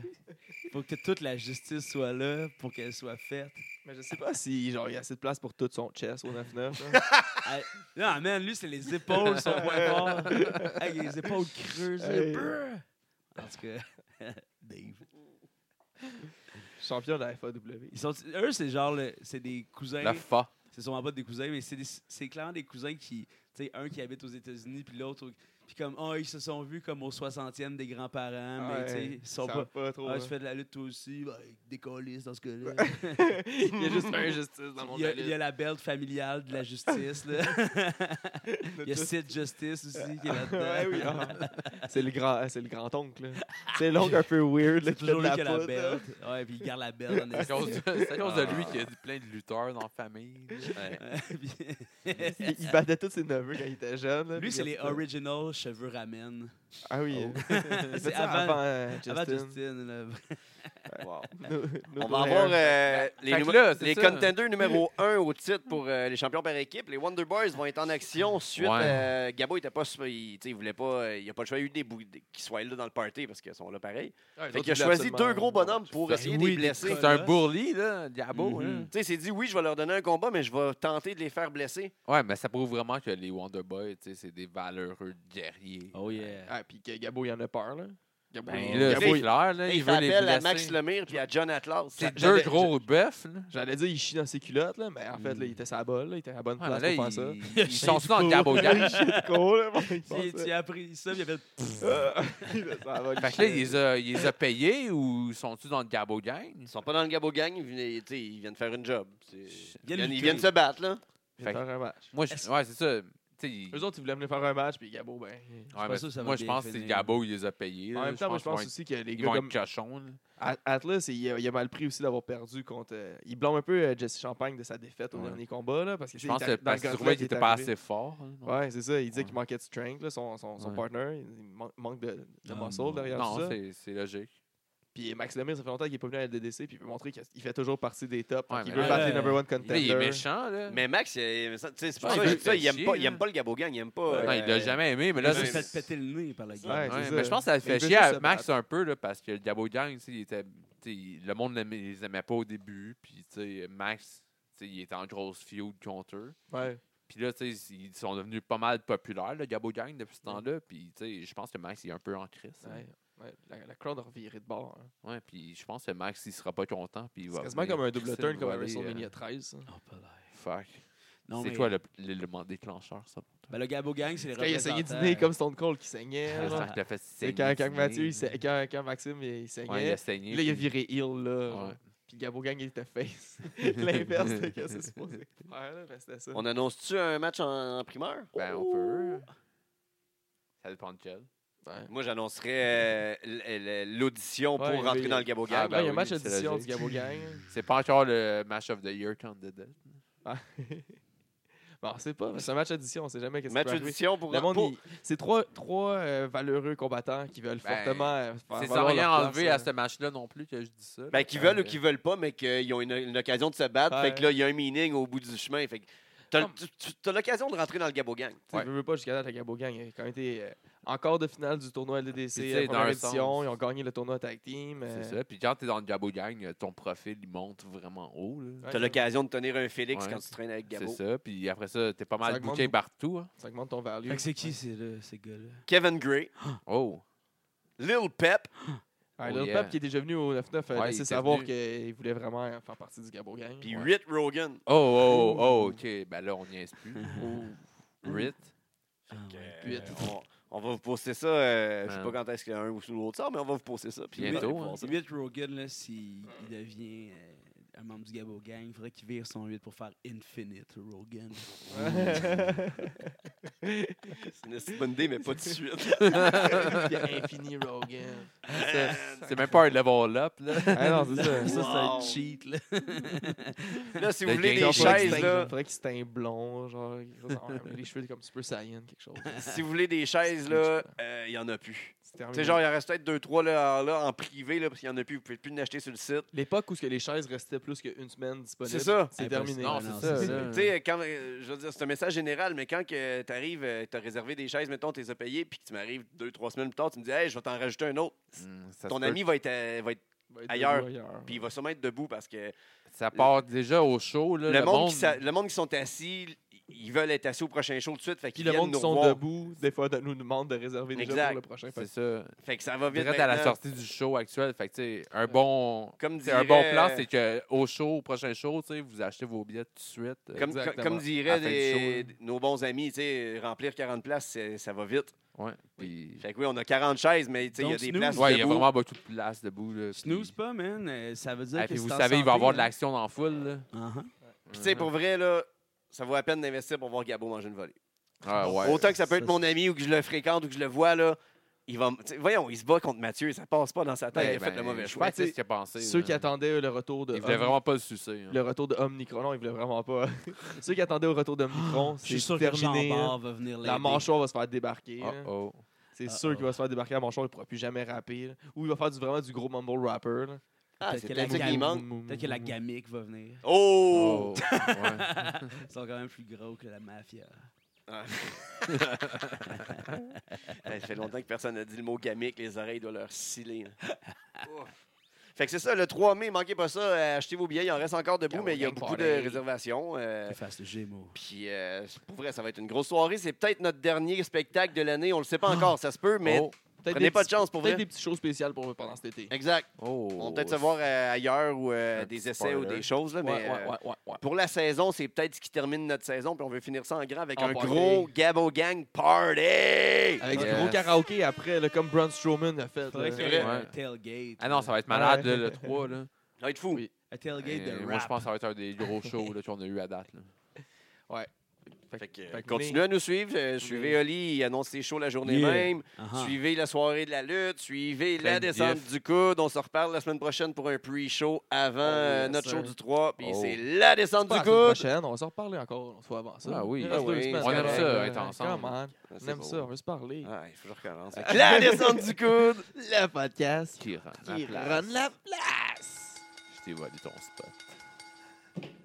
[SPEAKER 2] Faut que toute la justice soit là pour qu'elle soit faite.
[SPEAKER 3] Mais je sais pas si genre il y a assez de place pour tout son chest au 9-9. là.
[SPEAKER 2] Non, Ah, man, lui, c'est les épaules, son point fort. Hey, il a les épaules creuses.
[SPEAKER 3] Hey.
[SPEAKER 2] brr. En tout cas, Dave.
[SPEAKER 3] Champion de la FAW.
[SPEAKER 2] Ils sont, eux, c'est genre, le- c'est des cousins.
[SPEAKER 4] La fa.
[SPEAKER 2] C'est sûrement pas des cousins, mais c'est des- c'est clairement des cousins qui. Tu sais, un qui habite aux États-Unis, puis l'autre. au- Puis comme, oh, ils se sont vus comme aux 60e des
[SPEAKER 1] Ah,
[SPEAKER 2] grands-parents, mais tu sais, ils sont
[SPEAKER 3] ça
[SPEAKER 2] pas.
[SPEAKER 3] va pas trop.
[SPEAKER 2] Ah,
[SPEAKER 3] hein.
[SPEAKER 2] tu fais de la lutte toi aussi, ben, des colis dans ce cas-là.
[SPEAKER 3] il y a juste un justice dans mon
[SPEAKER 2] il, y a,
[SPEAKER 3] balai.
[SPEAKER 2] il y a la belt familiale de la justice. là. il y a Sid Justice aussi qui est
[SPEAKER 3] Ouais,
[SPEAKER 2] là-dedans.
[SPEAKER 3] oui, ah. C'est le grand, c'est le grand oncle. C'est l'oncle un peu weird. là,
[SPEAKER 2] C'est
[SPEAKER 3] qui
[SPEAKER 2] toujours lui
[SPEAKER 3] fait
[SPEAKER 2] qui
[SPEAKER 3] de
[SPEAKER 2] a la
[SPEAKER 3] poudre, là.
[SPEAKER 2] belt. Ouais, puis il garde la belt en
[SPEAKER 4] C'est à
[SPEAKER 2] esti.
[SPEAKER 4] cause de c'est à cause de lui qu'il y a plein de lutteurs dans la famille. Ouais.
[SPEAKER 2] Ouais, puis-
[SPEAKER 3] Il, il battait tous ses neveux quand il était jeune. là,
[SPEAKER 2] Lui,
[SPEAKER 3] puis
[SPEAKER 2] c'est
[SPEAKER 3] il a-
[SPEAKER 2] les original cheveux ramen.
[SPEAKER 3] Ah oui.
[SPEAKER 2] Oh.
[SPEAKER 3] Il
[SPEAKER 2] C'est
[SPEAKER 3] fait ça avant,
[SPEAKER 2] avant,
[SPEAKER 3] euh,
[SPEAKER 2] avant
[SPEAKER 3] Justin.
[SPEAKER 2] Justin. là.
[SPEAKER 1] Wow.
[SPEAKER 3] No- no
[SPEAKER 1] On va
[SPEAKER 3] hair.
[SPEAKER 1] avoir
[SPEAKER 2] hein.
[SPEAKER 1] euh, les,
[SPEAKER 4] Ben, Fait que
[SPEAKER 1] numé-
[SPEAKER 4] là, c'est
[SPEAKER 1] les
[SPEAKER 4] ça.
[SPEAKER 1] contenders numéro 1 au titre pour euh, les champions par équipe. Les Wonder Boys vont être en action suite.
[SPEAKER 4] Ouais.
[SPEAKER 1] euh, Gabo était pas, su- il, tu sais, il voulait pas, euh, il a pas le choix, il y a eu des bou- des- qu'ils soient là dans le party parce qu'ils sont là pareil. Fait qu'il a choisi deux gros bonhommes pour
[SPEAKER 4] Ben
[SPEAKER 1] essayer de
[SPEAKER 2] oui,
[SPEAKER 1] les blesser.
[SPEAKER 2] Nicolas.
[SPEAKER 4] C'est un bourli, là, Diabo. hein.
[SPEAKER 2] Mhm.
[SPEAKER 1] Tu sais, il s'est dit oui, je vais leur donner un combat, mais je vais tenter de les faire blesser.
[SPEAKER 4] là. Ouais, mais ça prouve vraiment que les Wonder Boys, tu sais, c'est des valeureux guerriers.
[SPEAKER 2] Oh yeah.
[SPEAKER 3] Ah, puis que Gabo, il en a peur, là. Gabo,
[SPEAKER 4] Ben,
[SPEAKER 3] il-
[SPEAKER 4] là,
[SPEAKER 1] Gabo,
[SPEAKER 4] c'est
[SPEAKER 1] il-
[SPEAKER 4] clair, là,
[SPEAKER 1] il
[SPEAKER 4] il
[SPEAKER 1] fait
[SPEAKER 4] veut les
[SPEAKER 1] appel à Max
[SPEAKER 4] blesser.
[SPEAKER 1] Lemire puis à John Atlas.
[SPEAKER 4] C'est
[SPEAKER 3] J'avais-
[SPEAKER 4] deux gros bœufs, là.
[SPEAKER 3] J'allais dire, il chie dans ses culottes, là, mais en fait, là, il était sa bolle, là, il était à la bonne
[SPEAKER 4] Ouais,
[SPEAKER 3] place
[SPEAKER 4] mais Ah, là,
[SPEAKER 3] pour
[SPEAKER 4] ils-
[SPEAKER 3] faire ça.
[SPEAKER 4] ils sont tous en cabotage.
[SPEAKER 3] Il est con, là, bon, il pense,
[SPEAKER 2] Tu tu as appris ça, puis il y avait.
[SPEAKER 3] euh, il a sa bolle, il
[SPEAKER 4] Fait que là,
[SPEAKER 3] chie.
[SPEAKER 4] il les a, il les a payés ou sont-ils dans le Gabo Gang?
[SPEAKER 1] Ils sont pas dans le Gabo Gang, ils viennent, tu sais, ils viennent faire une job. C'est- Ils
[SPEAKER 2] viennent
[SPEAKER 1] viennent, ils
[SPEAKER 2] lutter.
[SPEAKER 1] viennent se battre, là.
[SPEAKER 3] Il vient de faire un match.
[SPEAKER 4] Moi, je-
[SPEAKER 2] Est-ce-
[SPEAKER 4] ouais, c'est ça. Tu sais, ils-
[SPEAKER 3] Eux autres, ils voulaient venir faire un match, puis Gabo, ben. il-
[SPEAKER 4] Ouais,
[SPEAKER 2] pas
[SPEAKER 4] mais
[SPEAKER 2] sûr que ça va
[SPEAKER 4] moi, je
[SPEAKER 2] bien
[SPEAKER 4] pense que c'est
[SPEAKER 2] finir.
[SPEAKER 4] Gabo qui les a payés.
[SPEAKER 3] En
[SPEAKER 4] là.
[SPEAKER 3] même temps, moi, je
[SPEAKER 4] qu'ils vont
[SPEAKER 3] pense
[SPEAKER 4] être-
[SPEAKER 3] aussi que les
[SPEAKER 4] Ils
[SPEAKER 3] gars
[SPEAKER 4] vont
[SPEAKER 3] comme
[SPEAKER 4] être cochons. là.
[SPEAKER 3] At- Atlas, il a, il a mal pris aussi d'avoir perdu contre. euh, il blâme un peu euh, Jesse Champagne de sa défaite au
[SPEAKER 4] Ouais.
[SPEAKER 3] dernier combat, là, parce que
[SPEAKER 4] Je pense que parce qu'il trouvait
[SPEAKER 3] trouvait
[SPEAKER 4] qu'il était pas assez fort. hein.
[SPEAKER 3] Ouais, c'est ça. Il disait
[SPEAKER 4] Ouais.
[SPEAKER 3] qu'il manquait de strength, là, son, son, son
[SPEAKER 4] Ouais.
[SPEAKER 3] partner. Il man- manque de, de
[SPEAKER 2] Ah,
[SPEAKER 3] muscle
[SPEAKER 2] non.
[SPEAKER 3] derrière tout
[SPEAKER 4] Non,
[SPEAKER 3] ça.
[SPEAKER 4] c'est- c'est logique.
[SPEAKER 3] Puis Max Lemire, ça fait longtemps qu'il est pas venu à la DDC, puis il veut montrer qu'il fait toujours partie des tops.
[SPEAKER 4] Ouais,
[SPEAKER 3] il
[SPEAKER 4] mais
[SPEAKER 3] veut
[SPEAKER 2] là,
[SPEAKER 3] battre les
[SPEAKER 2] euh,
[SPEAKER 3] number one
[SPEAKER 4] Là,
[SPEAKER 3] contenders.
[SPEAKER 4] il est méchant, là.
[SPEAKER 1] Mais Max, il, tu sais, c'est pour ça,
[SPEAKER 4] Ouais, Ah, il
[SPEAKER 1] je
[SPEAKER 4] veut
[SPEAKER 1] dis ça, il
[SPEAKER 4] faire
[SPEAKER 1] aime pas,
[SPEAKER 4] chier,
[SPEAKER 1] il aime
[SPEAKER 4] là.
[SPEAKER 1] pas le Gabo Gang, il aime pas.
[SPEAKER 4] Non, il
[SPEAKER 1] euh,
[SPEAKER 4] l'a jamais aimé, mais là,
[SPEAKER 2] Là,
[SPEAKER 1] Ouais,
[SPEAKER 2] ça
[SPEAKER 4] c'est-
[SPEAKER 2] se fait péter le nez par la
[SPEAKER 3] Ouais,
[SPEAKER 2] gueule.
[SPEAKER 4] Ouais,
[SPEAKER 3] c'est
[SPEAKER 4] mais
[SPEAKER 3] ça.
[SPEAKER 4] je pense que ça
[SPEAKER 3] Il
[SPEAKER 4] le fait
[SPEAKER 3] veut
[SPEAKER 4] chier
[SPEAKER 3] juste
[SPEAKER 4] à
[SPEAKER 3] se
[SPEAKER 4] Max
[SPEAKER 3] battre.
[SPEAKER 4] un peu, là, parce que le Gabo Gang, tu sais, il était- tu sais, le monde ne les aimait pas au début. Puis, tu sais, Max, tu sais, il était en grosse feud contre eux.
[SPEAKER 3] Ouais.
[SPEAKER 4] Puis là, tu sais, ils sont devenus pas mal populaires, le Gabo Gang, depuis ce temps-là. Puis, tu sais, je pense que Max, il est un peu en crise. hein.
[SPEAKER 3] Ouais. Ouais, La, la crowd a reviré de bord. hein.
[SPEAKER 4] Ouais, puis je pense que Max, il sera pas content. Puis il va
[SPEAKER 3] C'est quasiment
[SPEAKER 4] venir
[SPEAKER 3] comme un double
[SPEAKER 4] crisser
[SPEAKER 3] turn
[SPEAKER 4] une
[SPEAKER 3] comme à
[SPEAKER 4] volée, euh,
[SPEAKER 3] WrestleMania 13. hein.
[SPEAKER 2] Oh, pas l'air.
[SPEAKER 4] Fuck.
[SPEAKER 2] Non,
[SPEAKER 4] C'est
[SPEAKER 2] mais-
[SPEAKER 4] quoi le- l'élément déclencheur, ça?
[SPEAKER 2] Ben, le Gabo Gang, c'est les
[SPEAKER 3] Quand il a saigné du
[SPEAKER 2] représentants.
[SPEAKER 3] nez comme Stone Cold qui saignait.
[SPEAKER 4] C'est
[SPEAKER 3] genre.
[SPEAKER 4] quand t'as fait
[SPEAKER 3] C'est
[SPEAKER 4] saigner
[SPEAKER 3] quand,
[SPEAKER 4] du
[SPEAKER 3] quand
[SPEAKER 4] nez,
[SPEAKER 3] Mathieu,
[SPEAKER 4] là.
[SPEAKER 3] il sa- quand, quand Maxime, il saignait.
[SPEAKER 4] Ouais, il a
[SPEAKER 3] Puis
[SPEAKER 4] saigné.
[SPEAKER 3] là, il a
[SPEAKER 4] puis-
[SPEAKER 3] viré heel, là.
[SPEAKER 4] Ouais.
[SPEAKER 3] Puis Gabo Gang, il était face. L'inverse de ce que c'est supposé faire, là, mais c'était ça.
[SPEAKER 1] On annonce-tu un match en, en primeur?
[SPEAKER 4] Ben, on peut. Ça dépend de quel.
[SPEAKER 1] Moi, j'annoncerais euh, l- l- l'audition pour
[SPEAKER 3] Ouais,
[SPEAKER 1] rentrer
[SPEAKER 3] mais-
[SPEAKER 1] dans le Gabo Gang.
[SPEAKER 4] Ah,
[SPEAKER 3] Ouais,
[SPEAKER 4] ben
[SPEAKER 3] il y a un
[SPEAKER 4] oui,
[SPEAKER 3] match
[SPEAKER 4] c'est
[SPEAKER 3] d'édition du
[SPEAKER 4] logique.
[SPEAKER 3] Gabo Gang.
[SPEAKER 4] C'est pas encore le match of the year qu'on dedans.
[SPEAKER 3] Ah. bon, on sait pas, mais c'est un match d'édition, on sait jamais qu'est-ce qui
[SPEAKER 1] match
[SPEAKER 3] peut arriver.
[SPEAKER 1] audition pour...
[SPEAKER 3] Le monde,
[SPEAKER 1] pour-
[SPEAKER 3] il- c'est trois, trois euh, valeureux combattants qui veulent
[SPEAKER 4] Ben,
[SPEAKER 3] fortement euh, faire
[SPEAKER 4] C'est sans
[SPEAKER 3] valoir
[SPEAKER 4] rien
[SPEAKER 3] leur
[SPEAKER 4] enlever
[SPEAKER 3] place, hein. euh,
[SPEAKER 4] à ce match-là non plus que je dis ça.
[SPEAKER 1] Ben, qui
[SPEAKER 4] Euh,
[SPEAKER 1] veulent ou qui veulent pas, mais qu'ils ont une, une occasion de se battre.
[SPEAKER 3] Ouais.
[SPEAKER 1] Fait que là, il y a un meaning au bout du chemin. Fait que T'as le- tu- tu- t'as l'occasion de rentrer dans le Gabo Gang.
[SPEAKER 3] Tu sais, veux, veux pas jusqu'à date, la Gabo Gang a quand même été euh, en quart de finale du tournoi LDDC,
[SPEAKER 4] Puis, tu sais,
[SPEAKER 3] la
[SPEAKER 4] dans
[SPEAKER 3] première
[SPEAKER 4] un
[SPEAKER 3] édition.
[SPEAKER 4] sens.
[SPEAKER 3] Ils ont gagné le tournoi Tag Team. euh,
[SPEAKER 4] C'est ça. Puis quand t'es dans le Gabo Gang, euh, ton profil, il monte vraiment haut. là.
[SPEAKER 3] ouais,
[SPEAKER 1] T'as l'occasion de tenir un Félix
[SPEAKER 4] Ouais.
[SPEAKER 1] quand tu traînes avec
[SPEAKER 4] C'est
[SPEAKER 1] Gabo.
[SPEAKER 4] ça. Puis après ça, t'es pas
[SPEAKER 3] Ça
[SPEAKER 4] mal
[SPEAKER 3] augmente
[SPEAKER 4] bouqué
[SPEAKER 3] beaucoup.
[SPEAKER 4] partout. hein.
[SPEAKER 3] Ça augmente ton value.
[SPEAKER 2] Fait que c'est qui c'est là, ces gars-là?
[SPEAKER 1] Kevin Gray,
[SPEAKER 4] Oh.
[SPEAKER 1] Lil Pep,
[SPEAKER 3] Ouais,
[SPEAKER 4] Oh,
[SPEAKER 3] Lil
[SPEAKER 4] yeah.
[SPEAKER 3] Ah, Pep, qui est déjà venu au 9-9, a
[SPEAKER 4] Ouais, il
[SPEAKER 3] laissé
[SPEAKER 4] était
[SPEAKER 3] savoir
[SPEAKER 4] venu.
[SPEAKER 3] qu'il voulait vraiment euh, faire partie du Gabo Gang.
[SPEAKER 1] puis
[SPEAKER 4] Ouais.
[SPEAKER 1] Rit Rogan.
[SPEAKER 4] Oh, oh, oh, OK. Ben là, on n'y est plus. Rit.
[SPEAKER 2] Ah, ouais.
[SPEAKER 1] Euh, on, on va vous poster ça. euh, je sais pas
[SPEAKER 4] Man.
[SPEAKER 1] quand est-ce qu'il y a un ou l'autre sort, mais on va vous poster ça. Puis
[SPEAKER 4] Bientôt,
[SPEAKER 1] vous allez
[SPEAKER 4] hein.
[SPEAKER 1] voir ça.
[SPEAKER 2] Huit Rogan, là, s'il il devient euh, un membre du Gabo Gang, il faudrait qu'il vire son 8 pour faire Infinite Rogan.
[SPEAKER 1] C'est une petite bonne idée, mais pas tout de suite.
[SPEAKER 3] Il y a Infini Rogan.
[SPEAKER 4] C'est c'est même pas un level-up.
[SPEAKER 3] Ah non, c'est ça.
[SPEAKER 2] ça, c'est un
[SPEAKER 1] Wow.
[SPEAKER 2] cheat, là.
[SPEAKER 1] Là, si vous
[SPEAKER 4] Le
[SPEAKER 1] voulez
[SPEAKER 4] gang
[SPEAKER 1] des
[SPEAKER 4] d'enfants
[SPEAKER 1] chaises,
[SPEAKER 4] extinct.
[SPEAKER 1] là,
[SPEAKER 3] Il faudrait que c'est un blond, genre, quelque chose en même. les cheveux comme Super Saiyan, quelque chose.
[SPEAKER 1] si vous voulez des chaises, là, euh, il y en a plus. Tu sais, genre, il en reste peut-être deux, trois là, en- là, en privé, là, parce qu'il y en a plus. Vous pouvez plus en acheter sur le site.
[SPEAKER 3] L'époque où ce que les chaises restaient plus qu'une semaine disponibles.
[SPEAKER 1] C'est ça.
[SPEAKER 3] C'est
[SPEAKER 2] Impossible.
[SPEAKER 3] terminé.
[SPEAKER 4] Non,
[SPEAKER 2] Non,
[SPEAKER 4] c'est
[SPEAKER 2] c'est
[SPEAKER 4] ça.
[SPEAKER 2] ça.
[SPEAKER 1] Tu sais, quand, euh, je veux dire, c'est un message général, mais quand que t'arrives, euh, t'as réservé des chaises, mettons, t'es as payé, puis que tu m'arrives deux, trois semaines plus tard, tu me dis, hey, je vais t'en rajouter un autre.
[SPEAKER 4] Mm, ça se
[SPEAKER 1] Ton
[SPEAKER 4] peut.
[SPEAKER 1] ami va être, euh, va être
[SPEAKER 3] Va être
[SPEAKER 1] Ailleurs.
[SPEAKER 3] debout, ailleurs.
[SPEAKER 1] puis il va sûrement être debout parce que
[SPEAKER 4] Ça part déjà au show. Là,
[SPEAKER 1] le, monde, Qui s'a- le monde qui sont assis, ils veulent être assis au prochain show tout de suite, fait
[SPEAKER 3] Puis
[SPEAKER 1] qu'ils
[SPEAKER 3] le
[SPEAKER 1] viennent
[SPEAKER 3] monde
[SPEAKER 1] nous
[SPEAKER 3] qui sont
[SPEAKER 1] revoir.
[SPEAKER 3] debout, des fois, de- nous demande de réserver déjà
[SPEAKER 1] Exact.
[SPEAKER 3] pour le prochain.
[SPEAKER 4] C'est ça.
[SPEAKER 1] Fait que ça va vite.
[SPEAKER 4] Direct à la
[SPEAKER 1] maintenant.
[SPEAKER 4] sortie du show actuel. Fait que, tu sais, un bon.
[SPEAKER 1] Comme
[SPEAKER 4] C'est un bon
[SPEAKER 1] dirait-
[SPEAKER 4] plan, c'est qu'au show, au prochain show, tu sais, vous achetez vos billets tout de suite. Euh,
[SPEAKER 1] Comme,
[SPEAKER 3] Exactement.
[SPEAKER 1] comme
[SPEAKER 4] À
[SPEAKER 1] diraient
[SPEAKER 4] la fin du
[SPEAKER 1] des-
[SPEAKER 4] show,
[SPEAKER 1] nos bons amis, tu sais, remplir 40 places, c'est- ça va vite.
[SPEAKER 4] Ouais. Puis,
[SPEAKER 1] Fait que oui, on a 40 chaises, mais tu sais, il y a
[SPEAKER 2] Donc,
[SPEAKER 1] des
[SPEAKER 2] Snooze,
[SPEAKER 1] places
[SPEAKER 4] ouais, il y a
[SPEAKER 1] debout.
[SPEAKER 4] vraiment beaucoup de place debout. Là, puis-
[SPEAKER 2] Snooze pas, man. euh, ça veut dire
[SPEAKER 4] Ah,
[SPEAKER 2] que
[SPEAKER 4] puis vous
[SPEAKER 2] c'est en
[SPEAKER 4] savez, il va y
[SPEAKER 2] santé,
[SPEAKER 4] avoir de
[SPEAKER 2] là.
[SPEAKER 4] l'action dans la foule. Là.
[SPEAKER 2] Uh-huh.
[SPEAKER 1] Puis tu sais, pour vrai, là, ça vaut la peine d'investir pour voir Gabo manger une volée.
[SPEAKER 4] Ah, ouais.
[SPEAKER 1] Autant que ça peut être
[SPEAKER 2] Ça,
[SPEAKER 1] mon ami ou que je le fréquente ou que je le vois, là, il va... m- tu sais, Voyons, il se bat contre Mathieu, ça passe pas dans sa tête,
[SPEAKER 4] Ben,
[SPEAKER 1] il a fait le
[SPEAKER 4] ben,
[SPEAKER 1] mauvais
[SPEAKER 4] je
[SPEAKER 1] choix.
[SPEAKER 4] sais pas ce qu'il a pensé.
[SPEAKER 3] Ceux
[SPEAKER 4] là.
[SPEAKER 3] qui attendaient euh, le retour de
[SPEAKER 4] Il voulait
[SPEAKER 3] Omni-
[SPEAKER 4] vraiment pas le sucer. hein.
[SPEAKER 3] le retour de Omnicron, non, ils voulaient vraiment pas. Ceux qui attendaient au retour d'Omnicron,
[SPEAKER 2] Je suis
[SPEAKER 3] c'est
[SPEAKER 2] sûr que
[SPEAKER 3] terminé.
[SPEAKER 2] Jean
[SPEAKER 3] hein.
[SPEAKER 2] Barre va venir l'aider.
[SPEAKER 3] La mâchoire va se faire débarquer.
[SPEAKER 4] Oh,
[SPEAKER 3] hein.
[SPEAKER 4] oh.
[SPEAKER 3] C'est
[SPEAKER 2] Ah,
[SPEAKER 3] sûr
[SPEAKER 2] ah.
[SPEAKER 3] qu'il va se faire débarquer à mâchoire, il pourra plus jamais rapper. là. Ou il va faire du, vraiment du gros mumble rapper. là.
[SPEAKER 1] Ah,
[SPEAKER 2] Peut-être
[SPEAKER 1] c'est
[SPEAKER 2] que la
[SPEAKER 1] peut-être ça qui
[SPEAKER 2] gamme-
[SPEAKER 1] manque.
[SPEAKER 2] Peut-être que la gamique va venir.
[SPEAKER 1] Oh!
[SPEAKER 4] Oh. ouais.
[SPEAKER 2] Ils sont quand même plus gros que la mafia.
[SPEAKER 1] Ouais, ça fait longtemps que personne n'a dit le mot gamique, les oreilles doivent leur sciller. hein. Ouf. Fait que c'est ça, le 3 mai, manquez pas ça, euh, achetez vos billets, il en reste encore debout,
[SPEAKER 3] Gabo
[SPEAKER 1] mais il y a
[SPEAKER 3] Gang
[SPEAKER 1] beaucoup de
[SPEAKER 3] Party.
[SPEAKER 1] réservations. euh,
[SPEAKER 2] Qu'ils fassent le Gémeaux.
[SPEAKER 1] Puis, euh, pour vrai, ça va être une grosse soirée. C'est peut-être notre dernier spectacle de l'année. On le sait pas encore, ça se peut, mais
[SPEAKER 4] Oh,
[SPEAKER 3] Ah! Peut-être
[SPEAKER 1] prenez
[SPEAKER 3] des
[SPEAKER 1] pas de
[SPEAKER 3] petits-
[SPEAKER 1] chance pour vrai.
[SPEAKER 3] Peut-être des petites choses spéciales pour pendant cet été.
[SPEAKER 1] Exact.
[SPEAKER 4] oh.
[SPEAKER 1] On va peut-être se voir euh, ailleurs ou euh,
[SPEAKER 4] Un
[SPEAKER 1] des
[SPEAKER 4] petit
[SPEAKER 1] essais ou
[SPEAKER 4] spoiler.
[SPEAKER 1] des choses. Là,
[SPEAKER 3] Ouais,
[SPEAKER 1] mais,
[SPEAKER 3] ouais,
[SPEAKER 1] euh,
[SPEAKER 3] ouais, ouais, ouais.
[SPEAKER 1] Pour la saison, c'est peut-être ce qui termine notre saison. Puis on veut finir ça en grand avec
[SPEAKER 3] En
[SPEAKER 1] un
[SPEAKER 3] party.
[SPEAKER 1] gros Gabo Gang Party!
[SPEAKER 3] Avec
[SPEAKER 4] Yes.
[SPEAKER 3] du gros karaoké après, là, comme Braun Strowman a fait. euh,
[SPEAKER 2] Faudrait
[SPEAKER 3] là.
[SPEAKER 2] qu'il y ait
[SPEAKER 4] vrai.
[SPEAKER 2] un
[SPEAKER 4] Ouais.
[SPEAKER 2] tailgate.
[SPEAKER 4] Ah non, ça va être
[SPEAKER 3] Ouais.
[SPEAKER 4] malade, là, le 3. Là.
[SPEAKER 1] Ça va être fou.
[SPEAKER 3] Oui.
[SPEAKER 2] Un tailgate
[SPEAKER 4] Euh,
[SPEAKER 2] de
[SPEAKER 4] moi, je
[SPEAKER 2] rap.
[SPEAKER 4] pense que ça va être un des gros shows là, qu'on a eu à date. là.
[SPEAKER 1] Fait que, euh,
[SPEAKER 3] Fait que
[SPEAKER 1] continuez à nous suivre. Euh, suivez Oli, il annonce ses shows la journée
[SPEAKER 2] Yeah.
[SPEAKER 1] même.
[SPEAKER 2] Uh-huh.
[SPEAKER 1] Suivez la soirée de la lutte. Suivez
[SPEAKER 4] Plein
[SPEAKER 1] la
[SPEAKER 4] de
[SPEAKER 1] descente
[SPEAKER 4] gifs.
[SPEAKER 1] du coude. On se reparle la semaine prochaine pour un pre-show avant euh,
[SPEAKER 3] yes,
[SPEAKER 1] notre
[SPEAKER 3] Oh, sir.
[SPEAKER 1] show du 3. Puis
[SPEAKER 4] Oh.
[SPEAKER 1] c'est la descente
[SPEAKER 3] Pas
[SPEAKER 1] du
[SPEAKER 3] la semaine
[SPEAKER 1] coude.
[SPEAKER 3] prochaine, on va s'en reparler encore, on se voit avant ça.
[SPEAKER 4] Ah oui.
[SPEAKER 3] Il reste
[SPEAKER 1] Ah
[SPEAKER 3] deux
[SPEAKER 1] oui,
[SPEAKER 3] semaines,
[SPEAKER 1] on aime
[SPEAKER 3] c'est
[SPEAKER 1] ça,
[SPEAKER 3] correct,
[SPEAKER 4] être
[SPEAKER 3] là.
[SPEAKER 4] ensemble.
[SPEAKER 3] Come on,
[SPEAKER 1] Ah, C'est
[SPEAKER 3] On aime
[SPEAKER 1] beau.
[SPEAKER 3] ça, on veut se parler.
[SPEAKER 1] Ah, il faut que je recommence. Fait que La descente du coude.
[SPEAKER 3] Le podcast
[SPEAKER 4] Qui rend la
[SPEAKER 3] qui
[SPEAKER 4] place.
[SPEAKER 3] rend la place.
[SPEAKER 4] Je t'ai volé ton spot.